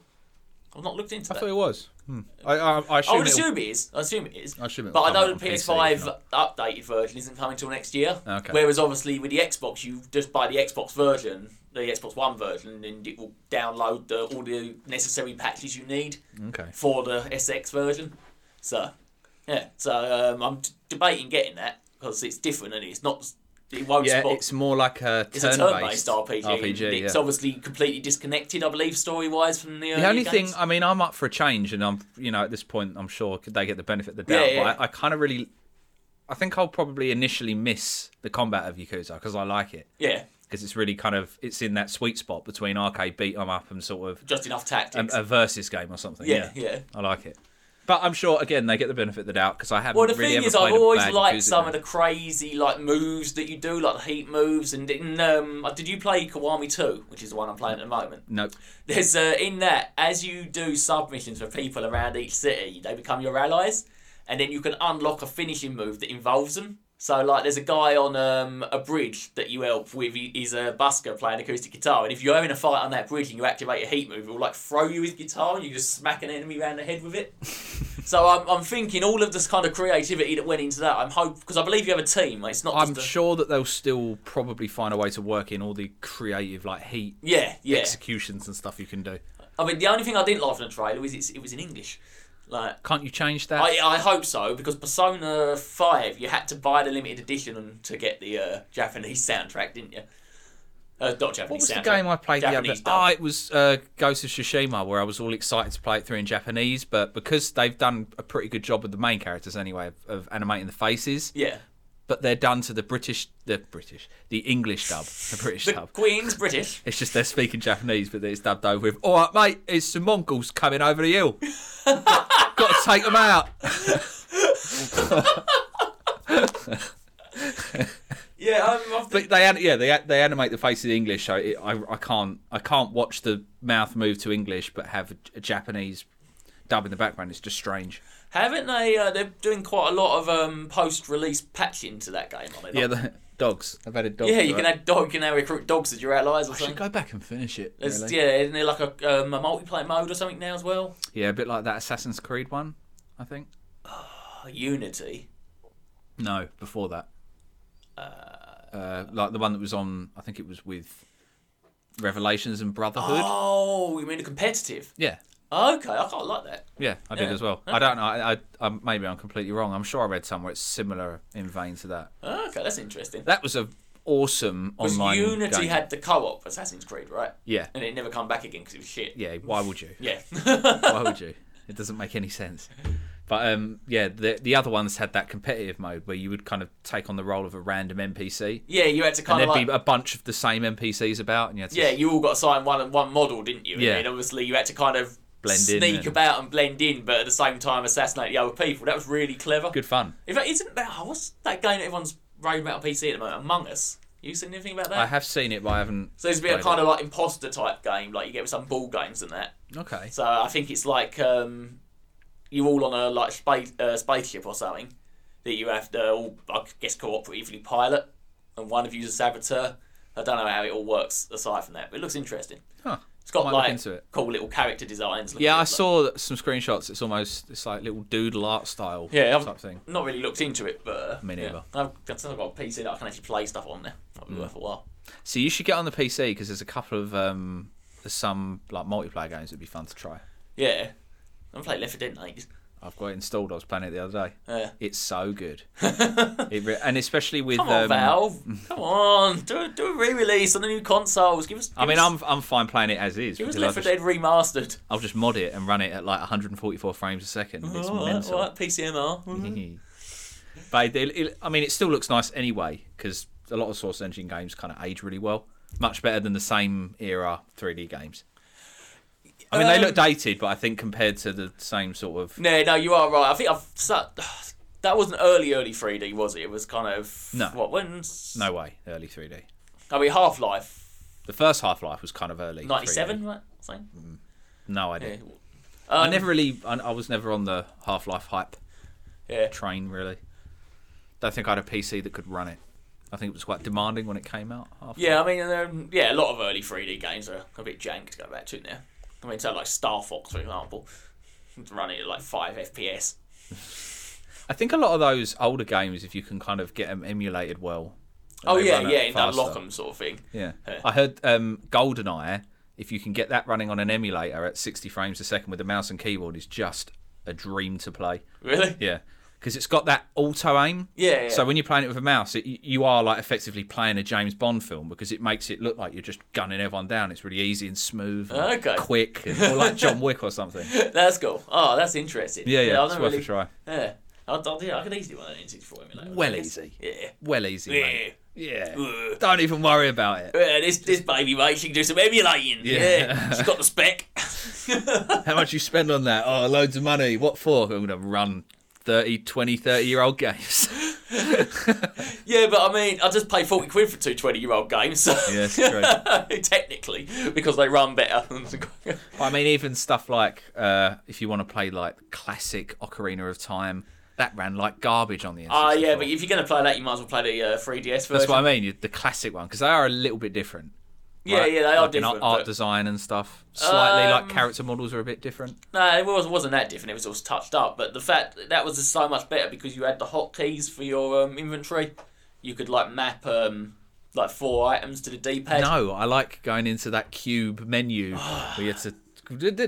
Speaker 2: I've not looked into
Speaker 1: I
Speaker 2: that.
Speaker 1: thought it was. Hmm. I, I, I assume.
Speaker 2: I would
Speaker 1: it'll-
Speaker 2: assume it is. I assume it is.
Speaker 1: I assume it'll
Speaker 2: but I
Speaker 1: come out
Speaker 2: know the
Speaker 1: on PC, if
Speaker 2: PS5 updated version isn't coming till next year.
Speaker 1: Okay.
Speaker 2: Whereas obviously with the Xbox, you just buy the Xbox version, the Xbox One version, and it will download the, all the necessary patches you need
Speaker 1: Okay.
Speaker 2: for the SX version. So, yeah. So um, I'm d- debating getting that because it's different and it's not. It won't
Speaker 1: Yeah,
Speaker 2: spot.
Speaker 1: it's more like a
Speaker 2: It's a
Speaker 1: turn-based,
Speaker 2: turn-based RPG.
Speaker 1: RPG,
Speaker 2: it's
Speaker 1: yeah.
Speaker 2: obviously completely disconnected, I believe, story-wise from the.
Speaker 1: The only thing, I mean, I'm up for a change, and I'm, you know, at this point, I'm sure they get the benefit of the
Speaker 2: Yeah,
Speaker 1: doubt.
Speaker 2: yeah,
Speaker 1: But I, I kind of really, I think I'll probably initially miss the combat of Yakuza because I like it
Speaker 2: yeah,
Speaker 1: because it's really kind of it's in that sweet spot between arcade beat 'em up and sort of
Speaker 2: just enough tactics.
Speaker 1: a, a versus game or something.
Speaker 2: yeah,
Speaker 1: Yeah,
Speaker 2: yeah.
Speaker 1: I like it. But I'm sure again they get the benefit of the doubt because I haven't
Speaker 2: Well, the
Speaker 1: really ever
Speaker 2: thing is,
Speaker 1: played
Speaker 2: I've
Speaker 1: a
Speaker 2: always
Speaker 1: bad
Speaker 2: liked
Speaker 1: Yakuza
Speaker 2: some
Speaker 1: game.
Speaker 2: of the crazy like moves that you do, like the heat moves, and in, um, did you play Kiwami Two, which is the one I'm playing at the moment?
Speaker 1: Nope.
Speaker 2: There's uh, in that as you do submissions for people around each city, they become your allies, and then you can unlock a finishing move that involves them. So like, there's a guy on um, a bridge that you help with. He- He's a busker playing acoustic guitar, and if you're having a fight on that bridge and you activate a heat move, it will like throw you his guitar, and you just smack an enemy around the head with it. so I'm, I'm thinking all of this kind of creativity that went into that. I'm hope because I believe you have a team. It's not.
Speaker 1: I'm
Speaker 2: just a,
Speaker 1: sure that they'll still probably find a way to work in all the creative like heat
Speaker 2: yeah, yeah.
Speaker 1: executions and stuff you can do.
Speaker 2: I mean, the only thing I didn't like from the trailer was it's, it was in English. Like
Speaker 1: Can't you change that?
Speaker 2: I, I hope so because Persona Five, you had to buy the limited edition to get the uh, Japanese soundtrack, didn't you? Uh, not Japanese
Speaker 1: what was the
Speaker 2: soundtrack.
Speaker 1: game I played
Speaker 2: Japanese
Speaker 1: the
Speaker 2: dub.
Speaker 1: other Oh, it was uh, Ghost of Tsushima, where I was all excited to play it through in Japanese, but because they've done a pretty good job with the main characters anyway of, of animating the faces,
Speaker 2: Yeah,
Speaker 1: but they're done to the British, the British, the English dub, the British
Speaker 2: the
Speaker 1: dub.
Speaker 2: Queen's British.
Speaker 1: It's just they're speaking Japanese, but it's dubbed over with, all right, mate, it's some Mongols coming over the hill. got, got to take them out.
Speaker 2: Yeah, I'm, I've
Speaker 1: But they, an- yeah, they they animate the faces in English, so it, I I can't I can't watch the mouth move to English, but have a, a Japanese dub in the background. It's just strange.
Speaker 2: haven't they? Uh, they're doing quite a lot of um, post-release patching to that game, are they?
Speaker 1: Yeah,
Speaker 2: not?
Speaker 1: the dogs. I've added dogs.
Speaker 2: yeah. You can add dog, you can now recruit dogs as your allies or
Speaker 1: I should
Speaker 2: something.
Speaker 1: go back and finish it.
Speaker 2: There's-
Speaker 1: really.
Speaker 2: Yeah, isn't there like a, um, a multiplayer mode or something now as well?
Speaker 1: Yeah, a bit like that Assassin's Creed one, I think.
Speaker 2: Oh, Unity.
Speaker 1: No, before that. uh, like the one that was on. I think it was with Revelations and Brotherhood.
Speaker 2: Oh, you mean a competitive?
Speaker 1: Yeah,
Speaker 2: Okay, I quite like that.
Speaker 1: yeah, I did
Speaker 2: Yeah.
Speaker 1: as well. I don't know. I, I, I maybe I'm completely wrong. I'm sure I read somewhere it's similar in vein to that.
Speaker 2: Okay, that's interesting.
Speaker 1: That was a awesome
Speaker 2: Because
Speaker 1: online
Speaker 2: Unity
Speaker 1: game.
Speaker 2: had the co-op Assassin's Creed, right?
Speaker 1: yeah,
Speaker 2: And it never come back again because it was shit.
Speaker 1: yeah. Why would you?
Speaker 2: Yeah.
Speaker 1: Why would you? It doesn't make any sense. But um, yeah, the the other ones had that competitive mode where you would kind of take on the role of a random NPC,
Speaker 2: yeah, you had to
Speaker 1: and
Speaker 2: kind
Speaker 1: there'd
Speaker 2: of like.
Speaker 1: be a bunch of the same NPCs about, and you had to
Speaker 2: Yeah, you all got assigned one one model, didn't you?
Speaker 1: Yeah.
Speaker 2: And then obviously you had to kind of
Speaker 1: Blend in
Speaker 2: sneak
Speaker 1: and-
Speaker 2: about and blend in, but at the same time assassinate the other people. That was really clever.
Speaker 1: good fun.
Speaker 2: In fact, isn't that oh, what's that game that everyone's raving about on PC at the moment? Among Us. You seen anything about that?
Speaker 1: I have seen it, but I haven't.
Speaker 2: so it's been a
Speaker 1: played
Speaker 2: kind of like imposter type game, like you get with some ball games and that.
Speaker 1: it. okay.
Speaker 2: So I think it's like um, you all on a like space uh, spaceship or something that you have to all I guess cooperatively pilot, and one of you's a saboteur. I don't know how it all works aside from that, but it looks interesting.
Speaker 1: Huh.
Speaker 2: It's got
Speaker 1: Might look
Speaker 2: like
Speaker 1: into it.
Speaker 2: cool little character designs.
Speaker 1: Yeah, I
Speaker 2: Looks like-
Speaker 1: saw that- some screenshots. It's almost it's like little doodle art style
Speaker 2: Yeah, I've
Speaker 1: type thing.
Speaker 2: not really looked into it, but uh,
Speaker 1: Me neither. Mm.
Speaker 2: Yeah. I've, I've got a PC that I can actually play stuff on there. That'd be worth a while.
Speaker 1: So you should get on the PC because there's a couple of um, there's some like multiplayer games that'd be fun to try.
Speaker 2: Yeah, I'm playing Left 4 Dead ages.
Speaker 1: I've got it installed. I was playing it the other day.
Speaker 2: Yeah.
Speaker 1: It's so good. it re- and especially with
Speaker 2: Come on,
Speaker 1: um,
Speaker 2: Valve. Come on, do a, do a re-release on the new consoles. Give us.
Speaker 1: I
Speaker 2: give
Speaker 1: mean,
Speaker 2: us-
Speaker 1: I'm I'm fine playing it as is.
Speaker 2: It
Speaker 1: because
Speaker 2: was
Speaker 1: I'll
Speaker 2: Left 4
Speaker 1: just,
Speaker 2: Dead remastered.
Speaker 1: I'll just mod it and run it at like 144 frames a second. It's
Speaker 2: All right,
Speaker 1: mental.
Speaker 2: all right, PCMR. Mhm.
Speaker 1: but it, it- I mean, it still looks nice anyway because a lot of Source Engine games kind of age really well, much better than the same era 3D games. I mean, they
Speaker 2: Um,
Speaker 1: look dated, but I think compared to the same sort of
Speaker 2: no, no, you are right. I think I've su- that wasn't early, early 3D, was it? It was kind of
Speaker 1: No.
Speaker 2: What when?
Speaker 1: no way early 3D.
Speaker 2: I mean, Half Life
Speaker 1: The first Half Life was kind of early 3D.
Speaker 2: '97, right? Something.
Speaker 1: No
Speaker 2: Yeah.
Speaker 1: idea.
Speaker 2: Um,
Speaker 1: I never really. I, I was never on the Half Life hype
Speaker 2: Yeah.
Speaker 1: train really. Don't think I had a PC that could run it. I think it was quite demanding when it came out. Half-Life.
Speaker 2: Yeah, I mean, um, yeah, a lot of early 3D games are a bit jank to go back to now. I mean, so like Star Fox, for example, it's running at like 5 FPS.
Speaker 1: I think a lot of those older games, if you can kind of get them emulated well.
Speaker 2: Oh,
Speaker 1: they
Speaker 2: yeah,
Speaker 1: run it
Speaker 2: yeah, in that
Speaker 1: faster.
Speaker 2: lock 'em sort of thing.
Speaker 1: Yeah.
Speaker 2: Yeah.
Speaker 1: I heard um, GoldenEye, if you can get that running on an emulator at 60 frames a second with a mouse and keyboard, is just a dream to play.
Speaker 2: Really?
Speaker 1: Yeah. Because it's got that auto aim.
Speaker 2: Yeah, yeah.
Speaker 1: So when you're playing it with a mouse, it, you are like effectively playing a James Bond film because it makes it look like you're just gunning everyone down. It's really easy and smooth, and
Speaker 2: Okay.
Speaker 1: quick, and, or like John Wick or something.
Speaker 2: That's cool. Oh, that's interesting.
Speaker 1: Yeah, yeah,
Speaker 2: I've
Speaker 1: it's
Speaker 2: never
Speaker 1: worth
Speaker 2: really-
Speaker 1: a try.
Speaker 2: Yeah. I, I, yeah, I could easily run an N64 emulator. I
Speaker 1: Well
Speaker 2: guess.
Speaker 1: easy.
Speaker 2: Yeah.
Speaker 1: Well, easy,
Speaker 2: Yeah.
Speaker 1: mate. Yeah.
Speaker 2: Ugh.
Speaker 1: Don't even worry about it.
Speaker 2: Yeah, this, this baby, mate, she can do some emulating. Yeah.
Speaker 1: Yeah.
Speaker 2: She's got the spec.
Speaker 1: How much you spend on that? Oh, loads of money. What for? I'm going to run 30, 20, 30 year old games.
Speaker 2: yeah, but I mean, I just pay 40 quid for two 20 year old games. So.
Speaker 1: Yeah, it's true.
Speaker 2: Technically, because they run better.
Speaker 1: I mean, even stuff like uh, if you want to play like classic Ocarina of Time, that ran like garbage on the internet.
Speaker 2: Ah, yeah, but if you're going to play that, you might as well play the uh, 3DS version.
Speaker 1: That's what I mean, you- the classic one, because they are a little bit different.
Speaker 2: yeah,
Speaker 1: right?
Speaker 2: yeah, they are
Speaker 1: Like in
Speaker 2: different.
Speaker 1: art
Speaker 2: but-
Speaker 1: design and stuff. Slightly,
Speaker 2: Um,
Speaker 1: like character models are a bit different.
Speaker 2: No, it was, wasn't that different. It was all touched up. But the fact that was just so much better because you had the hotkeys for your um, inventory. You could like map um, like four items to the D-pad.
Speaker 1: No, I like going into that cube menu where you had to
Speaker 2: Take the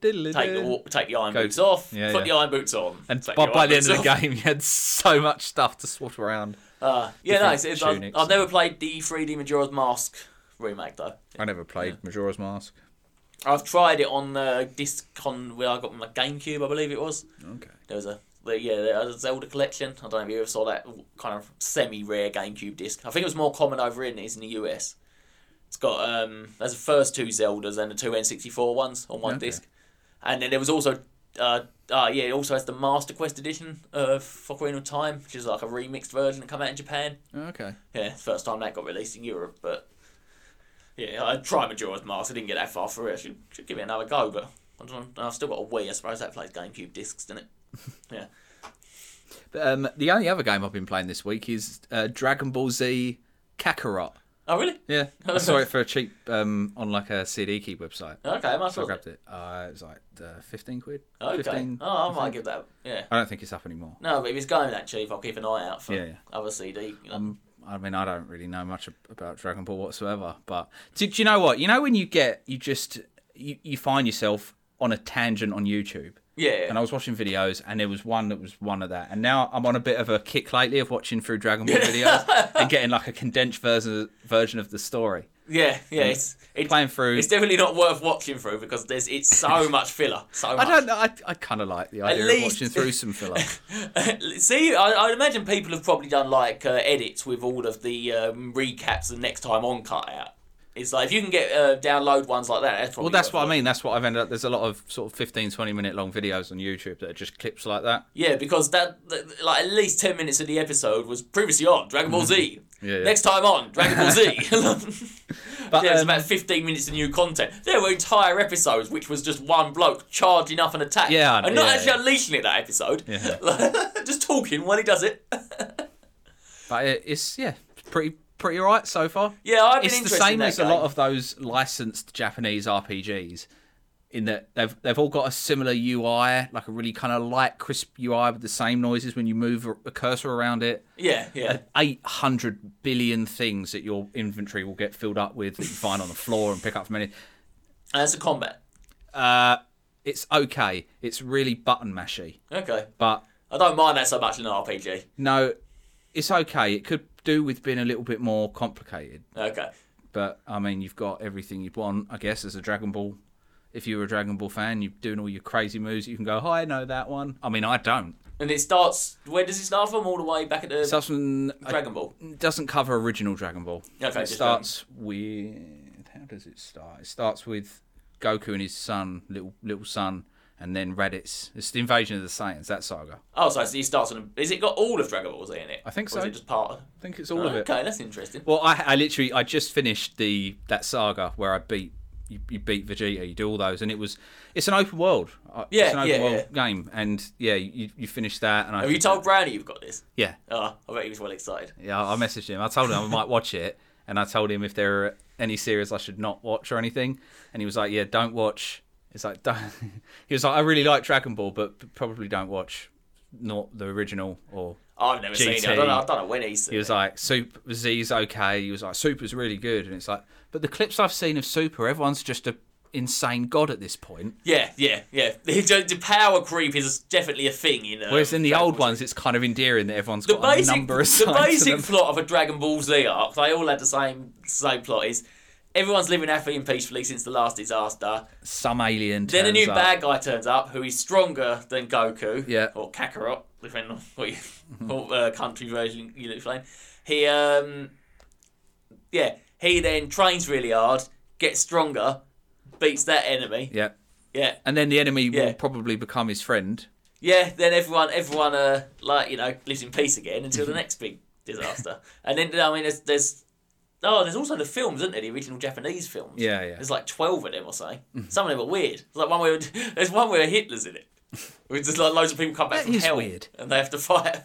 Speaker 1: diddle
Speaker 2: wa- take the iron
Speaker 1: Go-
Speaker 2: boots off.
Speaker 1: Yeah,
Speaker 2: put
Speaker 1: yeah.
Speaker 2: the iron boots on.
Speaker 1: and
Speaker 2: take
Speaker 1: by,
Speaker 2: your
Speaker 1: by
Speaker 2: iron
Speaker 1: the end of
Speaker 2: boots
Speaker 1: the
Speaker 2: off.
Speaker 1: game, you had so much stuff to swap around.
Speaker 2: Uh, yeah, no,
Speaker 1: different
Speaker 2: it's, it's, I've,
Speaker 1: tunics
Speaker 2: I've
Speaker 1: and-
Speaker 2: never played the 3D Majora's Mask remake though.
Speaker 1: I never played Majora's Mask.
Speaker 2: I've tried it on the Discon where I got my GameCube, I believe it was.
Speaker 1: Okay.
Speaker 2: There was a the, yeah, there was a Zelda collection. I don't know if you ever saw that kind of semi-rare GameCube disc. I think it was more common over here than it is in the US. It's got um, there's the first two Zeldas and the two N64 ones on one
Speaker 1: Okay.
Speaker 2: disc, and then there was also uh, uh yeah, it also has the Master Quest edition of Ocarina of Time, which is like a remixed version that came out in Japan.
Speaker 1: Okay.
Speaker 2: Yeah, first time that got released in Europe, but yeah, I tried Majora's Mask. I didn't get that far through it. I should, should give it another go, but I don't, I've still got a Wii. I suppose that plays GameCube discs, doesn't it?
Speaker 1: But, um, the only other game I've been playing this week is uh, Dragon Ball Z Kakarot.
Speaker 2: Oh, really?
Speaker 1: Yeah, I saw it for a cheap um, on like a CD Key website.
Speaker 2: Okay, I might
Speaker 1: So I
Speaker 2: well.
Speaker 1: grabbed it. Uh, it was like uh, fifteen quid.
Speaker 2: Okay.
Speaker 1: 15,
Speaker 2: oh, I
Speaker 1: I
Speaker 2: might
Speaker 1: think.
Speaker 2: give that. Yeah.
Speaker 1: I don't think it's up anymore.
Speaker 2: No, but if it's going that cheap, I'll keep an eye out for
Speaker 1: Yeah, Um, yeah.
Speaker 2: other CD. You know.
Speaker 1: I mean, I don't really know much ab- about Dragon Ball whatsoever. But do, do you know what? You know when you get you just you, you find yourself on a tangent on YouTube.
Speaker 2: Yeah.
Speaker 1: And I was watching videos, and there was one that was one of that. And now I'm on a bit of a kick lately of watching through Dragon Ball videos and getting like a condensed version version of the story.
Speaker 2: Yeah, yeah, it's it's,
Speaker 1: Playing through.
Speaker 2: it's definitely not worth watching through because there's it's so much filler. So
Speaker 1: I
Speaker 2: much.
Speaker 1: don't know. I, I kind of like the idea
Speaker 2: least-
Speaker 1: of watching through some filler.
Speaker 2: See, I, I imagine people have probably done like uh, edits with all of the um, recaps and next time on cut out. It's like if you can get uh, download ones like that. That's probably
Speaker 1: Well, that's what I mean. That's what I've ended up. There's a lot of sort of 15, 20 minute long videos on YouTube that are just clips like that.
Speaker 2: Yeah, because that, that- like at least ten minutes of the episode was previously on Dragon Ball Z.
Speaker 1: Mm-hmm. Yeah, yeah.
Speaker 2: Next time on Dragon Ball Z.
Speaker 1: But
Speaker 2: yeah, it was
Speaker 1: um,
Speaker 2: about fifteen minutes of new content. There were entire episodes which was just one bloke charging up an attack.
Speaker 1: Yeah, I know,
Speaker 2: and not
Speaker 1: yeah,
Speaker 2: actually
Speaker 1: yeah.
Speaker 2: unleashing it that episode.
Speaker 1: Yeah.
Speaker 2: just talking while he does it.
Speaker 1: but it, it's yeah, pretty pretty alright so far.
Speaker 2: Yeah, I've been
Speaker 1: it's the
Speaker 2: interested in
Speaker 1: same
Speaker 2: that
Speaker 1: as
Speaker 2: game.
Speaker 1: a lot of those licensed Japanese RPGs, in that they've they've all got a similar UI, like a really kind of light, crisp UI with the same noises when you move a- a cursor around it.
Speaker 2: Yeah,
Speaker 1: Uh,
Speaker 2: yeah.
Speaker 1: 800 billion things that your inventory will get filled up with that you find on the floor and pick up from any.
Speaker 2: And that's a combat.
Speaker 1: Uh, it's okay. It's really button mashy,
Speaker 2: Okay.
Speaker 1: but
Speaker 2: I don't mind that so much in an RPG.
Speaker 1: no, it's okay. It could do with being a little bit more complicated.
Speaker 2: Okay.
Speaker 1: But I mean, you've got everything you'd want, I guess, as a Dragon Ball. If you were a Dragon Ball fan, you're doing all your crazy moves. You can go, "Oh, I know that one." I mean, I don't.
Speaker 2: And it starts. Where does it start from? All the way back at the
Speaker 1: It doesn't
Speaker 2: Dragon Ball.
Speaker 1: it doesn't cover original Dragon Ball.
Speaker 2: Okay,
Speaker 1: it
Speaker 2: just
Speaker 1: starts with how does it start? It starts with Goku and his son, little little son, and then Raditz. It's the invasion of the Saiyans. That saga.
Speaker 2: Oh, so it starts on. Is it got all of Dragon Ball Z in it?
Speaker 1: I think
Speaker 2: Or
Speaker 1: so.
Speaker 2: is it just part of?
Speaker 1: I think it's all of it.
Speaker 2: Okay, that's interesting.
Speaker 1: Well, I, I literally I just finished the that saga where I beat you, you beat Vegeta, you do all those, and it was it's an open world. Uh,
Speaker 2: Yeah,
Speaker 1: it's an open
Speaker 2: yeah,
Speaker 1: world game, and yeah, you you finished that, and I
Speaker 2: Have you told Brownie you've got this?
Speaker 1: yeah
Speaker 2: Oh, I bet he was well excited.
Speaker 1: yeah I messaged him. I told him I might watch it, and I told him if there are any series I should not watch or anything, and he was like, yeah, don't watch. It's like don't. he was like, I really like Dragon Ball, but probably don't watch not the original or
Speaker 2: I've never seen it. I
Speaker 1: GT.
Speaker 2: don't know. I don't know when he's. seen
Speaker 1: He was like, Super Z's okay. He was like, Super's really good. And it's like, but the clips I've seen of Super, everyone's just a insane god at this point.
Speaker 2: it. yeah, yeah, yeah. The, the power creep is definitely a thing in. Uh,
Speaker 1: Whereas in the
Speaker 2: Dragon
Speaker 1: old
Speaker 2: Ball Z.
Speaker 1: ones, it's kind of endearing that everyone's
Speaker 2: The
Speaker 1: got a
Speaker 2: basic,
Speaker 1: number assigned
Speaker 2: the basic
Speaker 1: to them.
Speaker 2: plot of a Dragon Ball Z arc, they all had the same same plot. Is everyone's living happily and peacefully since the last disaster.
Speaker 1: Some alien.
Speaker 2: Then a
Speaker 1: turns
Speaker 2: new
Speaker 1: up.
Speaker 2: bad guy turns up who is stronger than Goku.
Speaker 1: Yeah. Mm-hmm.
Speaker 2: Or Kakarot, depending on what, you, what uh, country version you look playing. He, um, yeah, he then trains really hard, gets stronger, beats that enemy.
Speaker 1: Yeah.
Speaker 2: Yeah,
Speaker 1: And then the enemy
Speaker 2: Yeah.
Speaker 1: will probably become his friend.
Speaker 2: yeah. Then everyone, everyone, uh, like you know, lives in peace again until
Speaker 1: Mhm.
Speaker 2: the next big disaster. And then I mean, there's, there's, oh, there's also the films, isn't there? The original Japanese films.
Speaker 1: Yeah, yeah. Mm-hmm.
Speaker 2: There's like twelve of them or so. Some of them are weird. There's like one where there's one where Hitler's in it. Which there's like loads of people come back
Speaker 1: That
Speaker 2: from
Speaker 1: is
Speaker 2: hell
Speaker 1: weird.
Speaker 2: and they have to fight.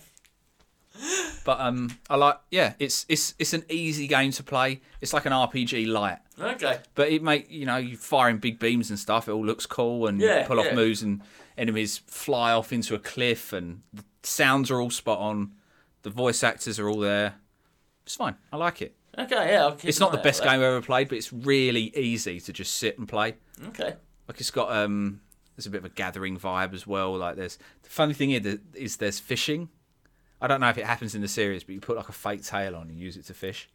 Speaker 1: But um, I like. Yeah, it's it's it's an easy game to play. It's like an RPG light.
Speaker 2: Okay.
Speaker 1: But it make you know you firing big beams and stuff. It all looks cool and
Speaker 2: Yeah,
Speaker 1: you pull off
Speaker 2: yeah.
Speaker 1: moves and enemies fly off into a cliff and the sounds are all spot on. The voice actors are all there. It's fine. I like it.
Speaker 2: Okay, yeah. I'll keep
Speaker 1: It's
Speaker 2: an
Speaker 1: not the
Speaker 2: eye out
Speaker 1: best
Speaker 2: for that.
Speaker 1: game I've ever played, but it's really easy to just sit and play.
Speaker 2: Okay.
Speaker 1: Like it's got um, there's a bit of a gathering vibe as well. Like there's the funny thing here th- is there's fishing. I don't know if it happens in the series, but you put like a fake tail on and use it to fish.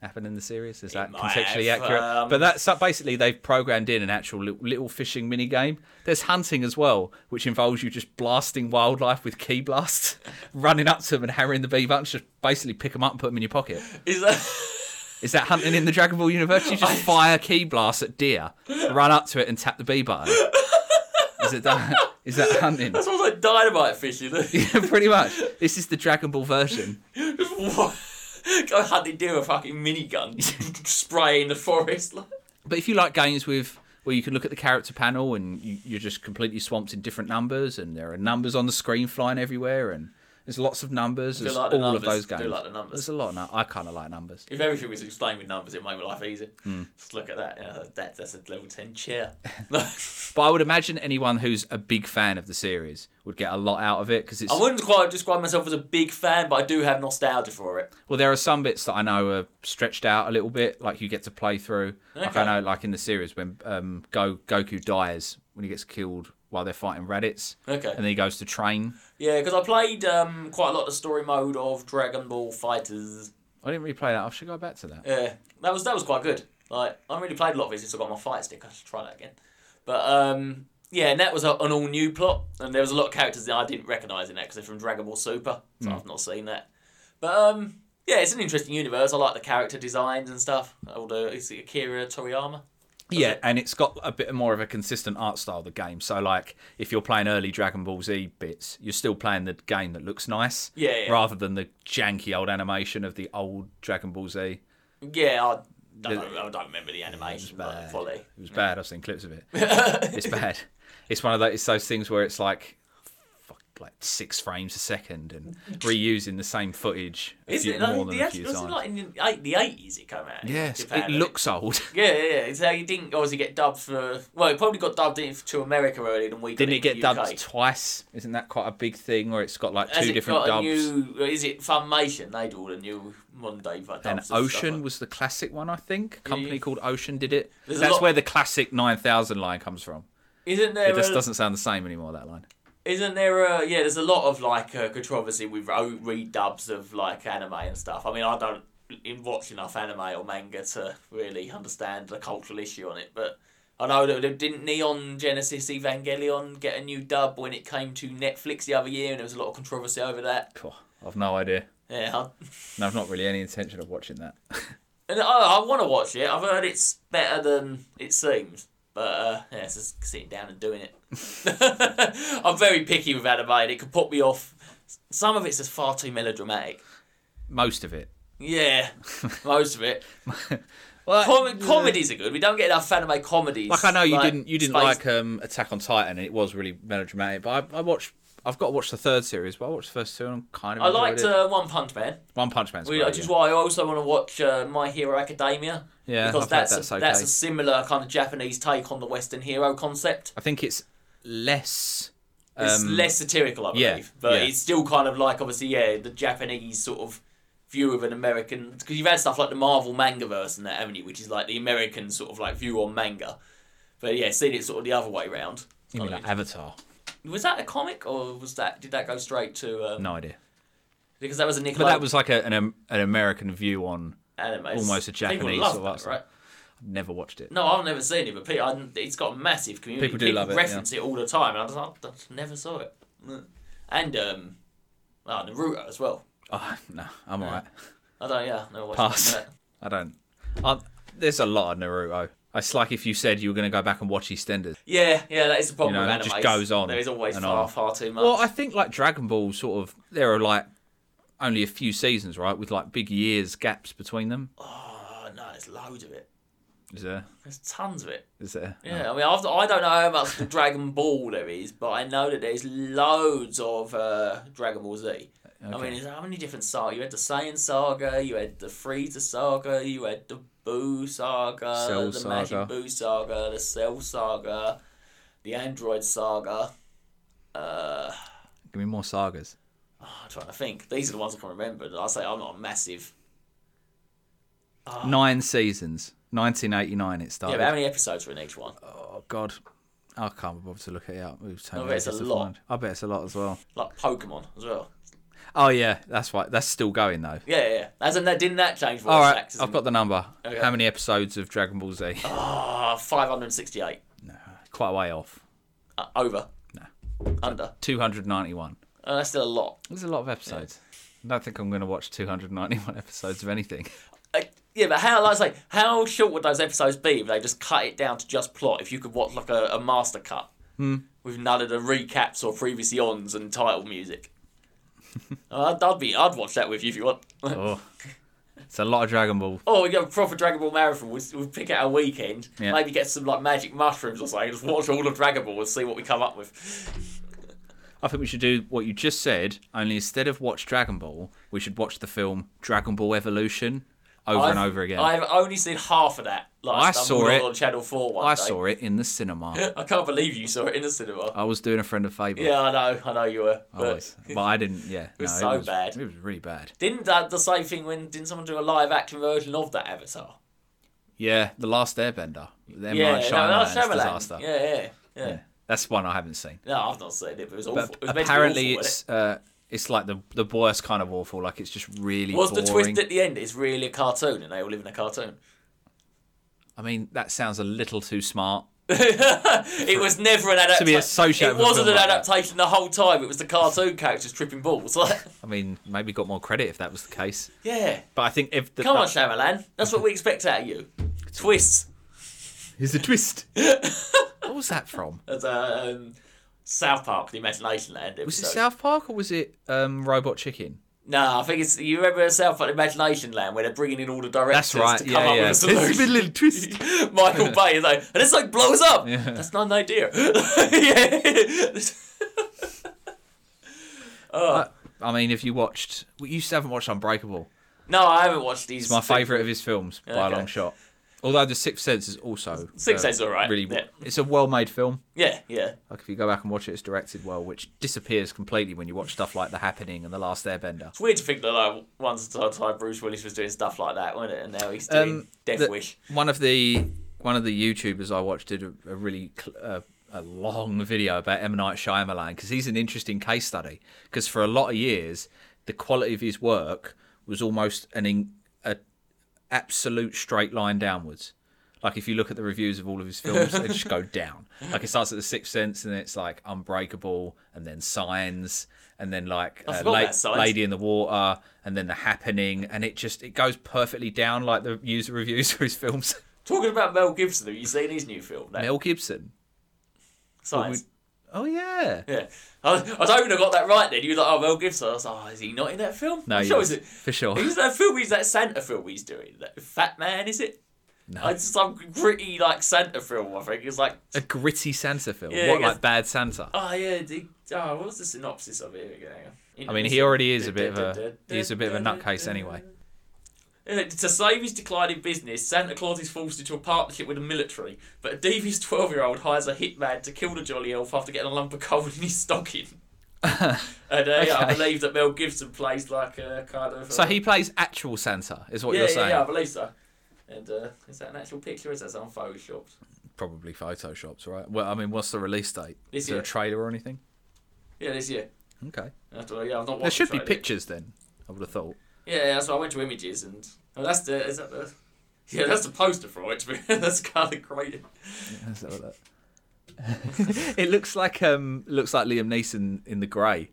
Speaker 1: Happen in the series? Is that
Speaker 2: might
Speaker 1: contextually
Speaker 2: have,
Speaker 1: accurate?
Speaker 2: um,
Speaker 1: But that's so basically they've programmed in an actual little, little fishing mini game. There's hunting as well, which involves you just blasting wildlife with key blasts, running up to them and hammering the bee buttons, just basically pick them up and put them in your pocket.
Speaker 2: Is that
Speaker 1: Is that hunting in the Dragon Ball universe? You just fire key blasts at deer, run up to it, and tap the B button. Is it that? Is that hunting?
Speaker 2: that sounds like dynamite fish, you know?
Speaker 1: Yeah, pretty much. This is the Dragon Ball version.
Speaker 2: Just wa- Go hunting deer with a fucking minigun spraying the forest. Like.
Speaker 1: But if you like games with where you can look at the character panel and you, you're just completely swamped in different numbers, and there are numbers on the screen flying everywhere, and There's lots of numbers. There's
Speaker 2: like the
Speaker 1: all
Speaker 2: numbers.
Speaker 1: of those
Speaker 2: Do
Speaker 1: games.
Speaker 2: like the numbers.
Speaker 1: There's a lot of. Nu- I kind of like numbers.
Speaker 2: If everything was explained with numbers, it would make my life easier. Just look at that. Yeah, that that's a level ten chair. I
Speaker 1: But I would imagine anyone who's a big fan of the series would get a lot out of it because it's
Speaker 2: wouldn't quite describe myself as a big fan, but I do have nostalgia for it.
Speaker 1: well. There are some bits that I know are stretched out a little bit, like you get to play through. Like I
Speaker 2: Okay.
Speaker 1: know, like in the series when um, Go Goku dies when he gets killed while they're fighting Raditz,
Speaker 2: Okay.
Speaker 1: and then he goes to train.
Speaker 2: Yeah, because I played um, quite a lot of the story mode of Dragon Ball Fighters.
Speaker 1: I didn't really play that. I should go back to that.
Speaker 2: Yeah, that was that was quite good. Like I haven't really played a lot of it since I got my fight stick. I should try that again. But um, yeah, and that was a, an all new plot, and there was a lot of characters that I didn't recognise in that because they're from Dragon Ball Super, so
Speaker 1: Hmm.
Speaker 2: I've not seen that. But um, yeah, it's an interesting universe. I like the character designs and stuff. All the is it Akira Toriyama?
Speaker 1: Yeah, and it's got a bit more of a consistent art style. The game, so like if you're playing early Dragon Ball Z bits, you're still playing the game that looks nice,
Speaker 2: Yeah, yeah.
Speaker 1: rather than the janky old animation of the old Dragon Ball Z.
Speaker 2: Yeah, I don't, know, I don't remember the animation
Speaker 1: bad.
Speaker 2: but fully.
Speaker 1: It was bad. I've seen clips of it. it's bad. It's one of those. It's those things where it's like, fuck, like six frames a second and reusing the same footage a
Speaker 2: Is
Speaker 1: few,
Speaker 2: it
Speaker 1: more
Speaker 2: like,
Speaker 1: than
Speaker 2: the,
Speaker 1: a
Speaker 2: was
Speaker 1: few
Speaker 2: it
Speaker 1: times.
Speaker 2: like in the eight- the eighties it came out? in
Speaker 1: Yes,
Speaker 2: Japan,
Speaker 1: it
Speaker 2: didn't
Speaker 1: looks old.
Speaker 2: Yeah, yeah, yeah. So he didn't obviously get dubbed for. Well, he probably got dubbed in to America earlier than we got
Speaker 1: Didn't it
Speaker 2: in
Speaker 1: get
Speaker 2: the UK.
Speaker 1: dubbed twice? Isn't that quite a big thing? Where it's got like
Speaker 2: Has
Speaker 1: two
Speaker 2: it
Speaker 1: different
Speaker 2: got
Speaker 1: dubs.
Speaker 2: a new? uh, Is it Funimation? They do all the new modern day dubs.
Speaker 1: and
Speaker 2: and stuff
Speaker 1: Ocean
Speaker 2: like-
Speaker 1: was the classic one, I think. Company
Speaker 2: Yeah.
Speaker 1: called Ocean did it.
Speaker 2: There's a
Speaker 1: That's
Speaker 2: lot-
Speaker 1: where the classic nine thousand line comes from.
Speaker 2: Isn't there?
Speaker 1: It just
Speaker 2: a,
Speaker 1: doesn't sound the same anymore. That line.
Speaker 2: Isn't there a? Yeah, there's a lot of like uh, controversy with o- redubs of like anime and stuff. I mean, I don't in- watch enough anime or manga to really understand the cultural issue on it, but. I know that didn't Neon Genesis Evangelion get a new dub when it came to Netflix the other year, and there was a lot of controversy over that.
Speaker 1: Phew, I've no idea.
Speaker 2: Yeah, I-
Speaker 1: And I've not really any intention of watching that.
Speaker 2: And I, I want to watch it. I've heard it's better than it seems. But uh, yeah, it's just sitting down and doing it. I'm very picky with anime, and it could put me off. Some of it's just far too melodramatic.
Speaker 1: Most of it.
Speaker 2: Yeah, most of it.
Speaker 1: Well, uh,
Speaker 2: Com- comedies are good. We don't get enough anime comedies.
Speaker 1: Like I know you didn't you didn't
Speaker 2: Space-
Speaker 1: like um, Attack on Titan and it was really melodramatic, but I, I watched I've got to watch the third series, but I watched the first two and I'm kind of
Speaker 2: I
Speaker 1: enjoyed
Speaker 2: liked
Speaker 1: it.
Speaker 2: uh, One Punch Man,
Speaker 1: One Punch Man's
Speaker 2: we,
Speaker 1: great,
Speaker 2: which is
Speaker 1: yeah.
Speaker 2: why I also want to watch uh, My Hero Academia.
Speaker 1: Yeah,
Speaker 2: because
Speaker 1: I've heard
Speaker 2: that's
Speaker 1: that's
Speaker 2: a,
Speaker 1: okay.
Speaker 2: that's a similar kind of Japanese take on the Western hero concept.
Speaker 1: I think it's less
Speaker 2: It's
Speaker 1: um,
Speaker 2: less satirical, I believe,
Speaker 1: yeah,
Speaker 2: but
Speaker 1: yeah.
Speaker 2: it's still kind of like obviously, yeah, the Japanese sort of view of an American. Because you've had stuff like the Marvel manga verse and that, haven't you? Which is like the American sort of like view on manga. But yeah, seeing it sort of the other way round.
Speaker 1: you mean like Avatar.
Speaker 2: Was that a comic or was that did that go straight to? Um,
Speaker 1: No idea.
Speaker 2: because that was a Nickelodeon
Speaker 1: But that was like a, an um, an American view on
Speaker 2: anime.
Speaker 1: almost a Japanese
Speaker 2: People love
Speaker 1: sort of
Speaker 2: that,
Speaker 1: art
Speaker 2: right?
Speaker 1: I've never watched it.
Speaker 2: No, I've never seen it, but people, I, it's got a massive community.
Speaker 1: People do love it,
Speaker 2: reference it all the time, and I just, I just never saw it. And um, oh, Naruto as well.
Speaker 1: Oh, no, I'm alright.
Speaker 2: I don't, yeah, I never watched
Speaker 1: Pass.
Speaker 2: that.
Speaker 1: I don't. i there's a lot of Naruto. It's like if you said you were going to go back and watch EastEnders.
Speaker 2: Yeah, yeah, that is the problem
Speaker 1: You know, it
Speaker 2: with
Speaker 1: just
Speaker 2: anime.
Speaker 1: goes on
Speaker 2: There is always
Speaker 1: and
Speaker 2: far,
Speaker 1: on.
Speaker 2: far too much.
Speaker 1: Well, I think like Dragon Ball, sort of, there are like only a few seasons, right, with like big years gaps between them.
Speaker 2: Oh no, there's loads of it.
Speaker 1: Is there?
Speaker 2: There's tons of it.
Speaker 1: Is there?
Speaker 2: Yeah, I mean, I've, I don't know how much the Dragon Ball there is, but I know that there's loads of uh, Dragon Ball Z. I mean, there's how many different sagas? You had the Saiyan saga, you had the Frieza saga, you had the Boo saga,
Speaker 1: Cell
Speaker 2: the
Speaker 1: saga.
Speaker 2: Majin Buu saga, the Cell saga, the Android saga. Uh,
Speaker 1: Give me more sagas.
Speaker 2: I'm trying to think. These are the ones I can remember. I say I'm not a massive.
Speaker 1: Nine seasons. 1989 it started.
Speaker 2: Yeah, but how many episodes are in each one?
Speaker 1: oh God, I can't be bothered to look it up. It was so
Speaker 2: I bet
Speaker 1: many
Speaker 2: it's a
Speaker 1: things to
Speaker 2: lot.
Speaker 1: find. I bet it's a lot as well.
Speaker 2: Like Pokemon as well.
Speaker 1: Oh yeah, that's right. That's still going though.
Speaker 2: Yeah, yeah. yeah. Hasn't that didn't that change voice
Speaker 1: All right,
Speaker 2: actors?
Speaker 1: I've got the number.
Speaker 2: Okay.
Speaker 1: How many episodes of Dragon Ball Z?
Speaker 2: Ah, 568.
Speaker 1: Quite a way off.
Speaker 2: Uh, over. No. Under.
Speaker 1: 291.
Speaker 2: Oh, that's still a lot.
Speaker 1: There's a lot of episodes. I don't think I'm going to watch 291 episodes of anything.
Speaker 2: Uh, yeah, but how like I say, how short would those episodes be if they just cut it down to just plot? If you could watch like a, a master cut
Speaker 1: Hmm.
Speaker 2: with none of the recaps or previously ons and title music. Uh, I'd, I'd be, I'd watch that with you if you want.
Speaker 1: Oh, it's a lot of Dragon Ball.
Speaker 2: Oh, we got a proper Dragon Ball marathon. We'll, we'll pick out a weekend.
Speaker 1: Yeah.
Speaker 2: Maybe get some like magic mushrooms or something. Just watch all of Dragon Ball and see what we come up with.
Speaker 1: I think we should do what you just said. Only instead of watch Dragon Ball, we should watch the film Dragon Ball Evolution over
Speaker 2: I've-
Speaker 1: and over again. I,
Speaker 2: I've only seen half of that last
Speaker 1: I
Speaker 2: time
Speaker 1: saw
Speaker 2: we were
Speaker 1: it.
Speaker 2: on Channel 4 one day.
Speaker 1: saw it in the cinema.
Speaker 2: I can't believe you saw it in the cinema.
Speaker 1: I was doing a friend a favour.
Speaker 2: Yeah, I know, I know you were.
Speaker 1: I
Speaker 2: But
Speaker 1: was, but I didn't. Yeah, it
Speaker 2: was
Speaker 1: no,
Speaker 2: so
Speaker 1: it was,
Speaker 2: bad.
Speaker 1: It was really bad.
Speaker 2: didn't that the same thing when didn't someone do a live action version of that Avatar?
Speaker 1: Yeah, the Last Airbender, the M.
Speaker 2: Yeah,
Speaker 1: Night
Speaker 2: no, no,
Speaker 1: Shyamalan's
Speaker 2: Shyamalan.
Speaker 1: disaster.
Speaker 2: Yeah, yeah, yeah,
Speaker 1: That's one I haven't seen.
Speaker 2: No, I've not seen it, but it was awful.
Speaker 1: But
Speaker 2: it was meant to be
Speaker 1: apparently,
Speaker 2: awful,
Speaker 1: it's
Speaker 2: wasn't
Speaker 1: uh, it's like the the worst kind of awful. Like it's just really
Speaker 2: it? was
Speaker 1: boring.
Speaker 2: the twist at the end. It's really a cartoon, and they all live in a cartoon.
Speaker 1: I mean, that sounds a little too smart.
Speaker 2: It was never an adaptation.
Speaker 1: be associated
Speaker 2: It
Speaker 1: with a
Speaker 2: wasn't an
Speaker 1: film like that.
Speaker 2: adaptation the whole time. It was the cartoon characters tripping balls. Like,
Speaker 1: I mean, maybe got more credit if that was the case.
Speaker 2: yeah,
Speaker 1: But I think if the,
Speaker 2: come on,
Speaker 1: that-
Speaker 2: Shyamalan. That's what we expect out of you. Twists.
Speaker 1: here's the twist. what was that from?
Speaker 2: That's uh, um, South Park, the Imagination Land. Episode.
Speaker 1: Was it South Park or was it um, Robot Chicken?
Speaker 2: No, I think it's you remember South Park, Imagination Land, where they're bringing in all the directors
Speaker 1: That's right.
Speaker 2: to come
Speaker 1: Yeah,
Speaker 2: up
Speaker 1: yeah.
Speaker 2: with a
Speaker 1: There's been a
Speaker 2: solution.
Speaker 1: little twist.
Speaker 2: Michael Bay is like, and it's like blows up.
Speaker 1: Yeah.
Speaker 2: That's not an idea. Yeah. oh.
Speaker 1: I mean, if you watched, well, you still haven't watched Unbreakable.
Speaker 2: no, I haven't watched these.
Speaker 1: It's my favourite of his films by
Speaker 2: Okay.
Speaker 1: a long shot. Although The Sixth Sense is also
Speaker 2: Sixth Sense is all right,
Speaker 1: Really,
Speaker 2: yeah.
Speaker 1: it's a well-made film.
Speaker 2: Yeah, yeah.
Speaker 1: Like if you go back and watch it, it's directed well, which disappears completely when you watch stuff like The Happening and The Last Airbender.
Speaker 2: It's weird to think that like once upon a time Bruce Willis was doing stuff like that, wasn't it? And now he's doing
Speaker 1: Um,
Speaker 2: Death
Speaker 1: the-
Speaker 2: Wish.
Speaker 1: One of the one of the YouTubers I watched did a, a really cl- uh, a long video about M Night Shyamalan because he's an interesting case study. Because for a lot of years, the quality of his work was almost an in, a absolute straight line downwards. Like if you look at the reviews of all of his films, they just go down. Like it starts at The Sixth Sense, and then it's like Unbreakable, and then Signs, and then like uh,
Speaker 2: forgot
Speaker 1: La-
Speaker 2: about Signs.
Speaker 1: Lady in the Water, and then The Happening, and it just it goes perfectly down like the user reviews for his films.
Speaker 2: Talking about Mel Gibson, have you seen his new film? That
Speaker 1: Mel Gibson.
Speaker 2: science.
Speaker 1: Oh yeah.
Speaker 2: Yeah, I, was- I don't even have got that right. Then you were like, "Oh, Mel Gibson." I was like, "Oh, is he not in that film?"
Speaker 1: No,
Speaker 2: I'm
Speaker 1: he
Speaker 2: sure
Speaker 1: was,
Speaker 2: he's-
Speaker 1: for sure.
Speaker 2: Who's that film? He's that Santa film he's doing. That Fat Man, is it? No. It's some gritty like Santa film. I think it's like,
Speaker 1: A gritty Santa film.
Speaker 2: Yeah,
Speaker 1: what
Speaker 2: yeah.
Speaker 1: like Bad Santa?
Speaker 2: oh yeah, the, oh, what was the synopsis of it again?
Speaker 1: I mean, he already is a bit of a he's a bit of a nutcase anyway.
Speaker 2: Uh, To save his declining business, Santa Claus is forced into a partnership with the military, but a devious 12 year old hires a hitman to kill the Jolly Elf after getting a lump of coal in his stocking. and uh, yeah, I
Speaker 1: Okay.
Speaker 2: believe that Mel Gibson plays like a kind of.
Speaker 1: So
Speaker 2: uh,
Speaker 1: he plays actual Santa, is what
Speaker 2: yeah,
Speaker 1: you're
Speaker 2: yeah,
Speaker 1: saying?
Speaker 2: yeah, I believe so. And uh, is that an actual picture or is that something photoshopped?
Speaker 1: Probably photoshops, right? Well, I mean, what's the release date?
Speaker 2: This
Speaker 1: is there
Speaker 2: year.
Speaker 1: a trailer or anything?
Speaker 2: Yeah, this year.
Speaker 1: Okay.
Speaker 2: After, yeah, I've not watched
Speaker 1: There
Speaker 2: the
Speaker 1: should be
Speaker 2: trailer.
Speaker 1: pictures then. I would have thought.
Speaker 2: Yeah, yeah, so I went to images and oh, that's the is that the yeah that's the poster for it. that's kind of great.
Speaker 1: Let's have a look. it looks like um looks like Liam Neeson in The Grey,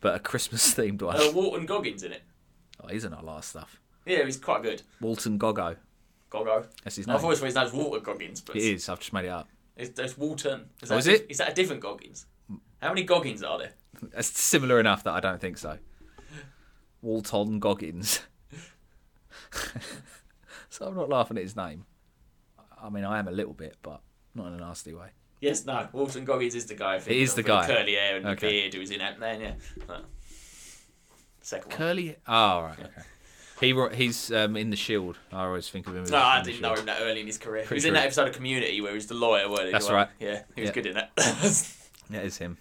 Speaker 1: but a Christmas themed one.
Speaker 2: uh, Walton Goggins in it.
Speaker 1: Oh, he's in a lot of stuff.
Speaker 2: Yeah, he's quite good.
Speaker 1: Walton Goggo.
Speaker 2: Goggo.
Speaker 1: That's his name.
Speaker 2: I've always thought his name's Walter Goggins, but
Speaker 1: It is. I've just made it up.
Speaker 2: It's, there's Walton. Is
Speaker 1: Oh,
Speaker 2: that
Speaker 1: is
Speaker 2: a diff-
Speaker 1: it?
Speaker 2: Is that a different Goggins? How many Goggins are there?
Speaker 1: It's similar enough that I don't think so. Walton Goggins. so I'm not laughing at his name. I mean, I am a little bit, but not in a nasty way.
Speaker 2: Yes, no. Walton Goggins is the guy. I think,
Speaker 1: He is the
Speaker 2: with
Speaker 1: guy.
Speaker 2: curly hair and
Speaker 1: Okay.
Speaker 2: the beard who was in Ant Man. Yeah. No. Second one.
Speaker 1: Curly. Oh, all right. Okay. He ro- he's um, in the Shield. I always think of him. As
Speaker 2: No,
Speaker 1: in
Speaker 2: I
Speaker 1: The
Speaker 2: didn't know
Speaker 1: Shield.
Speaker 2: him that early in his career. he
Speaker 1: Pretty
Speaker 2: was in
Speaker 1: sure
Speaker 2: that
Speaker 1: he-
Speaker 2: episode of Community where he was the lawyer, weren't he?
Speaker 1: That's
Speaker 2: The one-
Speaker 1: right.
Speaker 2: Yeah, he was
Speaker 1: Yeah.
Speaker 2: good in that.
Speaker 1: Yeah, it's him.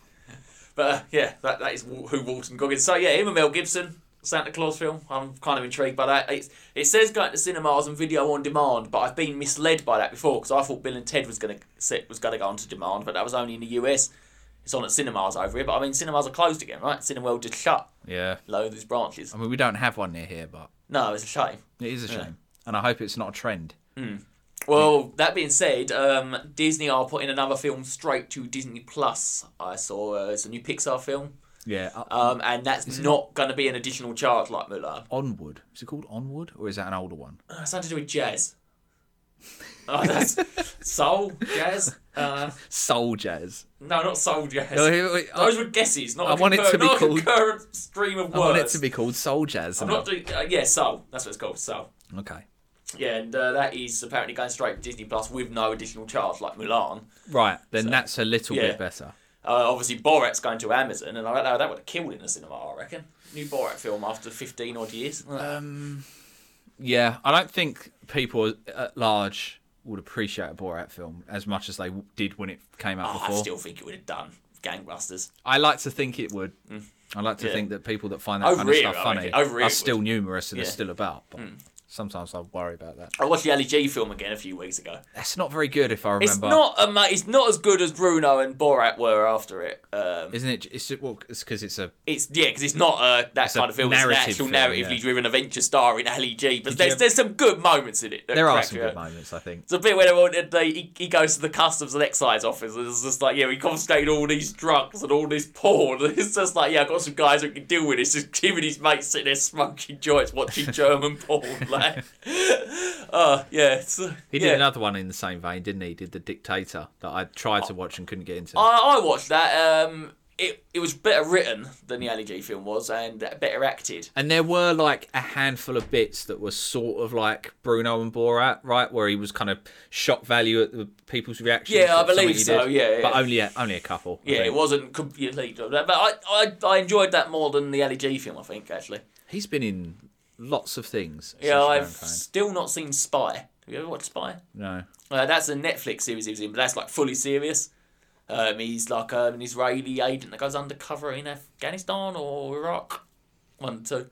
Speaker 2: But uh, yeah, that, that is Wa- who Walton Goggins. So yeah, him and Mel Gibson, Santa Claus film. I'm kind of intrigued by that. It's, it says going to cinemas and video on demand, but I've been misled by that before because I thought Bill and Ted was going to set was going to go onto demand, but that was only in the US. It's on at cinemas over here, but I mean cinemas are closed again, right? Cineworld just shut.
Speaker 1: Yeah.
Speaker 2: Load these branches.
Speaker 1: I mean, we don't have one near here, but
Speaker 2: No, it's a shame.
Speaker 1: it is a shame. And I hope it's not a trend.
Speaker 2: Well, that being said, um, Disney are putting another film straight to Disney Plus. I saw uh, it's a new Pixar film,
Speaker 1: Yeah.
Speaker 2: um, and that's not going to be an additional charge like Mulan.
Speaker 1: Onward. Is it called Onward, or is that an older one?
Speaker 2: Uh, It's something to do with jazz. Oh, that's soul jazz. Uh,
Speaker 1: Soul jazz.
Speaker 2: no, not soul jazz.
Speaker 1: Oh, here we-
Speaker 2: Those were guesses. Not
Speaker 1: I
Speaker 2: a
Speaker 1: want it
Speaker 2: concurrent,
Speaker 1: to be
Speaker 2: not
Speaker 1: called-
Speaker 2: a concurrent stream of words.
Speaker 1: I want it to be called Soul Jazz.
Speaker 2: I'm
Speaker 1: and
Speaker 2: not doing. Uh, yeah, soul. That's what it's called. Soul.
Speaker 1: I- Okay.
Speaker 2: Yeah, and uh, that is apparently going straight to Disney Plus with no additional charge, like Mulan.
Speaker 1: Right, then that's a little
Speaker 2: yeah.
Speaker 1: bit better.
Speaker 2: Uh, obviously, Borat's going to Amazon, and I don't know, that would have killed in the cinema, I reckon. New Borat film after 15 odd years.
Speaker 1: Uh, Um, Yeah, I don't think people at large would appreciate a Borat film as much as they w- did when it came out
Speaker 2: Oh, I
Speaker 1: before.
Speaker 2: still think it would have done gangbusters.
Speaker 1: I like to think it would. I like to
Speaker 2: Mm. Yeah.
Speaker 1: think that people that find that
Speaker 2: Over
Speaker 1: kind
Speaker 2: here,
Speaker 1: of stuff
Speaker 2: I
Speaker 1: funny
Speaker 2: reckon. Over here
Speaker 1: are
Speaker 2: it
Speaker 1: still numerous and they are
Speaker 2: Yeah. Mm.
Speaker 1: still about. But sometimes I worry about that.
Speaker 2: I watched the Ali G film again a few weeks ago.
Speaker 1: That's not very good, if I remember.
Speaker 2: It's not a, ma- it's not as good as Bruno and Borat were after it. Um,
Speaker 1: Isn't it? It's well, it's because it's a.
Speaker 2: it's yeah, because it's not uh, that
Speaker 1: a
Speaker 2: kind of film. It's an
Speaker 1: narrative
Speaker 2: actual
Speaker 1: film,
Speaker 2: narratively
Speaker 1: yeah.
Speaker 2: driven adventure star in Ali G. But there's,
Speaker 1: have-
Speaker 2: there's some good moments in it. that
Speaker 1: There are
Speaker 2: crack
Speaker 1: some
Speaker 2: you
Speaker 1: good
Speaker 2: up.
Speaker 1: moments, I think.
Speaker 2: It's a bit where they wanted, they, he, he goes to the customs and excise office and it's just like, yeah, we confiscated all these drugs and all this porn. It's just like, yeah, I've got some guys who can deal with this. Just him and his mates sitting there smoking joints, watching German porn. Like, uh, yeah. It's,
Speaker 1: He
Speaker 2: yeah.
Speaker 1: did another one in the same vein, didn't he? He Did the Dictator that I tried to watch and couldn't get into.
Speaker 2: I, I watched that. Um, it, it was better written than the Ali G film was and better acted.
Speaker 1: And there were like a handful of bits that were sort of like Bruno and Borat, right, where he was kind of shock value at the people's reactions.
Speaker 2: Yeah, I
Speaker 1: at something
Speaker 2: believe
Speaker 1: he
Speaker 2: so,
Speaker 1: did.
Speaker 2: yeah, yeah.
Speaker 1: but only a, only a couple. I
Speaker 2: Yeah, it
Speaker 1: think.
Speaker 2: wasn't completely. But I, I, I enjoyed that more than the Ali G film, I think, actually.
Speaker 1: he's been in lots of things. since
Speaker 2: Yeah, I've
Speaker 1: Mankind.
Speaker 2: still not seen Spy. Have you ever watched Spy?
Speaker 1: no.
Speaker 2: Uh, that's a Netflix series he was in, but that's like fully serious. Um, he's like um, an Israeli agent that goes undercover in Afghanistan or Iraq. One, two.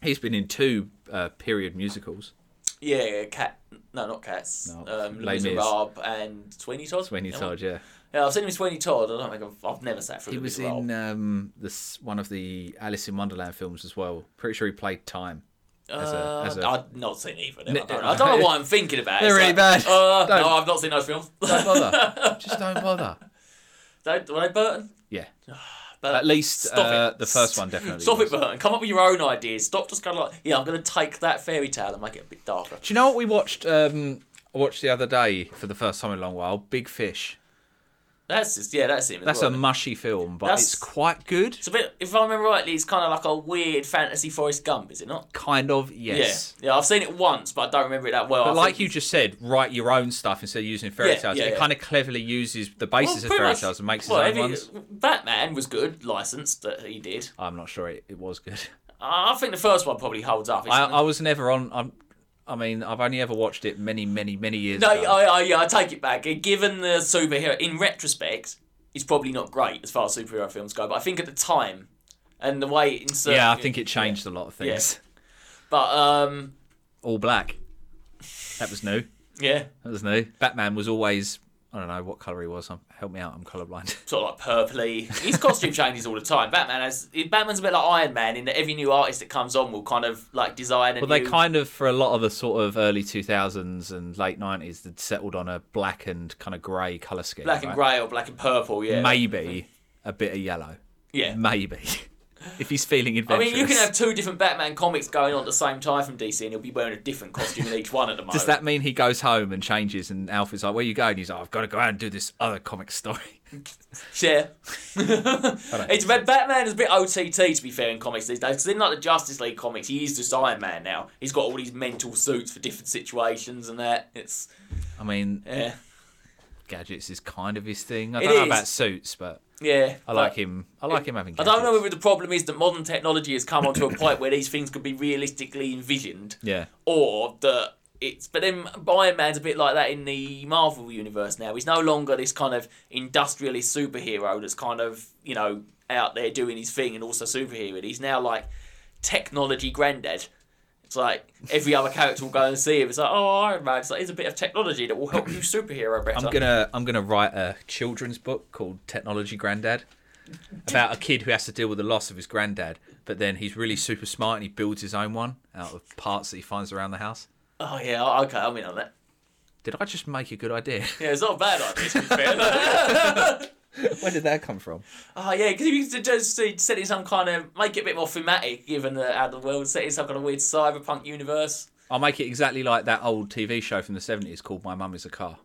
Speaker 1: He's been in two uh, period musicals.
Speaker 2: Yeah, Cat. No, not Cats.
Speaker 1: No,
Speaker 2: um,
Speaker 1: Les
Speaker 2: Les
Speaker 1: Mis.
Speaker 2: Miserables and Sweeney Todd.
Speaker 1: Sweeney
Speaker 2: Yeah,
Speaker 1: Todd, yeah.
Speaker 2: Yeah, I've seen him in Sweeney Todd. I don't think I've, I've never sat through
Speaker 1: He
Speaker 2: Les
Speaker 1: was
Speaker 2: Miserables.
Speaker 1: in um, this one of the Alice in Wonderland films as well. Pretty sure he played Time. as a-
Speaker 2: Uh,
Speaker 1: as a-
Speaker 2: I've not seen either. of them. I,
Speaker 1: No,
Speaker 2: don't know. I don't know what I'm thinking about.
Speaker 1: They're
Speaker 2: It's
Speaker 1: really
Speaker 2: like,
Speaker 1: bad.
Speaker 2: Uh,
Speaker 1: Don't-
Speaker 2: no, I've not seen those films.
Speaker 1: Don't bother. Just don't bother.
Speaker 2: Don't, were they Burton?
Speaker 1: Yeah.
Speaker 2: Burton.
Speaker 1: At least
Speaker 2: Stop
Speaker 1: uh,
Speaker 2: it.
Speaker 1: the first one definitely.
Speaker 2: Stop
Speaker 1: was.
Speaker 2: it, Burton. Come up with your own ideas. Stop just kind of like, yeah, I'm going to take that fairy tale and make it a bit darker.
Speaker 1: Do you know what we watched? Um, I watched the other day for the first time in a long while. Big Fish.
Speaker 2: That's just, yeah, that's him. as
Speaker 1: That's
Speaker 2: well.
Speaker 1: a mushy film, but
Speaker 2: That's-
Speaker 1: it's quite good.
Speaker 2: It's a bit, if I remember rightly, it's kind of like a weird fantasy Forrest Gump, is it not?
Speaker 1: Kind of, yes.
Speaker 2: Yeah, yeah. I've seen it once, but I don't remember it that well.
Speaker 1: But like you just said, write your own stuff instead of using fairy
Speaker 2: Yeah,
Speaker 1: tales.
Speaker 2: yeah,
Speaker 1: it
Speaker 2: yeah.
Speaker 1: kind of cleverly uses the basis of fairy tales and makes his own ones.
Speaker 2: Batman was good, licensed that he did.
Speaker 1: I'm not sure it, it was good.
Speaker 2: I I think the first one probably holds up. It's-
Speaker 1: I, I was never on. I'm, I mean, I've only ever watched it many, many, many years
Speaker 2: No,
Speaker 1: ago.
Speaker 2: I, I, yeah, I take it back. Given the superhero, in retrospect, it's probably not great as far as superhero films go. But I think at the time, and the way in certain,
Speaker 1: yeah, I think it changed a lot of things.
Speaker 2: But um,
Speaker 1: All black. That was new.
Speaker 2: yeah,
Speaker 1: That was new. Batman was always. I don't know what color he was. Um, Help me out. I'm colorblind.
Speaker 2: sort of like purpley. His costume changes all the time. Batman has Batman's a bit like Iron Man in that every new artist that comes on will kind of like design a
Speaker 1: Well, they
Speaker 2: new-
Speaker 1: kind of, for a lot of the sort of early 2000s and late 90s, they'd settled on a black and kind of grey colour scheme.
Speaker 2: black and
Speaker 1: right?
Speaker 2: grey or black and purple. Yeah,
Speaker 1: Maybe a bit of yellow.
Speaker 2: yeah.
Speaker 1: Maybe. if he's feeling
Speaker 2: I
Speaker 1: adventurous.
Speaker 2: mean, you can have two different Batman comics going on at the same time from DC, and he'll be wearing a different costume in each one at the moment.
Speaker 1: Does that mean he goes home and changes and Alfred's like, where you going? He's like, I've got to go out and do this other comic story.
Speaker 2: Yeah. it's but Batman is a bit OTT to be fair in comics these days because in like the Justice League comics he is just Iron Man now. He's got all these mental suits for different situations and that. It's
Speaker 1: I mean,
Speaker 2: yeah,
Speaker 1: gadgets is kind of his thing. I
Speaker 2: It
Speaker 1: don't know
Speaker 2: is.
Speaker 1: about suits, but
Speaker 2: yeah.
Speaker 1: I like him. I like him having
Speaker 2: I
Speaker 1: gadgets.
Speaker 2: don't know whether the problem is that modern technology has come onto a point where these things could be realistically envisioned,
Speaker 1: Yeah.
Speaker 2: or that it's. But then Iron Man's a bit like that in the Marvel universe now. He's no longer this kind of industrialist superhero that's kind of you know out there doing his thing and also superhero. He's now like technology granddad. It's like every other character will go and see him. It's like, oh, Iron Man, it's like, here's a bit of technology that will help you superhero better.
Speaker 1: I'm gonna I'm gonna write a children's book called Technology Granddad about a kid who has to deal with the loss of his granddad, but then he's really super smart and he builds his own one out of parts that he finds around the house.
Speaker 2: Oh, yeah, okay, I'm in on that.
Speaker 1: Did I just make a good idea?
Speaker 2: Yeah, it's not a bad idea, to be fair.
Speaker 1: Where did that come from?
Speaker 2: Oh yeah, because you could just uh, set it some kind of make it a bit more thematic, given the, how the world set it in some kind of weird cyberpunk universe.
Speaker 1: I'll make it exactly like that old TV show from the seventies called My Mum Is a Car.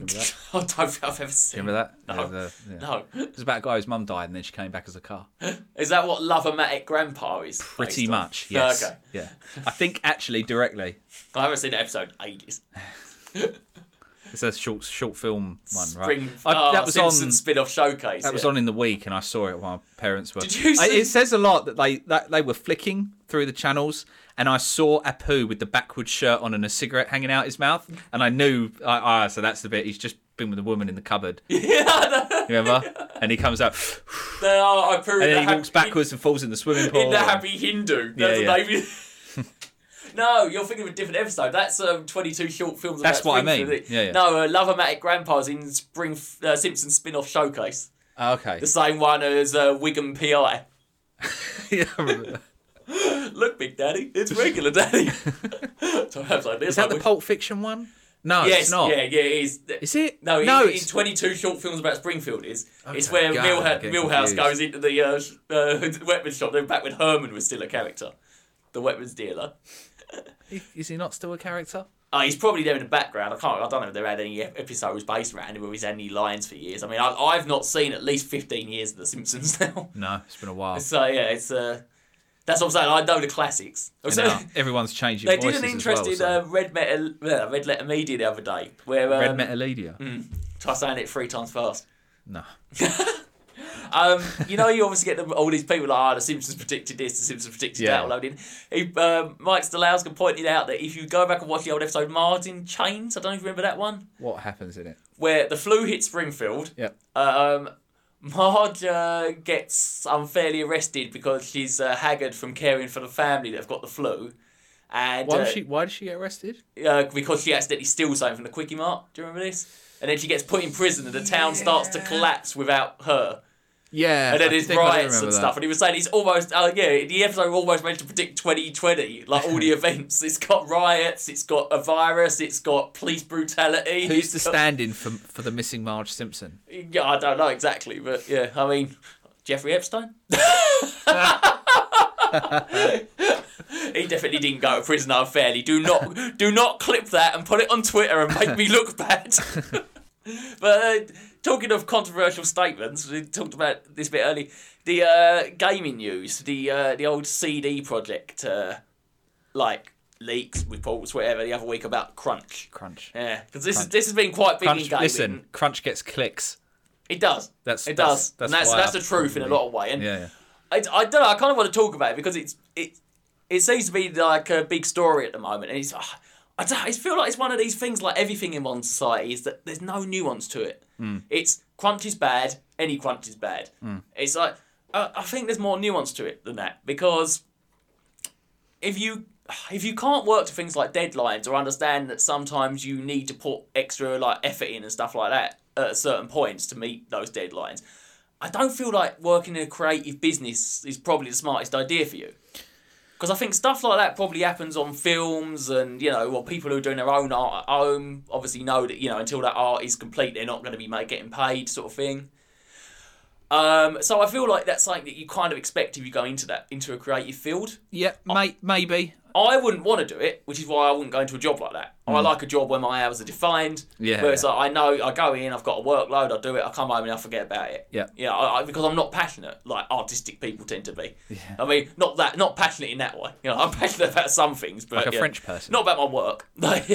Speaker 1: Remember that?
Speaker 2: I don't think I've ever seen.
Speaker 1: Remember that?
Speaker 2: No.
Speaker 1: Yeah, the- yeah.
Speaker 2: No,
Speaker 1: It was about a guy whose mum died and then she came back as a car.
Speaker 2: is that what Love-O-Matic Grandpa is?
Speaker 1: Pretty
Speaker 2: based on?
Speaker 1: much, yes.
Speaker 2: Okay,
Speaker 1: Yeah. I think actually directly.
Speaker 2: I haven't seen that episode in ages.
Speaker 1: It's a short short film one, right?
Speaker 2: Spring.
Speaker 1: I,
Speaker 2: ah,
Speaker 1: that was
Speaker 2: Simpson
Speaker 1: on.
Speaker 2: spin-off showcase.
Speaker 1: That was
Speaker 2: yeah.
Speaker 1: on in the week, and I saw it while my parents were.
Speaker 2: Did you
Speaker 1: I-
Speaker 2: see-
Speaker 1: It says a lot that they that they were flicking through the channels, and I saw Apu with the backwards shirt on and a cigarette hanging out his mouth, and I knew, ah, ah, so that's the bit. He's just been with a woman in the cupboard,
Speaker 2: yeah, I know.
Speaker 1: remember? and he comes out,
Speaker 2: They are- I
Speaker 1: and
Speaker 2: proved that
Speaker 1: then he
Speaker 2: hap-
Speaker 1: walks backwards and falls in the swimming
Speaker 2: in,
Speaker 1: pool.
Speaker 2: the Happy Hindu. That's
Speaker 1: Oh. Yeah,
Speaker 2: the name. no, you're thinking of a different episode. That's um, 22 short films.
Speaker 1: That's
Speaker 2: about
Speaker 1: what I mean.
Speaker 2: Springfield, isn't it?
Speaker 1: Yeah, yeah.
Speaker 2: No, uh, Love-O-Matic Grandpa's in Spring uh, Simpson spin-off showcase.
Speaker 1: Ah, okay.
Speaker 2: The same one as uh, Wigan PI.
Speaker 1: Yeah, I remember.
Speaker 2: Look, Big Daddy, it's regular Daddy. Sometimes like this.
Speaker 1: Is that the Pulp Fiction one? No,
Speaker 2: Yes,
Speaker 1: it's not.
Speaker 2: yeah, yeah, it is.
Speaker 1: Is it?
Speaker 2: No,
Speaker 1: no,
Speaker 2: in,
Speaker 1: it's
Speaker 2: in 22 short films about Springfield is. it's
Speaker 1: Okay,
Speaker 2: where
Speaker 1: God,
Speaker 2: Milha-
Speaker 1: I'm getting
Speaker 2: Milhouse
Speaker 1: confused.
Speaker 2: goes into the uh, uh, weapons shop. They're back when Herman was still a character, the weapons dealer.
Speaker 1: Is he not still a character?
Speaker 2: Uh, he's probably there in the background. I can't. I don't know if they had any ep- episodes based around him or he's had any lines for years. I mean, I, I've not seen at least 15 years of The Simpsons now.
Speaker 1: No, it's been a while.
Speaker 2: so yeah, it's uh, that's what I'm saying. I know the classics.
Speaker 1: And
Speaker 2: So-
Speaker 1: now everyone's changing.
Speaker 2: They did an
Speaker 1: voices as
Speaker 2: interesting
Speaker 1: well, so.
Speaker 2: uh, red metal, uh, red letter media the other day where
Speaker 1: Red
Speaker 2: um,
Speaker 1: Metaledia.
Speaker 2: try saying it three times fast.
Speaker 1: No.
Speaker 2: Um, you know, you obviously get the, all these people like, ah, the Simpsons predicted this, the Simpsons predicted
Speaker 1: Yeah.
Speaker 2: that. Loading. He, um, Mike Stalowska pointed out that if you go back and watch the old episode Martin Chains, I don't know if you remember that one,
Speaker 1: What happens in it?
Speaker 2: where the flu hits Springfield.
Speaker 1: Yep.
Speaker 2: Um, Marge uh, gets unfairly arrested because she's uh, haggard from caring for the family that have got the flu. And
Speaker 1: Why
Speaker 2: uh,
Speaker 1: does she? Why does she get arrested?
Speaker 2: uh, because she accidentally steals something from the Quickie Mart. Do you remember this? And then she gets put in prison, and the town starts to collapse without her.
Speaker 1: Yeah.
Speaker 2: And then there's riots and stuff. And he was saying he's almost, uh, yeah, the episode almost managed to predict 2020, like all the events. It's got riots, it's got a virus, it's got police brutality.
Speaker 1: Who's the
Speaker 2: it's got-
Speaker 1: stand-in for for the missing Marge Simpson?
Speaker 2: Yeah, I don't know exactly, but yeah, I mean, Jeffrey Epstein? he definitely didn't go to prison unfairly. Do not, do not clip that and put it on Twitter and make me look bad. but uh, talking of controversial statements, we talked about this a bit early. The uh, gaming news, the uh, the old CD project, uh, like leaks, reports, whatever. The other week about Crunch.
Speaker 1: Crunch.
Speaker 2: Yeah, because this is this has been quite big in
Speaker 1: Crunch.
Speaker 2: gaming.
Speaker 1: Listen, Crunch gets clicks.
Speaker 2: It does.
Speaker 1: That's-
Speaker 2: it
Speaker 1: that's-
Speaker 2: does.
Speaker 1: that's
Speaker 2: and that's
Speaker 1: why
Speaker 2: that's
Speaker 1: I
Speaker 2: the truth in a
Speaker 1: probably-
Speaker 2: lot of way. And
Speaker 1: Yeah. yeah.
Speaker 2: I, I don't know. I kind of want to talk about it because it's it it seems to be like a big story at the moment, and it's ah, I don't. I feel like it's one of these things like everything in modern society is that there's no nuance to it.
Speaker 1: Hmm.
Speaker 2: It's crunch is bad. Any crunch is bad. It's like I, I think there's more nuance to it than that because if you if you can't work to things like deadlines or understand that sometimes you need to put extra like effort in and stuff like that at certain points to meet those deadlines i don't feel like working in a creative business is probably the smartest idea for you because i think stuff like that probably happens on films and you know or people who are doing their own art at home obviously know that you know until that art is complete they're not going to be made getting paid sort of thing um, so I feel like that's something that you kind of expect if you go into that into a creative field.
Speaker 1: Yeah. Mate, maybe.
Speaker 2: I wouldn't want to do it, which is why I wouldn't go into a job like that. I like a job where my hours are defined.
Speaker 1: Hmm. Yeah.
Speaker 2: Where it's like I know I go in, I've got a workload, I do it, I come home and I forget about it.
Speaker 1: Yeah.
Speaker 2: Yeah, I, I, because I'm not passionate like artistic people tend to be. Yeah. I mean, not that, not passionate in that way. You know, I'm passionate about some things, but
Speaker 1: Like a
Speaker 2: yeah.
Speaker 1: French person.
Speaker 2: not about my work. but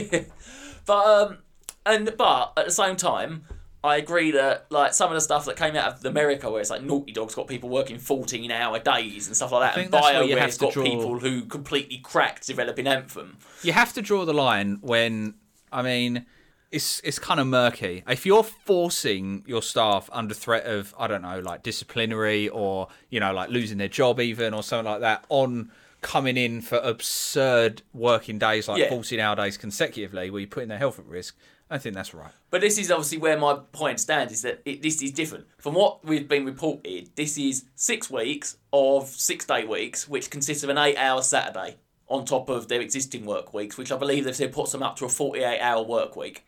Speaker 2: um, and but at the same time, I agree that like some of the stuff that came out of America, where it's like Naughty Dog's got people working fourteen hour days and stuff like that,
Speaker 1: think
Speaker 2: and
Speaker 1: that's where
Speaker 2: BioWare's
Speaker 1: you have to
Speaker 2: got
Speaker 1: draw-
Speaker 2: people who completely cracked developing Anthem.
Speaker 1: You have to draw the line when. I mean. It's, it's kind of murky. If you're forcing your staff under threat of, I don't know, like disciplinary or, you know, like losing their job even or something like that on coming in for absurd working days, like
Speaker 2: Yeah.
Speaker 1: 14 hour days consecutively, where you're putting their health at risk, I think that's right.
Speaker 2: But this is obviously where my point stands is that it, this is different from what we've been reported. This is six weeks of six day weeks, which consists of an eight hour Saturday on top of their existing work weeks, which I believe they've said puts them up to a 48 hour work week.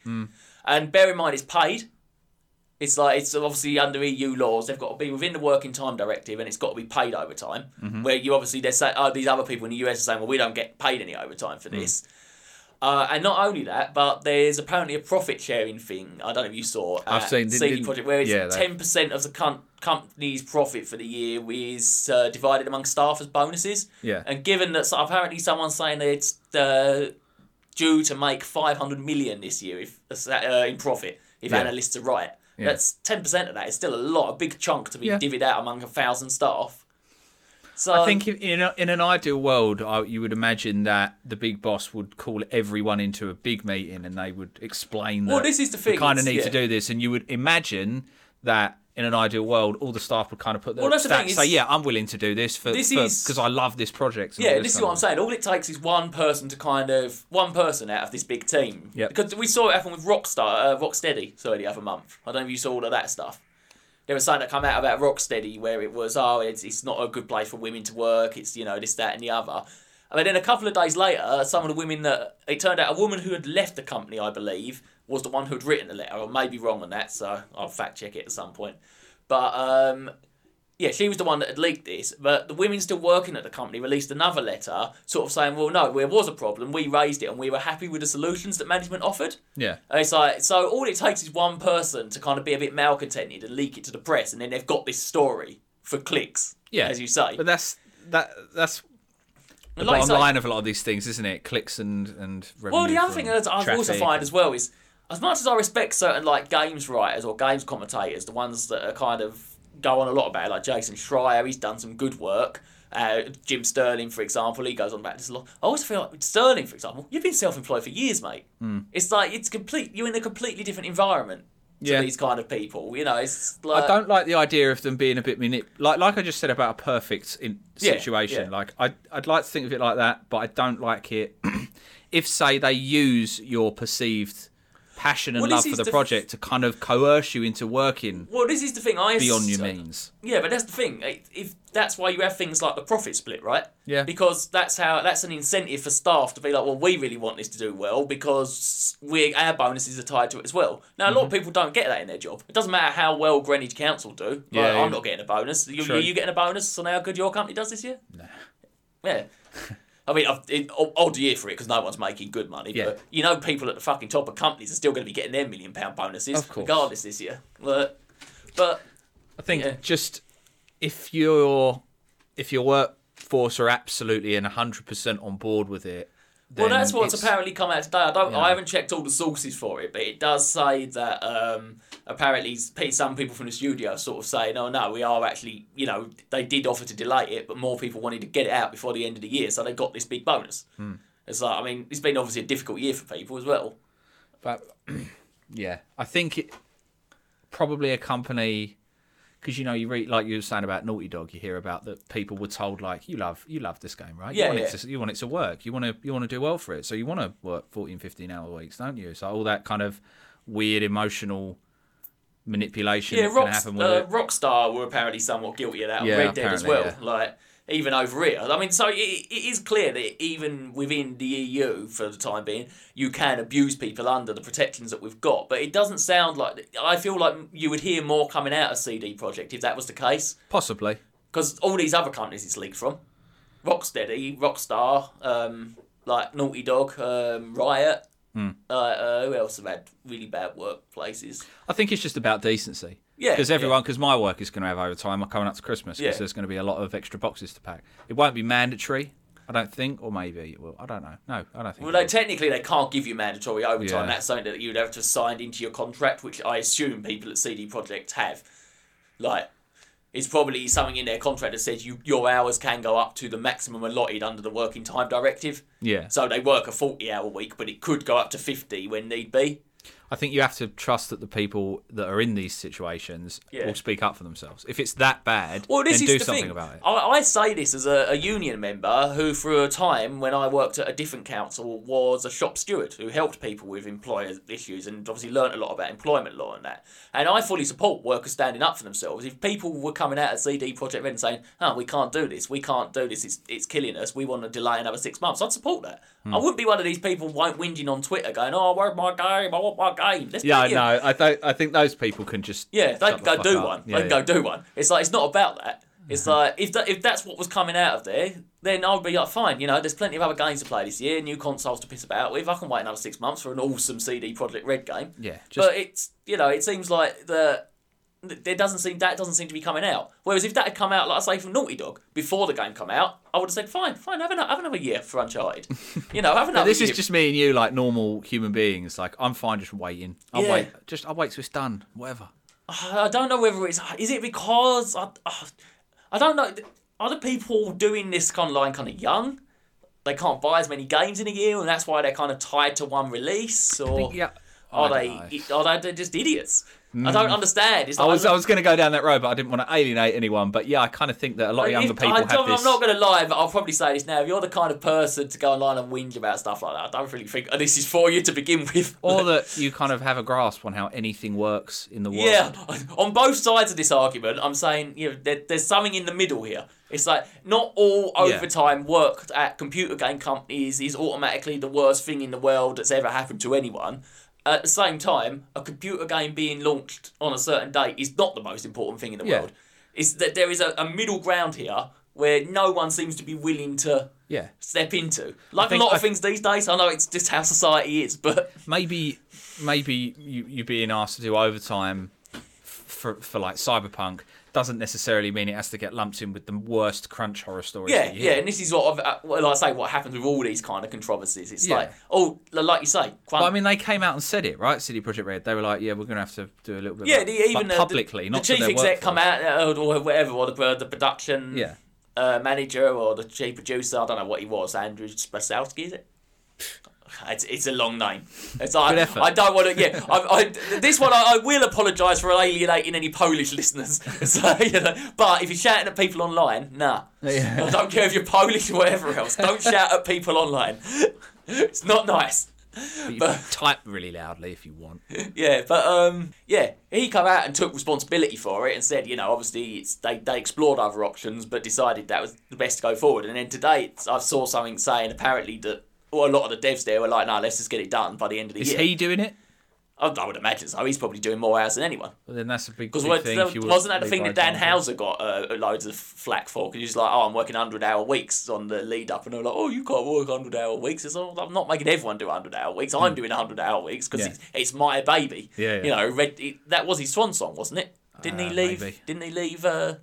Speaker 2: And bear in mind, it's paid. It's like it's obviously under EU laws. They've got to be within the working time directive, and it's got to be paid overtime.
Speaker 1: Mm-hmm.
Speaker 2: Where you obviously they're saying, oh, these other people in the US are saying, well, we don't get paid any overtime
Speaker 1: Mm.
Speaker 2: for this. Uh, and not only that, but there's apparently a profit sharing thing. I don't know if you saw.
Speaker 1: I've
Speaker 2: at
Speaker 1: seen- didn't-
Speaker 2: CD
Speaker 1: didn't-
Speaker 2: Project where
Speaker 1: yeah,
Speaker 2: it's
Speaker 1: that-
Speaker 2: ten percent of the com- company's profit for the year is uh, divided among staff as bonuses.
Speaker 1: Yeah.
Speaker 2: And given that so apparently someone's saying that it's uh, due to make 500 million this year if uh, in profit if
Speaker 1: Yeah.
Speaker 2: analysts are right. That's 10% of that. It's still a lot, a big chunk to be
Speaker 1: Yeah.
Speaker 2: divvied out among a thousand staff. So
Speaker 1: I think if- in a, in an ideal world, I, you would imagine that the big boss would call everyone into a big meeting and they would explain. That
Speaker 2: Well, this is the thing,
Speaker 1: We kind of
Speaker 2: it's-
Speaker 1: need to
Speaker 2: yeah.
Speaker 1: do this, and you would imagine that in an ideal world, all the staff would kind of put their
Speaker 2: Well, that's the
Speaker 1: stats,
Speaker 2: thing,
Speaker 1: say,
Speaker 2: it's-
Speaker 1: "Yeah, I'm willing to do this for
Speaker 2: This is-
Speaker 1: because I love this project." and all
Speaker 2: Yeah, this is
Speaker 1: kind
Speaker 2: what
Speaker 1: of-
Speaker 2: I'm saying. All it takes is one person to kind of one person out of this big team.
Speaker 1: Yep.
Speaker 2: Because we saw it happen with Rockstar, uh, Rocksteady. Sorry, the other month. I don't know if you saw all of that stuff. There was something that come out about Rocksteady where it was, oh, it's, it's not a good place for women to work. It's you know this, that, and the other. And then a couple of days later, some of the women that it turned out a woman who had left the company, I believe, was the one who had written the letter. I may be wrong on that, so I'll fact check it at some point. But um, yeah, she was the one that had leaked this, but the women still working at the company released another letter, sort of saying, "Well, no, there was a problem. We raised it, and we were happy with the solutions that management offered."
Speaker 1: Yeah,
Speaker 2: And it's like, so all it takes is one person to kind of be a bit malcontented and leak it to the press, and then they've got this story for clicks,
Speaker 1: yeah,
Speaker 2: as you say.
Speaker 1: But that's that that's
Speaker 2: And
Speaker 1: the
Speaker 2: like you
Speaker 1: bottom
Speaker 2: say-
Speaker 1: line of a lot of these things, isn't it? Clicks and and revenue
Speaker 2: Well, the other
Speaker 1: from
Speaker 2: thing that I've also
Speaker 1: traffic.
Speaker 2: find as well is, as much as I respect certain like games writers or games commentators, the ones that are kind of go on a lot about it, like Jason Schreier, he's done some good work. Uh, Jim Sterling, for example, he goes on about this a lot. I always feel like with Sterling, for example, you've been self-employed for years, mate.
Speaker 1: Hmm.
Speaker 2: It's like it's complete. You're in a completely different environment to
Speaker 1: Yeah.
Speaker 2: these kind of people. You know, it's like
Speaker 1: I don't like the idea of them being a bit manip- like like I just said about a perfect in-
Speaker 2: Yeah,
Speaker 1: situation.
Speaker 2: yeah.
Speaker 1: Like I I'd like to think of it like that, but I don't like it if say they use your perceived passion and
Speaker 2: Well,
Speaker 1: love
Speaker 2: this
Speaker 1: for the
Speaker 2: is the f-
Speaker 1: project to kind of coerce you into working
Speaker 2: Well, this is the thing. I
Speaker 1: beyond your
Speaker 2: so-
Speaker 1: means.
Speaker 2: Yeah, but that's the thing. If- If that's why you have things like the profit split, right?
Speaker 1: Yeah.
Speaker 2: Because that's how that's an incentive for staff to be like, well, we really want this to do well because we our bonuses are tied to it as well. Now a lot of
Speaker 1: Mm-hmm.
Speaker 2: people don't get that in their job. It doesn't matter how well Greenwich Council do. Like,
Speaker 1: Yeah, yeah.
Speaker 2: I'm not getting a bonus. You,
Speaker 1: True.
Speaker 2: you, you getting a bonus on how good your company does this year? No. Yeah. I mean, I've- it, o- odd year for it because no one's making good money.
Speaker 1: Yeah.
Speaker 2: But you know, people at the fucking top of companies are still going to be getting their million pound bonuses
Speaker 1: Of course.
Speaker 2: regardless this year. But, but
Speaker 1: I think
Speaker 2: Yeah.
Speaker 1: just if your if your workforce are absolutely and hundred percent on board with it.
Speaker 2: Well,
Speaker 1: then
Speaker 2: that's what's
Speaker 1: it's-
Speaker 2: apparently come out today. I don't.
Speaker 1: Yeah.
Speaker 2: I haven't checked all the sources for it, but it does say that um, apparently s- pe- some people from the studio sort of saying, "Oh no, we are actually, you know, they did offer to delay it, but more people wanted to get it out before the end of the year, so they got this big bonus."
Speaker 1: Hmm.
Speaker 2: It's like, I mean, it's been obviously a difficult year for people as well.
Speaker 1: But yeah, I think it probably a company because you know you read like you were saying about Naughty Dog, you hear about that people were told like you love you love this game, right?
Speaker 2: Yeah,
Speaker 1: you want
Speaker 2: yeah.
Speaker 1: It to, you want it to work. You want to you want to do well for it. So you want to work 14, 15 hour weeks, don't you? So all that kind of weird emotional manipulation
Speaker 2: Yeah,
Speaker 1: that can
Speaker 2: Rocks-
Speaker 1: happen with
Speaker 2: uh,
Speaker 1: it.
Speaker 2: Rockstar were apparently somewhat guilty of that on
Speaker 1: Yeah,
Speaker 2: Red Dead as well.
Speaker 1: apparently,
Speaker 2: Like even over here, I mean, so it, it is clear that even within the EU for the time being, you can abuse people under the protections that we've got. But it doesn't sound like I feel like you would hear more coming out of CD Projekt if that was the case,
Speaker 1: Possibly.
Speaker 2: because all these other companies it's leaked from, Rocksteady, Rockstar, um, like Naughty Dog, um, Riot.
Speaker 1: Hmm.
Speaker 2: Uh, uh, who else have had really bad workplaces?
Speaker 1: I think it's just about decency.
Speaker 2: Yeah,
Speaker 1: Because
Speaker 2: yeah.
Speaker 1: everyone, because my work is going to have overtime coming up to Christmas because
Speaker 2: Yeah.
Speaker 1: there's going to be a lot of extra boxes to pack. It won't be mandatory, I don't think, or maybe it will. I don't know. No, I don't think.
Speaker 2: Well,
Speaker 1: it
Speaker 2: they
Speaker 1: will.
Speaker 2: technically they can't give you mandatory overtime.
Speaker 1: Yeah.
Speaker 2: That's something that you'd have to sign into your contract, which I assume people at CD Projekt have. Like, it's probably something in their contract that says you your hours can go up to the maximum allotted under the working time directive.
Speaker 1: yeah.
Speaker 2: So they work a forty-hour week, but it could go up to fifty when need be.
Speaker 1: I think you have to trust that the people that are in these situations
Speaker 2: Yeah.
Speaker 1: will speak up for themselves. If it's that bad,
Speaker 2: Well, this
Speaker 1: then
Speaker 2: is
Speaker 1: do
Speaker 2: the
Speaker 1: something
Speaker 2: thing.
Speaker 1: about it.
Speaker 2: I, I say this as a, a union member who, for a time when I worked at a different council, was a shop steward who helped people with employer issues and obviously learnt a lot about employment law and that. And I fully support workers standing up for themselves. If people were coming out of CD Project Red and saying, "Oh, we can't do this. We can't do this. It's it's killing us. We want to delay another six months," I'd support that.
Speaker 1: Hmm.
Speaker 2: I wouldn't be one of these people won't whinging on Twitter going, "Oh, I want my game. I want my game." Let's
Speaker 1: Yeah,
Speaker 2: bring it."
Speaker 1: no, I, th- I think those people can just
Speaker 2: Yeah, they
Speaker 1: shut the
Speaker 2: can go
Speaker 1: fuck
Speaker 2: do
Speaker 1: up.
Speaker 2: one.
Speaker 1: Yeah,
Speaker 2: they can
Speaker 1: yeah. Mm-hmm.
Speaker 2: go do one. It's like it's not about that. It's like if that, if that's what was coming out of there, then I'd be like, fine, you know, there's plenty of other games to play this year, new consoles to piss about with. I can wait another six months for an awesome CD Project Red game.
Speaker 1: Yeah, just
Speaker 2: But it's you know, it seems like the there doesn't seem that doesn't seem to be coming out. Whereas if that had come out, like I say, from Naughty Dog before the game come out, I would have said, fine, fine, have another, have another year for Uncharted. You know, have another.
Speaker 1: This
Speaker 2: year.
Speaker 1: is just me and you, like normal human beings. Like I'm fine, just waiting. I will
Speaker 2: Yeah.
Speaker 1: wait, just I will wait till it's done. Whatever.
Speaker 2: I don't know whether it's is it because I, ah, I don't know. Are the people doing this kind of line kind of young? They can't buy as many games in a year, and that's why they're kind of tied to one release. Or
Speaker 1: Yeah.
Speaker 2: are
Speaker 1: I
Speaker 2: they
Speaker 1: don't know. Hmm.
Speaker 2: are they they're just idiots? I don't understand. It's
Speaker 1: I
Speaker 2: like-
Speaker 1: was I was going to go down that road, but I didn't want to alienate anyone. But yeah, I kind of think that a lot of
Speaker 2: If-
Speaker 1: younger people
Speaker 2: I
Speaker 1: have
Speaker 2: don't-
Speaker 1: this.
Speaker 2: I'm not going to lie, but I'll probably say this now. If you're the kind of person to go online and whinge about stuff like that, I don't really think this is for you to begin with.
Speaker 1: or that you kind of have a grasp on how anything works in the world.
Speaker 2: Yeah, on both sides of this argument, I'm saying you know, there, there's something in the middle here. It's like not all
Speaker 1: Yeah.
Speaker 2: overtime worked at computer game companies is automatically the worst thing in the world that's ever happened to anyone. At the same time, a computer game being launched on a certain date is not the most important thing in the
Speaker 1: Yeah.
Speaker 2: world. It's that there is a, a middle ground here where no one seems to be willing to
Speaker 1: Yeah.
Speaker 2: step into. Like
Speaker 1: think
Speaker 2: a lot
Speaker 1: I-
Speaker 2: of things these days, I know it's just how society is, but
Speaker 1: Maybe maybe you you being asked to do overtime f- for for like cyberpunk doesn't necessarily mean it has to get lumped in with the worst crunch horror stories.
Speaker 2: Yeah,
Speaker 1: that you
Speaker 2: yeah,
Speaker 1: hear.
Speaker 2: and this is what I've, uh, well, I say what happens with all these kind of controversies. It's
Speaker 1: Yeah.
Speaker 2: like, oh, li- like you say, quite,
Speaker 1: But I mean, they came out and said it, right? City Project Red. They were like, "Yeah, we're going to have to do a little bit."
Speaker 2: yeah,
Speaker 1: like,
Speaker 2: the,
Speaker 1: like,
Speaker 2: even uh, the- the-
Speaker 1: publicly,
Speaker 2: the,
Speaker 1: not to
Speaker 2: chief
Speaker 1: their
Speaker 2: exec
Speaker 1: workforce.
Speaker 2: come out uh, or whatever, or the uh, the production
Speaker 1: Yeah.
Speaker 2: uh, manager or the chief producer. I don't know what he was. Andrew Spasowski, is it? It's, it's a long name. It's like,
Speaker 1: Good effort.
Speaker 2: I don't want to. Yeah, I, I, this one I, I will apologise for alienating any Polish listeners. So, you know, but if you're shouting at people online, nah.
Speaker 1: Yeah.
Speaker 2: I don't care if you're Polish or whatever else. Don't shout at people online. It's not nice.
Speaker 1: But you
Speaker 2: But-
Speaker 1: can type really loudly if you want.
Speaker 2: Yeah, but um, yeah, he come out and took responsibility for it and said, you know, obviously it's they, they explored other options but decided that was the best to go forward. And then today it's, I saw something saying apparently that well, a lot of the devs there were like, no, let's just get it done by the end of the
Speaker 1: Is
Speaker 2: year.
Speaker 1: he doing it?
Speaker 2: I, I would imagine so. He's probably doing more hours than anyone.
Speaker 1: Well, then that's a big,
Speaker 2: Because
Speaker 1: big
Speaker 2: what,
Speaker 1: thing. if you were
Speaker 2: wasn't that the
Speaker 1: lead
Speaker 2: thing
Speaker 1: by
Speaker 2: that Dan
Speaker 1: example.
Speaker 2: Houser got uh, loads of flack for? Because he was like, oh, I'm working 100 hour weeks on the lead up. And they're like, oh, you can't work 100 hour weeks. It's all, I'm not making everyone do 100 hour weeks. I'm doing 100 hour weeks because
Speaker 1: Hmm. Yeah.
Speaker 2: it's, it's my baby.
Speaker 1: Yeah, yeah.
Speaker 2: You know, Red, it, that was his swan song, wasn't it? Didn't
Speaker 1: Uh,
Speaker 2: he leave?
Speaker 1: maybe.
Speaker 2: Didn't he leave uh,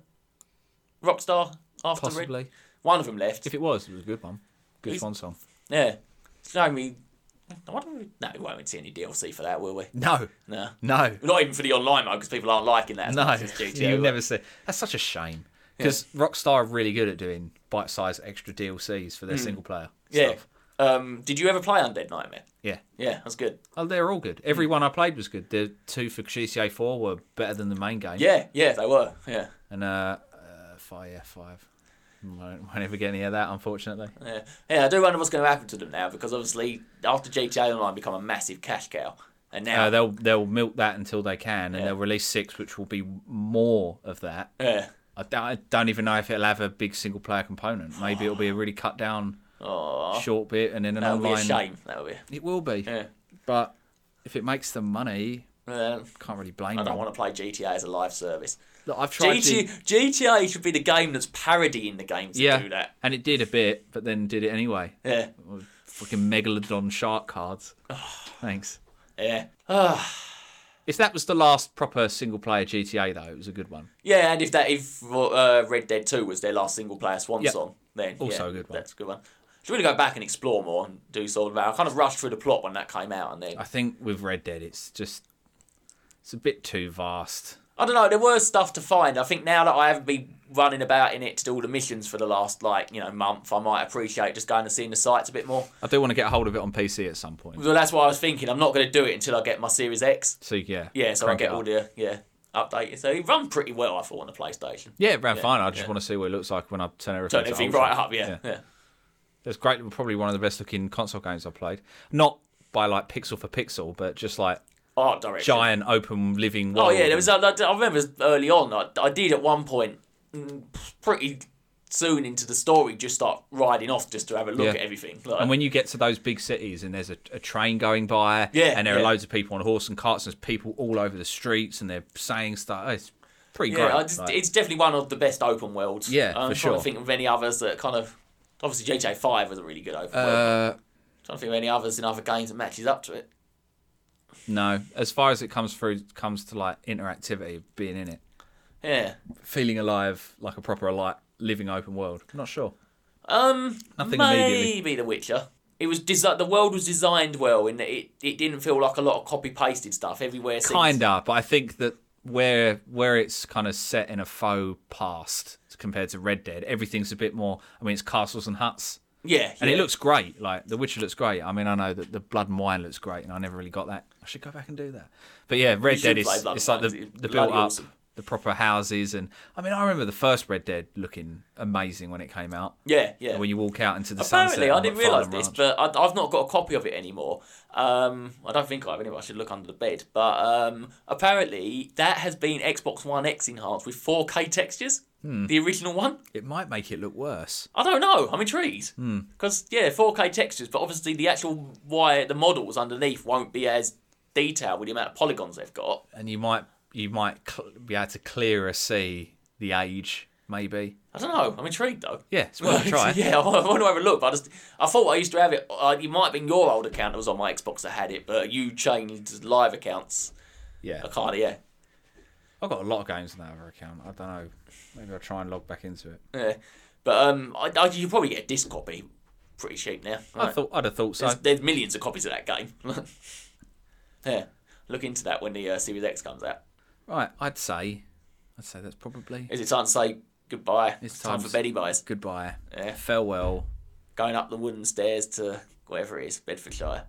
Speaker 2: Rockstar after Red?
Speaker 1: Possibly.
Speaker 2: One of them left.
Speaker 1: If it was, it was a good one. Good
Speaker 2: He's-
Speaker 1: swan song.
Speaker 2: Yeah. So, I mean, I wonder if- no, we won't see any DLC for that, will we?
Speaker 1: No,
Speaker 2: No.
Speaker 1: no,
Speaker 2: Not even for the online mode because people aren't liking that as
Speaker 1: no.
Speaker 2: much as GTA.
Speaker 1: You'll
Speaker 2: were.
Speaker 1: never see. That's such a shame. Because Rockstar are really good at doing bite-sized extra DLCs for their single-player
Speaker 2: Hmm. Yeah.
Speaker 1: stuff.
Speaker 2: Um, did you ever play Undead Nightmare?
Speaker 1: Yeah.
Speaker 2: Yeah, that's good.
Speaker 1: Oh, they're all good. Every
Speaker 2: Hmm.
Speaker 1: one I played was good. The two for GTA 4 were better than the main game.
Speaker 2: Yeah, yeah, they were. Yeah,
Speaker 1: And uh, uh, Fire Mm, 5. Won't, won't ever get any of that, unfortunately.
Speaker 2: yeah, yeah. I do wonder what's going to happen to them now because obviously after GTA Online become a massive cash cow, and now
Speaker 1: Uh, they'll they'll milk that until they can, and
Speaker 2: Yeah.
Speaker 1: they'll release six, which will be more of that.
Speaker 2: yeah.
Speaker 1: I, d- I don't even know if it'll have a big single player component. Maybe it'll be a really cut down
Speaker 2: Oh,
Speaker 1: short bit, and then an
Speaker 2: that would Ah. be a
Speaker 1: online.
Speaker 2: shame. That would be.
Speaker 1: It will be,
Speaker 2: Yeah.
Speaker 1: but if it makes them money,
Speaker 2: Um,
Speaker 1: can't really blame
Speaker 2: I
Speaker 1: them.
Speaker 2: don't want to play GTA as a live service.
Speaker 1: Look, I've tried
Speaker 2: GTA,
Speaker 1: to,
Speaker 2: GTA should be the game that's parodying the game to
Speaker 1: yeah,
Speaker 2: do that.
Speaker 1: and it did a bit, but then did it anyway.
Speaker 2: Yeah,
Speaker 1: Fucking megalodon shark cards. Thanks.
Speaker 2: yeah. Ah.
Speaker 1: If that was the last proper single player GTA, though, it was a good one.
Speaker 2: Yeah, and if that if uh, Red Dead Two was their last single player swan
Speaker 1: Yep.
Speaker 2: song, then
Speaker 1: Also
Speaker 2: yeah,
Speaker 1: a good one.
Speaker 2: That's a good one. Should really go back and explore more and do sort of. I kind of rushed through the plot when that came out, and then
Speaker 1: I think with Red Dead, it's just it's a bit too vast.
Speaker 2: I don't know. There was stuff to find. I think now that I haven't been running about in it to do all the missions for the last like you know month, I might appreciate just going and seeing the sites a bit more.
Speaker 1: I do want to get hold of it on PC at some point.
Speaker 2: So that's why I was thinking I'm not going to do it until I get my Series X.
Speaker 1: So yeah,
Speaker 2: Yeah, so
Speaker 1: crank
Speaker 2: I
Speaker 1: it
Speaker 2: get all
Speaker 1: up.
Speaker 2: the yeah updated. So it run pretty well, I thought, on the PlayStation.
Speaker 1: Yeah, it ran
Speaker 2: Yeah,
Speaker 1: fine. I just
Speaker 2: yeah.
Speaker 1: want to see what it looks like when I turn everything,
Speaker 2: Turn
Speaker 1: to
Speaker 2: everything
Speaker 1: ultra.
Speaker 2: right up. Yeah, yeah.
Speaker 1: It's great. Probably one of the best looking console games I've played. Not by like pixel for pixel, but just like
Speaker 2: Art direction.
Speaker 1: giant open living world.
Speaker 2: Oh yeah, there was. I, I remember early on. I, I did at one point, mm, pretty soon into the story, just start riding off just to have a look
Speaker 1: Yeah.
Speaker 2: at everything. Like,
Speaker 1: And when you get to those big cities and there's a, a train going by,
Speaker 2: Yeah,
Speaker 1: and there are
Speaker 2: yeah.
Speaker 1: loads of people on horse and carts, and there's people all over the streets, and they're saying stuff. Oh, it's pretty
Speaker 2: yeah,
Speaker 1: great.
Speaker 2: I just,
Speaker 1: Like,
Speaker 2: it's definitely one of the best open worlds. Um,
Speaker 1: Yeah,
Speaker 2: I'm
Speaker 1: for
Speaker 2: trying
Speaker 1: sure.
Speaker 2: to think of any others that kind of. Obviously, GTA Five was a really good open world.
Speaker 1: uh,
Speaker 2: trying to think of any others in other games that matches up to it.
Speaker 1: No, as far as it comes through, comes to like interactivity, being in it,
Speaker 2: Yeah.
Speaker 1: feeling alive, like a proper alive, living open world. I'm not sure.
Speaker 2: Um,
Speaker 1: Nothing immediately.
Speaker 2: maybe The Witcher. It was desi- the world was designed well in that it, it didn't feel like a lot of copy pasted stuff everywhere. since.
Speaker 1: Kinda, but I think that where where it's kind of set in a faux past compared to Red Dead, everything's a bit more. I mean, it's castles and huts,
Speaker 2: Yeah.
Speaker 1: and
Speaker 2: yeah.
Speaker 1: it looks great. Like The Witcher looks great. I mean, I know that the Blood and Wine looks great, and I never really got that. I should go back and do that. But yeah, Red
Speaker 2: should
Speaker 1: Dead is
Speaker 2: play Blood
Speaker 1: it's like
Speaker 2: and
Speaker 1: the
Speaker 2: Wine, it's
Speaker 1: the
Speaker 2: bloody
Speaker 1: built up,
Speaker 2: awesome.
Speaker 1: the proper houses, and I mean, I remember the first Red Dead looking amazing when it came out.
Speaker 2: Yeah. Yeah.
Speaker 1: When you walk out into the sunset,
Speaker 2: Apparently, I
Speaker 1: on
Speaker 2: didn't
Speaker 1: McFarlane
Speaker 2: realise this,
Speaker 1: Ranch.
Speaker 2: but I, I've not got a copy of it anymore. Um, I don't think I have anyway. I should look under the bed. But um, apparently, that has been Xbox One X enhanced with 4K textures.
Speaker 1: Hmm.
Speaker 2: The original one?
Speaker 1: it might make it look worse.
Speaker 2: I don't know. I'm intrigued
Speaker 1: Hmm.
Speaker 2: because yeah, 4K textures, but obviously the actual wire, the models underneath won't be as detailed with the amount of polygons they've got.
Speaker 1: and you might you might cl- be able to clearer see the age, maybe.
Speaker 2: I don't know. I'm intrigued though.
Speaker 1: Yeah, it's worth a try.
Speaker 2: yeah, I want to have a look. But I just, I thought I used to have it. Uh, it might have been your old account that was on my Xbox that had it, but you changed live accounts.
Speaker 1: Yeah,
Speaker 2: I can't. Yeah,
Speaker 1: I've got a lot of games on that other account. I don't know. Maybe I'll try and log back into it.
Speaker 2: yeah. But um, I, I, you probably get a disc copy, pretty cheap now.
Speaker 1: I thought I'd have thought so.
Speaker 2: There's, there's millions of copies of that game. yeah, look into that when the uh, Series X comes out.
Speaker 1: Right, I'd say, I'd say that's probably
Speaker 2: Is it time to say goodbye? It's time,
Speaker 1: time
Speaker 2: for
Speaker 1: to-
Speaker 2: Betty buys.
Speaker 1: goodbye,
Speaker 2: Yeah.
Speaker 1: farewell.
Speaker 2: Going up the wooden stairs to wherever it is, Bedfordshire.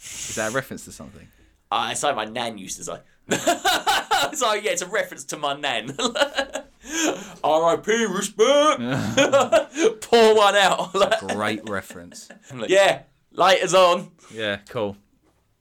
Speaker 1: Is that a reference to something?
Speaker 2: I say my nan used to say. so yeah, it's a reference to my nan. R.I.P. Respect. Pour one out.
Speaker 1: Great reference.
Speaker 2: yeah, lighters on.
Speaker 1: Yeah, cool.